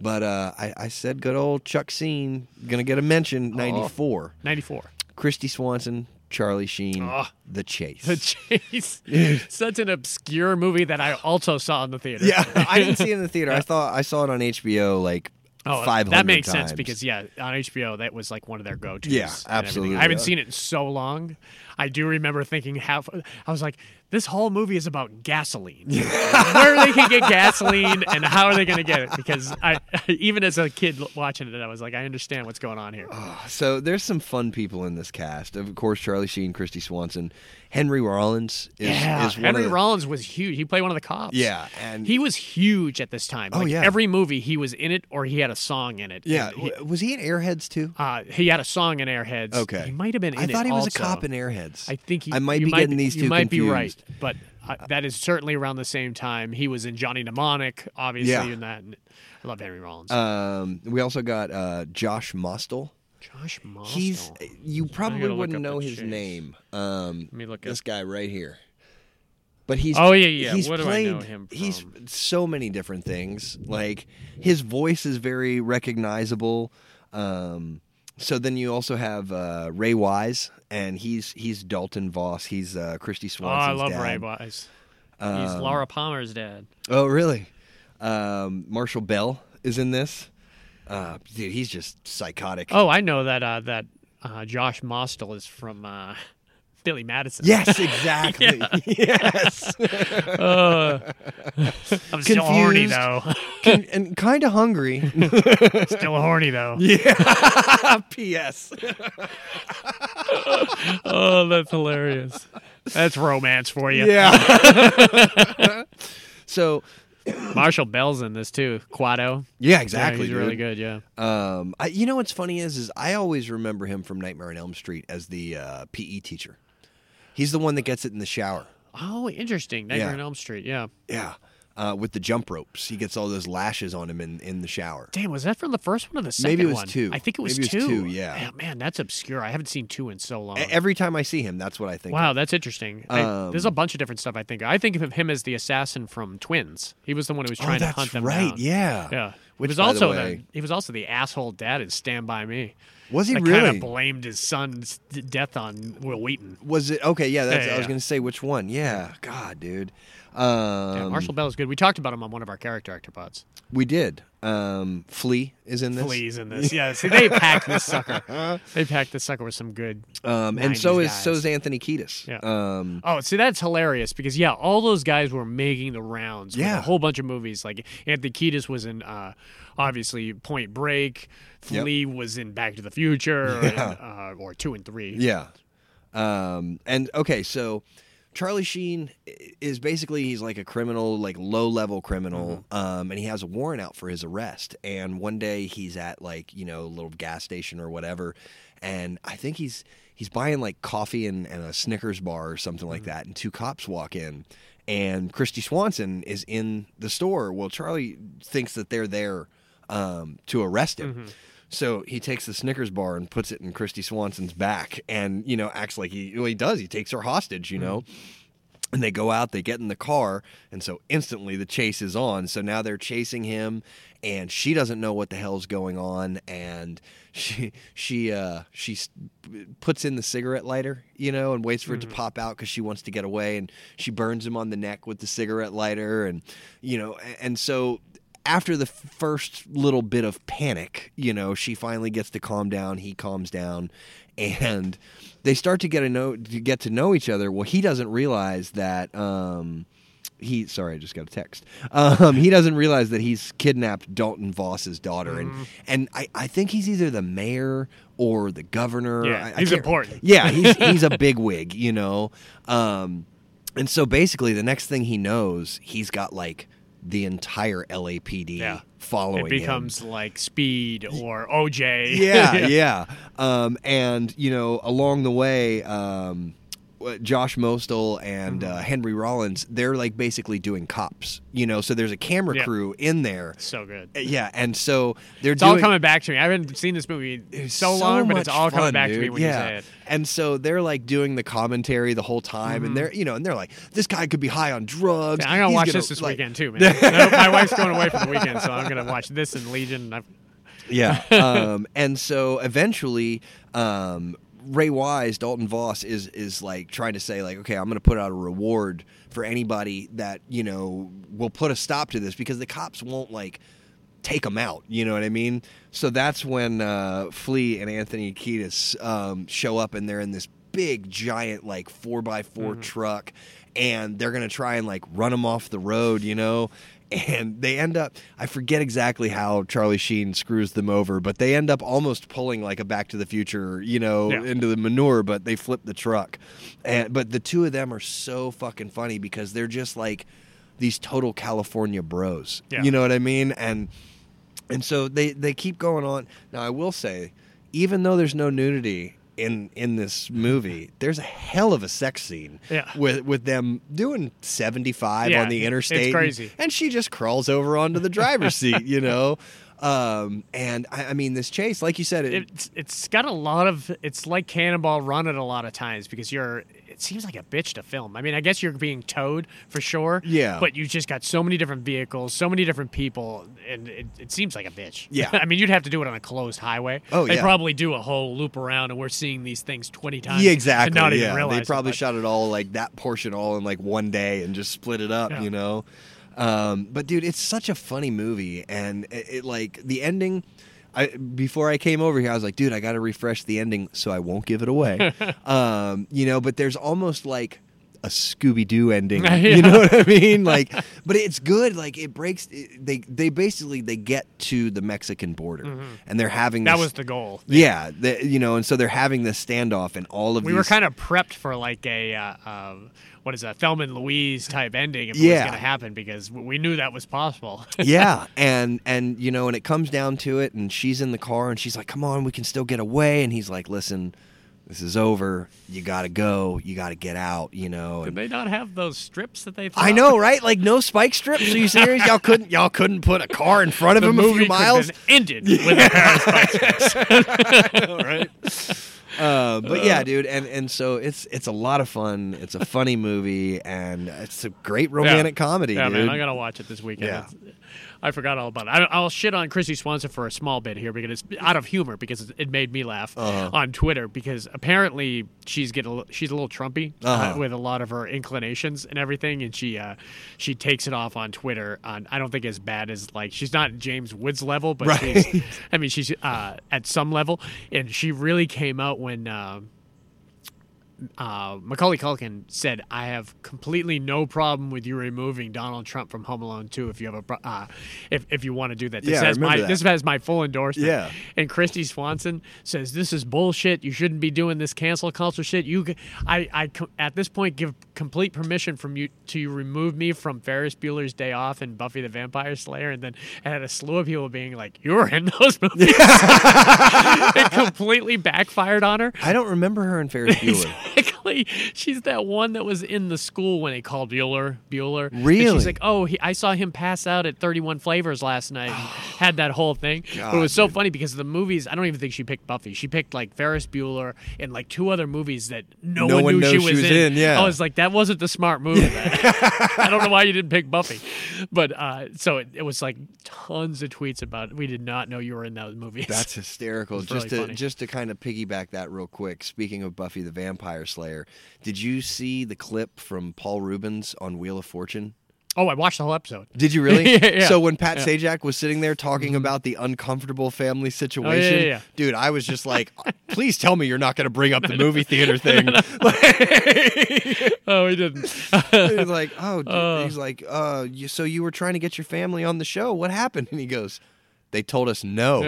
Speaker 6: But uh, I, I said good old Chuck Scene gonna get a mention.
Speaker 5: Oh.
Speaker 6: Ninety four.
Speaker 5: Ninety four.
Speaker 6: Christy Swanson, Charlie Sheen,
Speaker 5: Ah.
Speaker 6: The Chase.
Speaker 5: The Chase. Such an obscure movie that I also saw in the theater.
Speaker 6: yeah, I didn't see it in the theater. I thought I saw it on HBO like
Speaker 5: Oh,
Speaker 6: 500
Speaker 5: that makes
Speaker 6: times.
Speaker 5: sense because yeah, on HBO that was like one of their go-tos.
Speaker 6: Yeah,
Speaker 5: and everything.
Speaker 6: absolutely.
Speaker 5: I haven't seen it in so long. I do remember thinking half. I was like, this whole movie is about gasoline. Where they can get gasoline and how are they going to get it? Because I, even as a kid watching it, I was like, I understand what's going on here.
Speaker 6: Oh, So there's some fun people in this cast. Of course, Charlie Sheen, Christy Swanson, Henry Rollins is,
Speaker 5: yeah,
Speaker 6: is one
Speaker 5: Henry
Speaker 6: of the,
Speaker 5: Rollins was huge. He played one of the cops.
Speaker 6: Yeah, and
Speaker 5: He was huge at this time.
Speaker 6: Oh,
Speaker 5: Like,
Speaker 6: yeah.
Speaker 5: Every movie he was in it or he had a song in it.
Speaker 6: yeah,
Speaker 5: He,
Speaker 6: w- was he in Airheads too?
Speaker 5: uh, he had a song in Airheads.
Speaker 6: Okay,
Speaker 5: He might have been in
Speaker 6: I
Speaker 5: it
Speaker 6: thought he was
Speaker 5: also.
Speaker 6: a cop in Airheads.
Speaker 5: I think he,
Speaker 6: I might
Speaker 5: you
Speaker 6: be getting these
Speaker 5: you
Speaker 6: two
Speaker 5: might
Speaker 6: confused.
Speaker 5: be right, but uh, that is certainly around the same time he was in Johnny Mnemonic, obviously
Speaker 6: Yeah.
Speaker 5: in that. And I love Henry Rollins.
Speaker 6: Um, we also got uh, Josh Mostel.
Speaker 5: Josh Mostel.
Speaker 6: He's uh, you probably
Speaker 5: gotta look
Speaker 6: wouldn't
Speaker 5: up
Speaker 6: know
Speaker 5: the
Speaker 6: his
Speaker 5: chase.
Speaker 6: name. Um,
Speaker 5: me look
Speaker 6: this
Speaker 5: up-
Speaker 6: guy right here. But he's
Speaker 5: Oh, yeah, yeah.
Speaker 6: He's
Speaker 5: What do I
Speaker 6: played,
Speaker 5: know him
Speaker 6: He's
Speaker 5: from?
Speaker 6: so many different things. Like his voice is very recognizable. Um, so then you also have uh, Ray Wise, and he's he's Dalton Voss. He's uh, Christy
Speaker 5: oh, I
Speaker 6: Swanson's
Speaker 5: love
Speaker 6: dad. Um,
Speaker 5: Ray Wise. He's Laura Palmer's dad.
Speaker 6: Oh, really? Um, Marshall Bell is in this. Uh, dude, he's just psychotic.
Speaker 5: Oh, I know that uh, that uh, Josh Mostel is from uh, Billy Madison.
Speaker 6: Yes, exactly. Yes.
Speaker 5: I'm still horny
Speaker 6: Confused.
Speaker 5: though.
Speaker 6: Con- and kind of hungry.
Speaker 5: still horny though.
Speaker 6: P.S.
Speaker 5: Oh, that's hilarious. That's romance for you.
Speaker 6: Yeah. so
Speaker 5: Marshall Bell's in this too. Quado.
Speaker 6: yeah,
Speaker 5: Yeah,
Speaker 6: exactly.
Speaker 5: he's
Speaker 6: dude.
Speaker 5: really good. Yeah.
Speaker 6: Um, I, you know what's funny is, is I always remember him from Nightmare on Elm Street as the uh, PE teacher. He's the one that gets it in the shower.
Speaker 5: Oh, interesting. Nightmare
Speaker 6: Yeah.
Speaker 5: on Elm Street. Yeah.
Speaker 6: Yeah. Uh, with the jump ropes, he gets all those lashes on him in, in the shower.
Speaker 5: Damn, was that from the first one or the second
Speaker 6: Maybe it was
Speaker 5: one?
Speaker 6: two.
Speaker 5: I think it was,
Speaker 6: Maybe it was
Speaker 5: two. Oh,
Speaker 6: two, yeah.
Speaker 5: man, that's obscure. I haven't seen two in so long.
Speaker 6: E- Every time I see him, that's what I think.
Speaker 5: wow, that's interesting. I-
Speaker 6: Um,
Speaker 5: there's a bunch of different stuff I think. of. I think of him as the assassin from Twins. He was the one who was
Speaker 6: Oh,
Speaker 5: trying to
Speaker 6: that's
Speaker 5: hunt them
Speaker 6: right.
Speaker 5: down.
Speaker 6: Yeah.
Speaker 5: Yeah. he
Speaker 6: Which,
Speaker 5: was
Speaker 6: by the
Speaker 5: also
Speaker 6: way-
Speaker 5: he was also the asshole dad in Stand by Me.
Speaker 6: Was he
Speaker 5: that Kind
Speaker 6: really?
Speaker 5: of blamed his son's d- death on Will Wheaton.
Speaker 6: Was it okay? Yeah, that's,
Speaker 5: Yeah, yeah,
Speaker 6: I was
Speaker 5: yeah.
Speaker 6: gonna say which one. Yeah, God, dude. Um,
Speaker 5: Yeah, Marshall Bell is good. We talked about him on one of our character actor pods.
Speaker 6: we did. Um, Flea is in this.
Speaker 5: Please in this, yeah. See, they packed this sucker. They packed this sucker with some good.
Speaker 6: Um, and so
Speaker 5: 90s
Speaker 6: is so
Speaker 5: guys.
Speaker 6: is Anthony Kiedis.
Speaker 5: Yeah.
Speaker 6: Um,
Speaker 5: Oh, see, that's hilarious because yeah, all those guys were making the rounds. with
Speaker 6: Yeah.
Speaker 5: a whole bunch of movies. Like Anthony Kiedis was in, uh, obviously Point Break.
Speaker 6: Yep.
Speaker 5: Flea was in Back to the Future, and, uh, or two and three.
Speaker 6: yeah. Um, and okay, so Charlie Sheen i- is basically he's like a criminal, like low level criminal, um, and he has a warrant out for his arrest. And one day he's at like you know a little gas station or whatever, and I think he's he's buying like coffee and, and a Snickers bar or something like that. And two cops walk in, and Christy Swanson is in the store. Well, Charlie thinks that they're there um, to arrest him. So he takes the Snickers bar and puts it in Christy Swanson's back, and you know acts like he well, he does. He takes her hostage, you know. And they go out, they get in the car, and so instantly the chase is on. So now they're chasing him, and she doesn't know what the hell's going on, and she she uh, she s- puts in the cigarette lighter, you know, and waits for it to pop out because she wants to get away, and she burns him on the neck with the cigarette lighter, and you know, a- and so after the f- first little bit of panic, you know, she finally gets to calm down. He calms down, and they start to get to know to get to know each other. Well, he doesn't realize that. Um, he sorry, I just got a text. Um, he doesn't realize that he's kidnapped Dalton Voss's daughter,
Speaker 5: Mm-hmm.
Speaker 6: and and I, I think he's either the mayor or the governor.
Speaker 5: Yeah,
Speaker 6: I- I
Speaker 5: he's
Speaker 6: can't-
Speaker 5: important.
Speaker 6: yeah, he's he's a big wig, you know. Um, and so basically, the next thing he knows, he's got like the entire LAPD
Speaker 5: Yeah.
Speaker 6: following.
Speaker 5: it
Speaker 6: him.
Speaker 5: becomes like Speed or OJ.
Speaker 6: yeah, yeah. Um, and you know, along the way, um, uh, Josh Mostel and
Speaker 5: Mm-hmm.
Speaker 6: uh, Henry Rollins, they're like basically doing cops, you know. So there's a camera
Speaker 5: Yeah.
Speaker 6: crew in there,
Speaker 5: So good.
Speaker 6: Uh, yeah, and so they're
Speaker 5: It's
Speaker 6: doing
Speaker 5: all coming back to me. I haven't seen this movie in
Speaker 6: It's
Speaker 5: so, long, but it's
Speaker 6: much
Speaker 5: all
Speaker 6: fun,
Speaker 5: coming back to me
Speaker 6: dude.
Speaker 5: when
Speaker 6: yeah.
Speaker 5: you say it.
Speaker 6: And so they're like doing the commentary the whole time,
Speaker 5: Mm-hmm.
Speaker 6: and they're you know, and they're like, this guy could be high on drugs.
Speaker 5: I'm gonna
Speaker 6: He's
Speaker 5: watch this this
Speaker 6: like-
Speaker 5: weekend too, man. No, my wife's going away for the weekend, so I'm gonna watch this and Legion. I've,
Speaker 6: Yeah. Um, and so eventually, um, Ray Wise, Dalton Voss is is like trying to say like, okay, I'm going to put out a reward for anybody that you know will put a stop to this because the cops won't like take them out. You know what I mean? So that's when uh, Flea and Anthony Kiedis um, show up and they're in this big giant like four by 4 truck and they're gonna try and like run them off the road you know and they end up i forget exactly how charlie sheen screws them over but they end up almost pulling like a back to the future you know
Speaker 5: Yeah.
Speaker 6: into the manure but they flip the truck and but the two of them are so fucking funny because they're just like these total california bros
Speaker 5: Yeah.
Speaker 6: you know what i mean and and so they they keep going on now i will say even though there's no nudity in in this movie there's a hell of a sex scene
Speaker 5: Yeah.
Speaker 6: with with them doing 75
Speaker 5: Yeah,
Speaker 6: on the
Speaker 5: it's
Speaker 6: interstate and-
Speaker 5: crazy.
Speaker 6: and she just crawls over onto the driver's seat you know um and i, I mean this chase like you said it,
Speaker 5: it's it's got a lot of it's like Cannonball Run at a lot of times because you're it seems like a bitch to film. I mean, I guess you're being towed for sure.
Speaker 6: Yeah.
Speaker 5: But you just got so many different vehicles, so many different people, and it, it seems like a bitch.
Speaker 6: Yeah.
Speaker 5: I mean, you'd have to do it on a closed highway.
Speaker 6: Oh,
Speaker 5: They
Speaker 6: yeah.
Speaker 5: probably do a whole loop around, and we're seeing these things twenty times.
Speaker 6: yeah, exactly.
Speaker 5: And not
Speaker 6: yeah.
Speaker 5: even realize
Speaker 6: they probably
Speaker 5: it, but-
Speaker 6: shot it all like that portion all in like one day and just split it up,
Speaker 5: Yeah.
Speaker 6: you know. Um, but dude, it's such a funny movie, and it, it like the ending. I before I came over here, I was like, dude, I got to refresh the ending so I won't give it away, um, you know. But there's almost like a Scooby Doo ending, you know what I mean? Like, but it's good. Like it breaks. It, they they basically they get to the Mexican border, and they're having
Speaker 5: Mm-hmm. that
Speaker 6: this-
Speaker 5: was the goal.
Speaker 6: yeah, the, you know, and so they're having this standoff, and all of
Speaker 5: We
Speaker 6: these,
Speaker 5: were kind of prepped for like a uh, uh, what is that Thelma and Louise type ending if it was
Speaker 6: Yeah.
Speaker 5: going to happen because we knew that was possible.
Speaker 6: yeah, and and you know, and it comes down to it, and she's in the car, and she's like, "Come on, we can still get away," and he's like, "Listen, this is over. You gotta go. You gotta get out." You know,
Speaker 5: Did
Speaker 6: and,
Speaker 5: they not have those strips that they? Thought?
Speaker 6: I know, right? Like no spike strips. Are you serious? Y'all couldn't y'all couldn't put a car in front of
Speaker 5: The
Speaker 6: him
Speaker 5: movie
Speaker 6: a few
Speaker 5: could've
Speaker 6: miles.
Speaker 5: been ended with a pair of spikes.
Speaker 6: Uh, but yeah, dude, and and so it's it's a lot of fun. It's a funny movie, and it's a great romantic comedy,
Speaker 5: Yeah,
Speaker 6: dude.
Speaker 5: man, I gotta watch it this weekend.
Speaker 6: Yeah.
Speaker 5: It's- I forgot all about it. I, I'll shit on Chrissy Swanson for a small bit here because it's out of humor because it made me laugh
Speaker 6: Uh-huh.
Speaker 5: on Twitter because apparently she's getting a, li- she's a little Trumpy uh,
Speaker 6: Uh-huh.
Speaker 5: with a lot of her inclinations and everything, and she uh, she takes it off on Twitter. On I don't think as bad as like she's not James Woods level, but she's I mean she's uh, at some level, and she really came out when. um uh, Macaulay Culkin said, "I have completely no problem with you removing Donald Trump from Home Alone 2 if you have a pro- uh, if if you want to do that. This
Speaker 6: Yeah, I
Speaker 5: has my
Speaker 6: remember that.
Speaker 5: this has my full endorsement."
Speaker 6: Yeah.
Speaker 5: And Christy Swanson says, "This is bullshit. You shouldn't be doing this cancel culture shit. You, g- I, I co- at this point give complete permission from you to remove me from Ferris Bueller's Day Off and Buffy the Vampire Slayer, and then I had a slew of people being like, you were in those movies.' it completely backfired on her."
Speaker 6: I don't remember her in Ferris Bueller.
Speaker 5: Exactly. She's that one that was in the school when they called Bueller. Bueller. And
Speaker 6: Really?
Speaker 5: she's like, oh, he, I saw him pass out at 31 Flavors last night. and had that whole thing. but it was so funny because the movies, I don't even think she picked Buffy. She picked like Ferris Bueller and like two other movies that no,
Speaker 6: No one
Speaker 5: knew
Speaker 6: knows
Speaker 5: she
Speaker 6: she
Speaker 5: was,
Speaker 6: was
Speaker 5: in.
Speaker 6: in, yeah.
Speaker 5: I was like, that wasn't the smart move. I don't know why you didn't pick Buffy. But uh, so it, it was like tons of tweets about we did not know you were in those movies.
Speaker 6: That's hysterical.
Speaker 5: It's
Speaker 6: Just
Speaker 5: really
Speaker 6: to
Speaker 5: funny.
Speaker 6: just to kind of piggyback that real quick. Speaking of Buffy the Vampire Slayer, did you see the clip from Paul Rubens on Wheel of Fortune?
Speaker 5: oh, I watched the whole episode.
Speaker 6: Did you really?
Speaker 5: Yeah, yeah. Mm-hmm. Oh,
Speaker 6: So when Pat Sajak was sitting there talking about the uncomfortable family situation,
Speaker 5: yeah.
Speaker 6: dude, I was just like, please tell me you're not going to bring up the movie theater thing. Like-
Speaker 5: Oh, we didn't.
Speaker 6: he's like, oh, dude. he's like, uh, you, so you were trying to get your family on the show? What happened? And he goes, they told us no.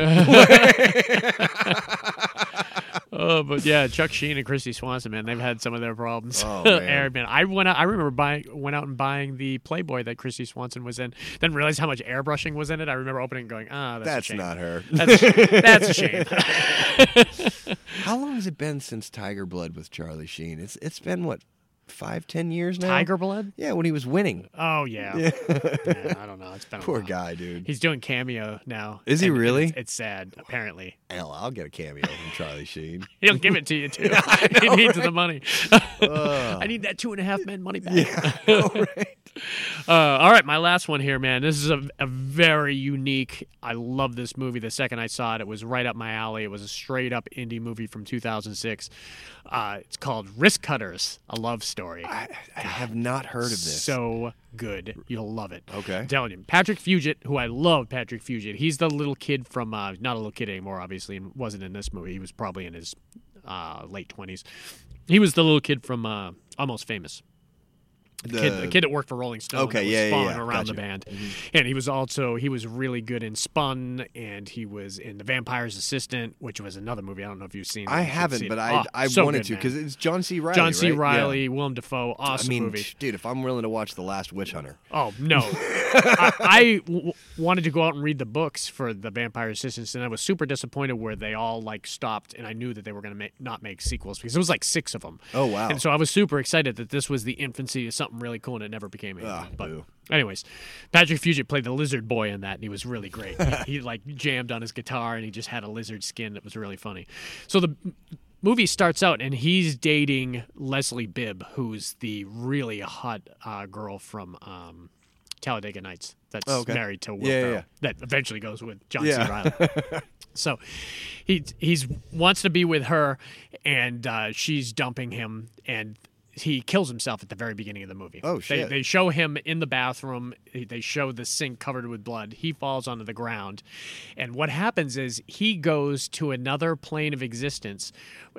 Speaker 5: Oh, but yeah, Chuck Sheen and Christy Swanson, man, they've had some of their problems.
Speaker 6: Oh, man.
Speaker 5: Air, man. I went out, I remember buying went out and buying the Playboy that Christy Swanson was in. Then realized how much airbrushing was in it. I remember opening and going, ah, that's, a
Speaker 6: That's
Speaker 5: shame.
Speaker 6: not her.
Speaker 5: That's, that's a shame.
Speaker 6: How long has it been since Tiger Blood with Charlie Sheen? It's it's been what five, ten years now.
Speaker 5: Tiger Blood?
Speaker 6: Yeah, when he was winning.
Speaker 5: Oh yeah. yeah. I don't know. It's been a
Speaker 6: Poor
Speaker 5: while.
Speaker 6: guy, dude.
Speaker 5: He's doing cameo now.
Speaker 6: Is he
Speaker 5: and
Speaker 6: really?
Speaker 5: It's, it's sad. Apparently,
Speaker 6: Hell, I'll get a cameo from Charlie Sheen.
Speaker 5: he'll give it to you too.
Speaker 6: I
Speaker 5: he
Speaker 6: know,
Speaker 5: needs
Speaker 6: right?
Speaker 5: the money. I need that two and a half men money back.
Speaker 6: All right.
Speaker 5: Uh, all right, my last one here, man. This is a, a very unique. I love this movie. The second I saw it, it was right up my alley. It was a straight up indie movie from 2006. Uh, it's called Risk Cutters: A Love Story.
Speaker 6: I, I have not heard of this.
Speaker 5: So good. You'll love it.
Speaker 6: Okay.
Speaker 5: I'm telling you. Patrick Fugit, who I love Patrick Fugit. He's the little kid from uh not a little kid anymore, obviously, and wasn't in this movie. He was probably in his uh late twenties. He was the little kid from uh Almost Famous. The, kid, the kid that worked for Rolling Stone
Speaker 6: Okay,
Speaker 5: that was
Speaker 6: yeah, yeah,
Speaker 5: Spawn
Speaker 6: yeah.
Speaker 5: around the
Speaker 6: Gotcha. Mm-hmm.
Speaker 5: band. And he was also he was really good in Spun and he was in The Vampire's Assistant, which was another movie. I don't know if you've seen it.
Speaker 6: I
Speaker 5: You should see
Speaker 6: haven't,
Speaker 5: it.
Speaker 6: but I
Speaker 5: Oh,
Speaker 6: I
Speaker 5: so
Speaker 6: wanted
Speaker 5: good,
Speaker 6: to
Speaker 5: man.
Speaker 6: because it's John C. Riley.
Speaker 5: John C.
Speaker 6: right? Yeah.
Speaker 5: Riley, Willem Dafoe, awesome
Speaker 6: I mean,
Speaker 5: movie.
Speaker 6: dude, if I'm willing to watch the last Witch Hunter,
Speaker 5: Oh no! I, I w- wanted to go out and read the books for the Vampire Assistants, and I was super disappointed where they all like stopped, and I knew that they were going to make, not make sequels because there was like six of them.
Speaker 6: Oh, wow.
Speaker 5: And so I was super excited that this was the infancy of something really cool, and it never became anything.
Speaker 6: Ah,
Speaker 5: but
Speaker 6: boo.
Speaker 5: anyways, Patrick Fugit played the lizard boy in that, and he was really great. he, he like jammed on his guitar, and he just had a lizard skin that was really funny. So the movie starts out and he's dating Leslie Bibb, who's the really hot uh, girl from um, Talladega Nights that's
Speaker 6: Oh, okay.
Speaker 5: married to Will
Speaker 6: Yeah, yeah,
Speaker 5: Ferrell,
Speaker 6: yeah.
Speaker 5: that eventually goes with John
Speaker 6: Yeah.
Speaker 5: C. Riley. So he he's wants to be with her, and uh, she's dumping him, and he kills himself at the very beginning of the movie.
Speaker 6: Oh,
Speaker 5: They-
Speaker 6: shit.
Speaker 5: They, show him in the bathroom. They show the sink covered with blood. He falls onto the ground, and what happens is he goes to another plane of existence,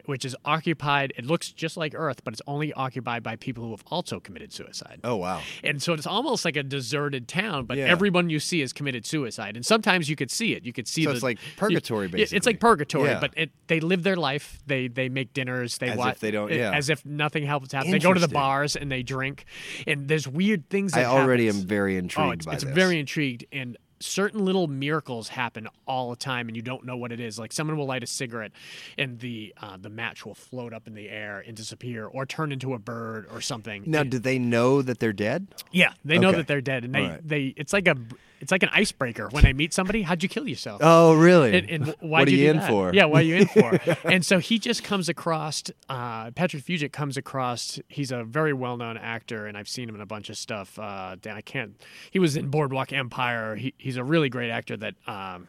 Speaker 5: which is occupied. It looks just like Earth, but it's only occupied by people who have also committed suicide.
Speaker 6: oh wow,
Speaker 5: And so it's almost like a deserted town, but
Speaker 6: Yeah.
Speaker 5: everyone you see has committed suicide. And sometimes you could see it. You could see
Speaker 6: So
Speaker 5: the-
Speaker 6: it's like purgatory,
Speaker 5: Yeah, It's
Speaker 6: basically.
Speaker 5: like purgatory,
Speaker 6: Yeah.
Speaker 5: but it, they live their life. They they make dinners. They
Speaker 6: As
Speaker 5: watch.
Speaker 6: if they don't- yeah.
Speaker 5: As if nothing helps happen. They go to the
Speaker 6: Interesting.
Speaker 5: bars and they drink. And there's weird things.
Speaker 6: I
Speaker 5: That
Speaker 6: already
Speaker 5: happens.
Speaker 6: am very intrigued
Speaker 5: Oh, it's,
Speaker 6: by
Speaker 5: it's
Speaker 6: this.
Speaker 5: very intrigued and certain little miracles happen all the time and you don't know what it is like someone will light a cigarette and the uh, the match will float up in the air and disappear or turn into a bird or something
Speaker 6: Now, do they know that they're dead?
Speaker 5: yeah, they know
Speaker 6: Okay.
Speaker 5: that they're dead, and they,
Speaker 6: All right.
Speaker 5: they it's like a it's like an icebreaker when they meet somebody. How'd you kill yourself?
Speaker 6: Oh, really?
Speaker 5: and, and why
Speaker 6: what are
Speaker 5: you, do
Speaker 6: you in
Speaker 5: that?
Speaker 6: for?
Speaker 5: Yeah, what are you in for? and so he just comes across. Uh, Patrick Fugit comes across. He's a very well-known actor, and I've seen him in a bunch of stuff. Uh, Dan, I can't. He was in Boardwalk Empire. He, he's a really great actor. That um,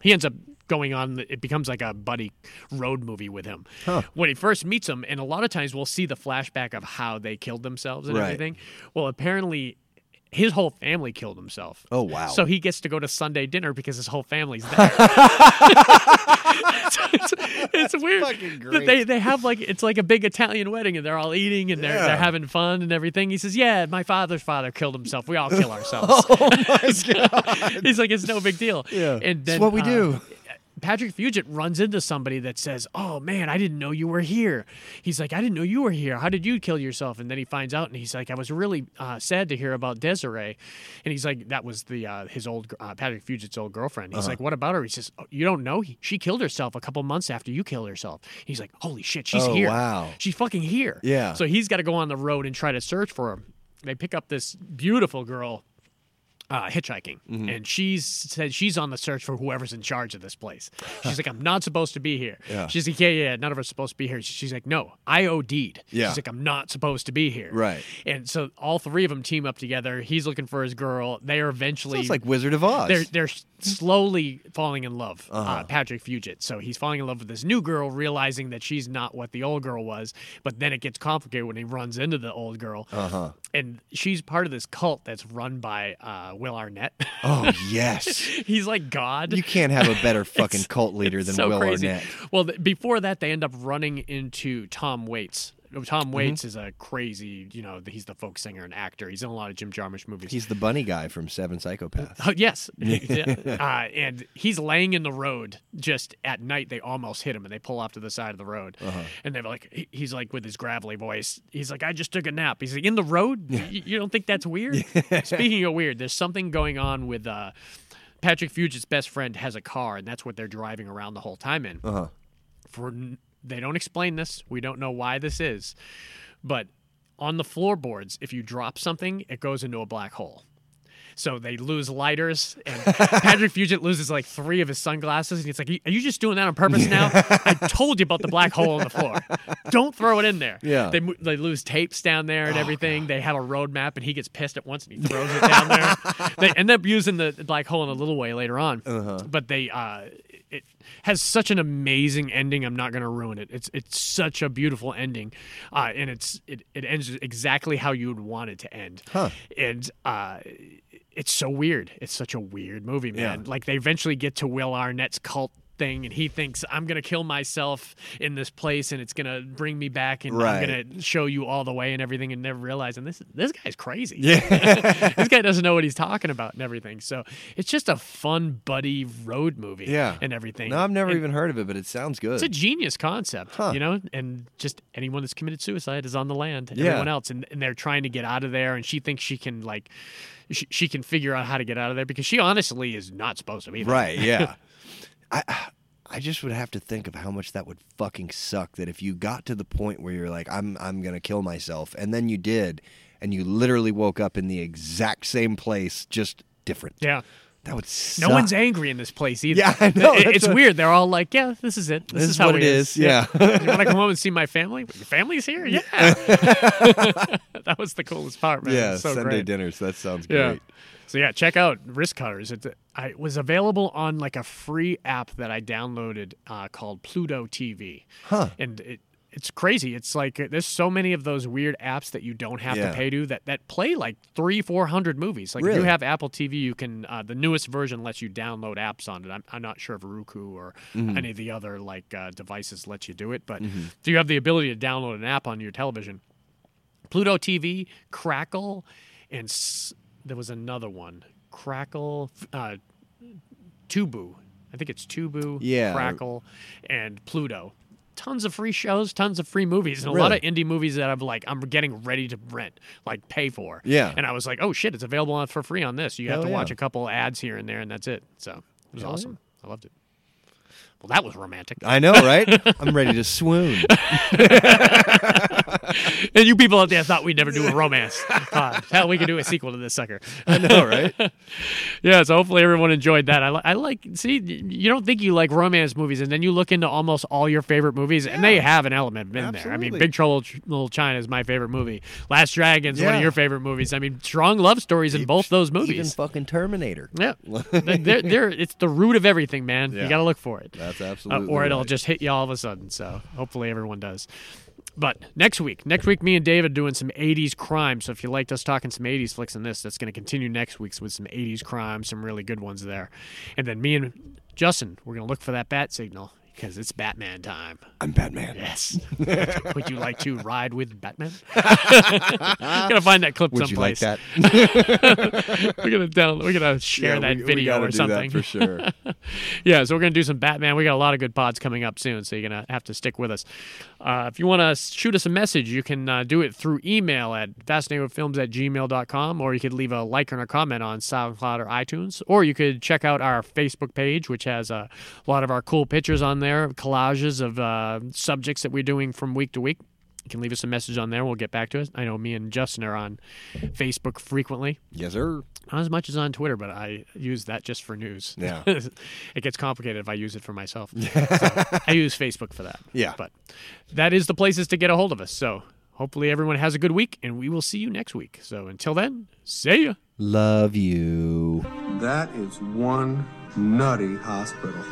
Speaker 5: he ends up going on. It becomes like a buddy road movie with him when he first meets him. And a lot of times we'll see the flashback of how they killed themselves and
Speaker 6: Right.
Speaker 5: everything. Well, apparently. His whole family killed himself.
Speaker 6: Oh, wow.
Speaker 5: So he gets to go to Sunday dinner because his whole family's there it's, it's weird.
Speaker 6: fucking
Speaker 5: that
Speaker 6: great.
Speaker 5: They they have like it's like a big Italian wedding and they're all eating and they're
Speaker 6: Yeah.
Speaker 5: they're having fun and everything. He says, "Yeah, my father's father killed himself. We all kill ourselves." He's like, "It's no big deal."
Speaker 6: Oh Yeah.
Speaker 5: and
Speaker 6: It's
Speaker 5: then,
Speaker 6: what we
Speaker 5: uh,
Speaker 6: do.
Speaker 5: Patrick Fugit runs into somebody that says, "Oh man, I didn't know you were here." He's like, "I didn't know you were here. How did you kill yourself?" And then he finds out, and he's like, "I was really uh, sad to hear about Desiree." And he's like, "That was the uh, his old uh, Patrick Fugit's old girlfriend."
Speaker 6: Uh-huh.
Speaker 5: He's like, "What about her?" He says, oh, "You don't know? She killed herself a couple months after you killed herself." He's like, "Holy shit, she's
Speaker 6: Oh,
Speaker 5: here!
Speaker 6: wow.
Speaker 5: she's fucking here!"
Speaker 6: Yeah.
Speaker 5: So he's got to go on the road and try to search for her. They pick up this beautiful girl uh, hitchhiking,
Speaker 6: Mm-hmm.
Speaker 5: and she's said she's on the search for whoever's in charge of this place. She's like, I'm not supposed to be here.
Speaker 6: Yeah.
Speaker 5: She's like, yeah, yeah, yeah, none of us are supposed to be here. She's like, no, I OD'd.
Speaker 6: Yeah.
Speaker 5: She's like, I'm not supposed to be here.
Speaker 6: Right.
Speaker 5: And so all three of them team up together. He's looking for his girl. They are eventually
Speaker 6: Sounds like Wizard of Oz.
Speaker 5: they're they're slowly falling in love. uh
Speaker 6: Uh-huh.
Speaker 5: Patrick Fugit. So he's falling in love with this new girl, realizing that she's not what the old girl was. But then it gets complicated when he runs into the old girl, uh-huh. and she's part of this cult that's run by uh, Will Arnett.
Speaker 6: oh yes.
Speaker 5: he's like God.
Speaker 6: You can't have a better fucking cult leader than
Speaker 5: so
Speaker 6: Will
Speaker 5: crazy.
Speaker 6: Arnett.
Speaker 5: Well, th- before that, they end up running into Tom Waits,
Speaker 6: Mm-hmm.
Speaker 5: Tom Waits is a crazy, you know, he's the folk singer and actor. He's in a lot of Jim Jarmusch movies.
Speaker 6: He's the bunny guy from Seven Psychopaths.
Speaker 5: Oh, yes. Yeah. uh, and he's laying in the road just at night. They almost hit him and they pull off to the side of the road. And they're like, he- he's like with his gravelly voice, he's like, I just took a nap. He's like, in the road? Y- You don't think that's weird? Speaking of weird, there's something going on with uh, Patrick Fugit's best friend has a car and that's what they're driving around the whole time in.
Speaker 6: Uh-huh.
Speaker 5: For n- They don't explain this. We don't know why this is. But on the floorboards, if you drop something, it goes into a black hole. So they lose lighters, and Patrick Fugit loses like three of his sunglasses, and he's like, "Are you just doing that on purpose now? I told you about the black hole on the floor. Don't throw it in there."
Speaker 6: Yeah.
Speaker 5: They mo- they lose tapes down there and everything. They have a road map, and he gets pissed at once, and he throws it down there. They end up using the black hole in a little way later on, but they. Uh, it has such an amazing ending. I'm not going to ruin it. It's it's such a beautiful ending, uh, and it's it, it ends exactly how you would want it to end. And uh, it's so weird. It's such a weird movie, man. Like they eventually get to Will Arnett's cult thing and he thinks I'm going to kill myself in this place and it's going to bring me back and
Speaker 6: Right.
Speaker 5: I'm going to show you all the way and everything and never realizing this this guy's crazy.
Speaker 6: Yeah.
Speaker 5: this guy doesn't know what he's talking about and everything. So, it's just a fun buddy road movie
Speaker 6: Yeah.
Speaker 5: and everything.
Speaker 6: no, I've never
Speaker 5: And
Speaker 6: even heard of it, but it sounds good.
Speaker 5: it's a genius concept,
Speaker 6: Huh.
Speaker 5: you know, and just anyone that's committed suicide is on the land.
Speaker 6: Yeah.
Speaker 5: Everyone else, and, and they're trying to get out of there, and she thinks she can like, she, she can figure out how to get out of there because she honestly is not supposed to be there.
Speaker 6: Right, yeah. I I just would have to think of how much that would fucking suck that if you got to the point where you're like I'm I'm going to kill myself and then you did and you literally woke up in the exact same place just different.
Speaker 5: Yeah.
Speaker 6: That would suck.
Speaker 5: No one's angry in this place either.
Speaker 6: Yeah, I know,
Speaker 5: It-
Speaker 6: that's
Speaker 5: it's
Speaker 6: what-
Speaker 5: weird. They're all like, "Yeah, this is it. This,
Speaker 6: This
Speaker 5: is,
Speaker 6: is
Speaker 5: how
Speaker 6: what it is, yeah.
Speaker 5: you want to come home and see my family? Your family's here. Yeah. that was the coolest part, man. It
Speaker 6: Yeah,
Speaker 5: was so
Speaker 6: Sunday
Speaker 5: great.
Speaker 6: dinners, that sounds
Speaker 5: Yeah.
Speaker 6: great.
Speaker 5: So yeah, check out Wrist Cutters. It's I it was available on like a free app that I downloaded uh, called Pluto TV.
Speaker 6: Huh.
Speaker 5: And it it's crazy. It's like uh, there's so many of those weird apps that you don't have
Speaker 6: Yeah.
Speaker 5: to pay to that that play like three four hundred movies. Like if
Speaker 6: Really?
Speaker 5: you have Apple TV, you can uh, the newest version lets you download apps on it. I'm, I'm not sure if Roku or
Speaker 6: Mm-hmm.
Speaker 5: any of the other like uh, devices let you do it, but do you have the ability to download an app on your television? Pluto TV, Crackle, and s- there was another one. Crackle, f- uh, Tubu. I think it's Tubu,
Speaker 6: Yeah.
Speaker 5: Crackle, and Pluto. Tons of free shows, tons of free movies, and a lot
Speaker 6: Really?
Speaker 5: of indie movies that I'm like I'm getting ready to rent, like pay for.
Speaker 6: Yeah.
Speaker 5: And I was like, oh shit, it's available on for free on this. You have
Speaker 6: Hell
Speaker 5: to
Speaker 6: yeah.
Speaker 5: watch a couple ads here and there, and that's it. So it was awesome. I loved it. Well, that was romantic.
Speaker 6: I know, right? I'm ready to swoon.
Speaker 5: and you people out there thought we'd never do a romance. pod. hell, we could do a sequel to this sucker.
Speaker 6: I know, right?
Speaker 5: Yeah, so hopefully everyone enjoyed that. I, li- I like, see, y- you don't think you like romance movies, and then you look into almost all your favorite movies, and they have an element in there. I mean,
Speaker 6: absolutely.
Speaker 5: Big Trouble in Little China is my favorite movie. Last Dragon's one
Speaker 6: Yeah.
Speaker 5: of your favorite movies. I mean, strong love stories in both those
Speaker 6: Even
Speaker 5: movies.
Speaker 6: fucking Terminator.
Speaker 5: yeah, They- they're, they're, it's the root of everything, man.
Speaker 6: Yeah.
Speaker 5: You got to look for it.
Speaker 6: That's
Speaker 5: Uh,
Speaker 6: absolutely
Speaker 5: or it'll
Speaker 6: right.
Speaker 5: just hit you all of a sudden. So hopefully everyone does. But next week, next week, me and Dave are doing some 80s crime. So if you liked us talking some 80s flicks and this, that's going to continue next week's with some 80s crime, some really good ones there. And then me and Justin, we're going to look for that bat signal because it's Batman time.
Speaker 6: I'm Batman.
Speaker 5: Yes. Would you like to ride with Batman? gonna find that clip
Speaker 6: Would you like
Speaker 5: someplace.
Speaker 6: that?
Speaker 5: We're gonna download, we're gonna share
Speaker 6: Yeah,
Speaker 5: that
Speaker 6: we, we
Speaker 5: video
Speaker 6: gotta
Speaker 5: or
Speaker 6: do
Speaker 5: something.
Speaker 6: That for sure.
Speaker 5: Yeah, so we're going to do some Batman. We got a lot of good pods coming up soon, so you're going to have to stick with us. Uh, if you want to shoot us a message, you can uh, do it through email at fascinatedwithfilms at gmail.com, or you could leave a like and a comment on SoundCloud or iTunes, or you could check out our Facebook page, which has a lot of our cool pictures on there, collages of uh, subjects that we're doing from week to week. You can leave us a message on there. We'll get back to it. I know me and Justin are on Facebook frequently
Speaker 6: yes, sir.
Speaker 5: not as much as on Twitter, but I use that just for news.
Speaker 6: Yeah.
Speaker 5: it gets complicated if I use it for myself. so I use Facebook for that.
Speaker 6: Yeah.
Speaker 5: But that is the places to get a hold of us. So hopefully everyone has a good week, and we will see you next week. So until then, see ya.
Speaker 6: Love you.
Speaker 1: That is one nutty hospital.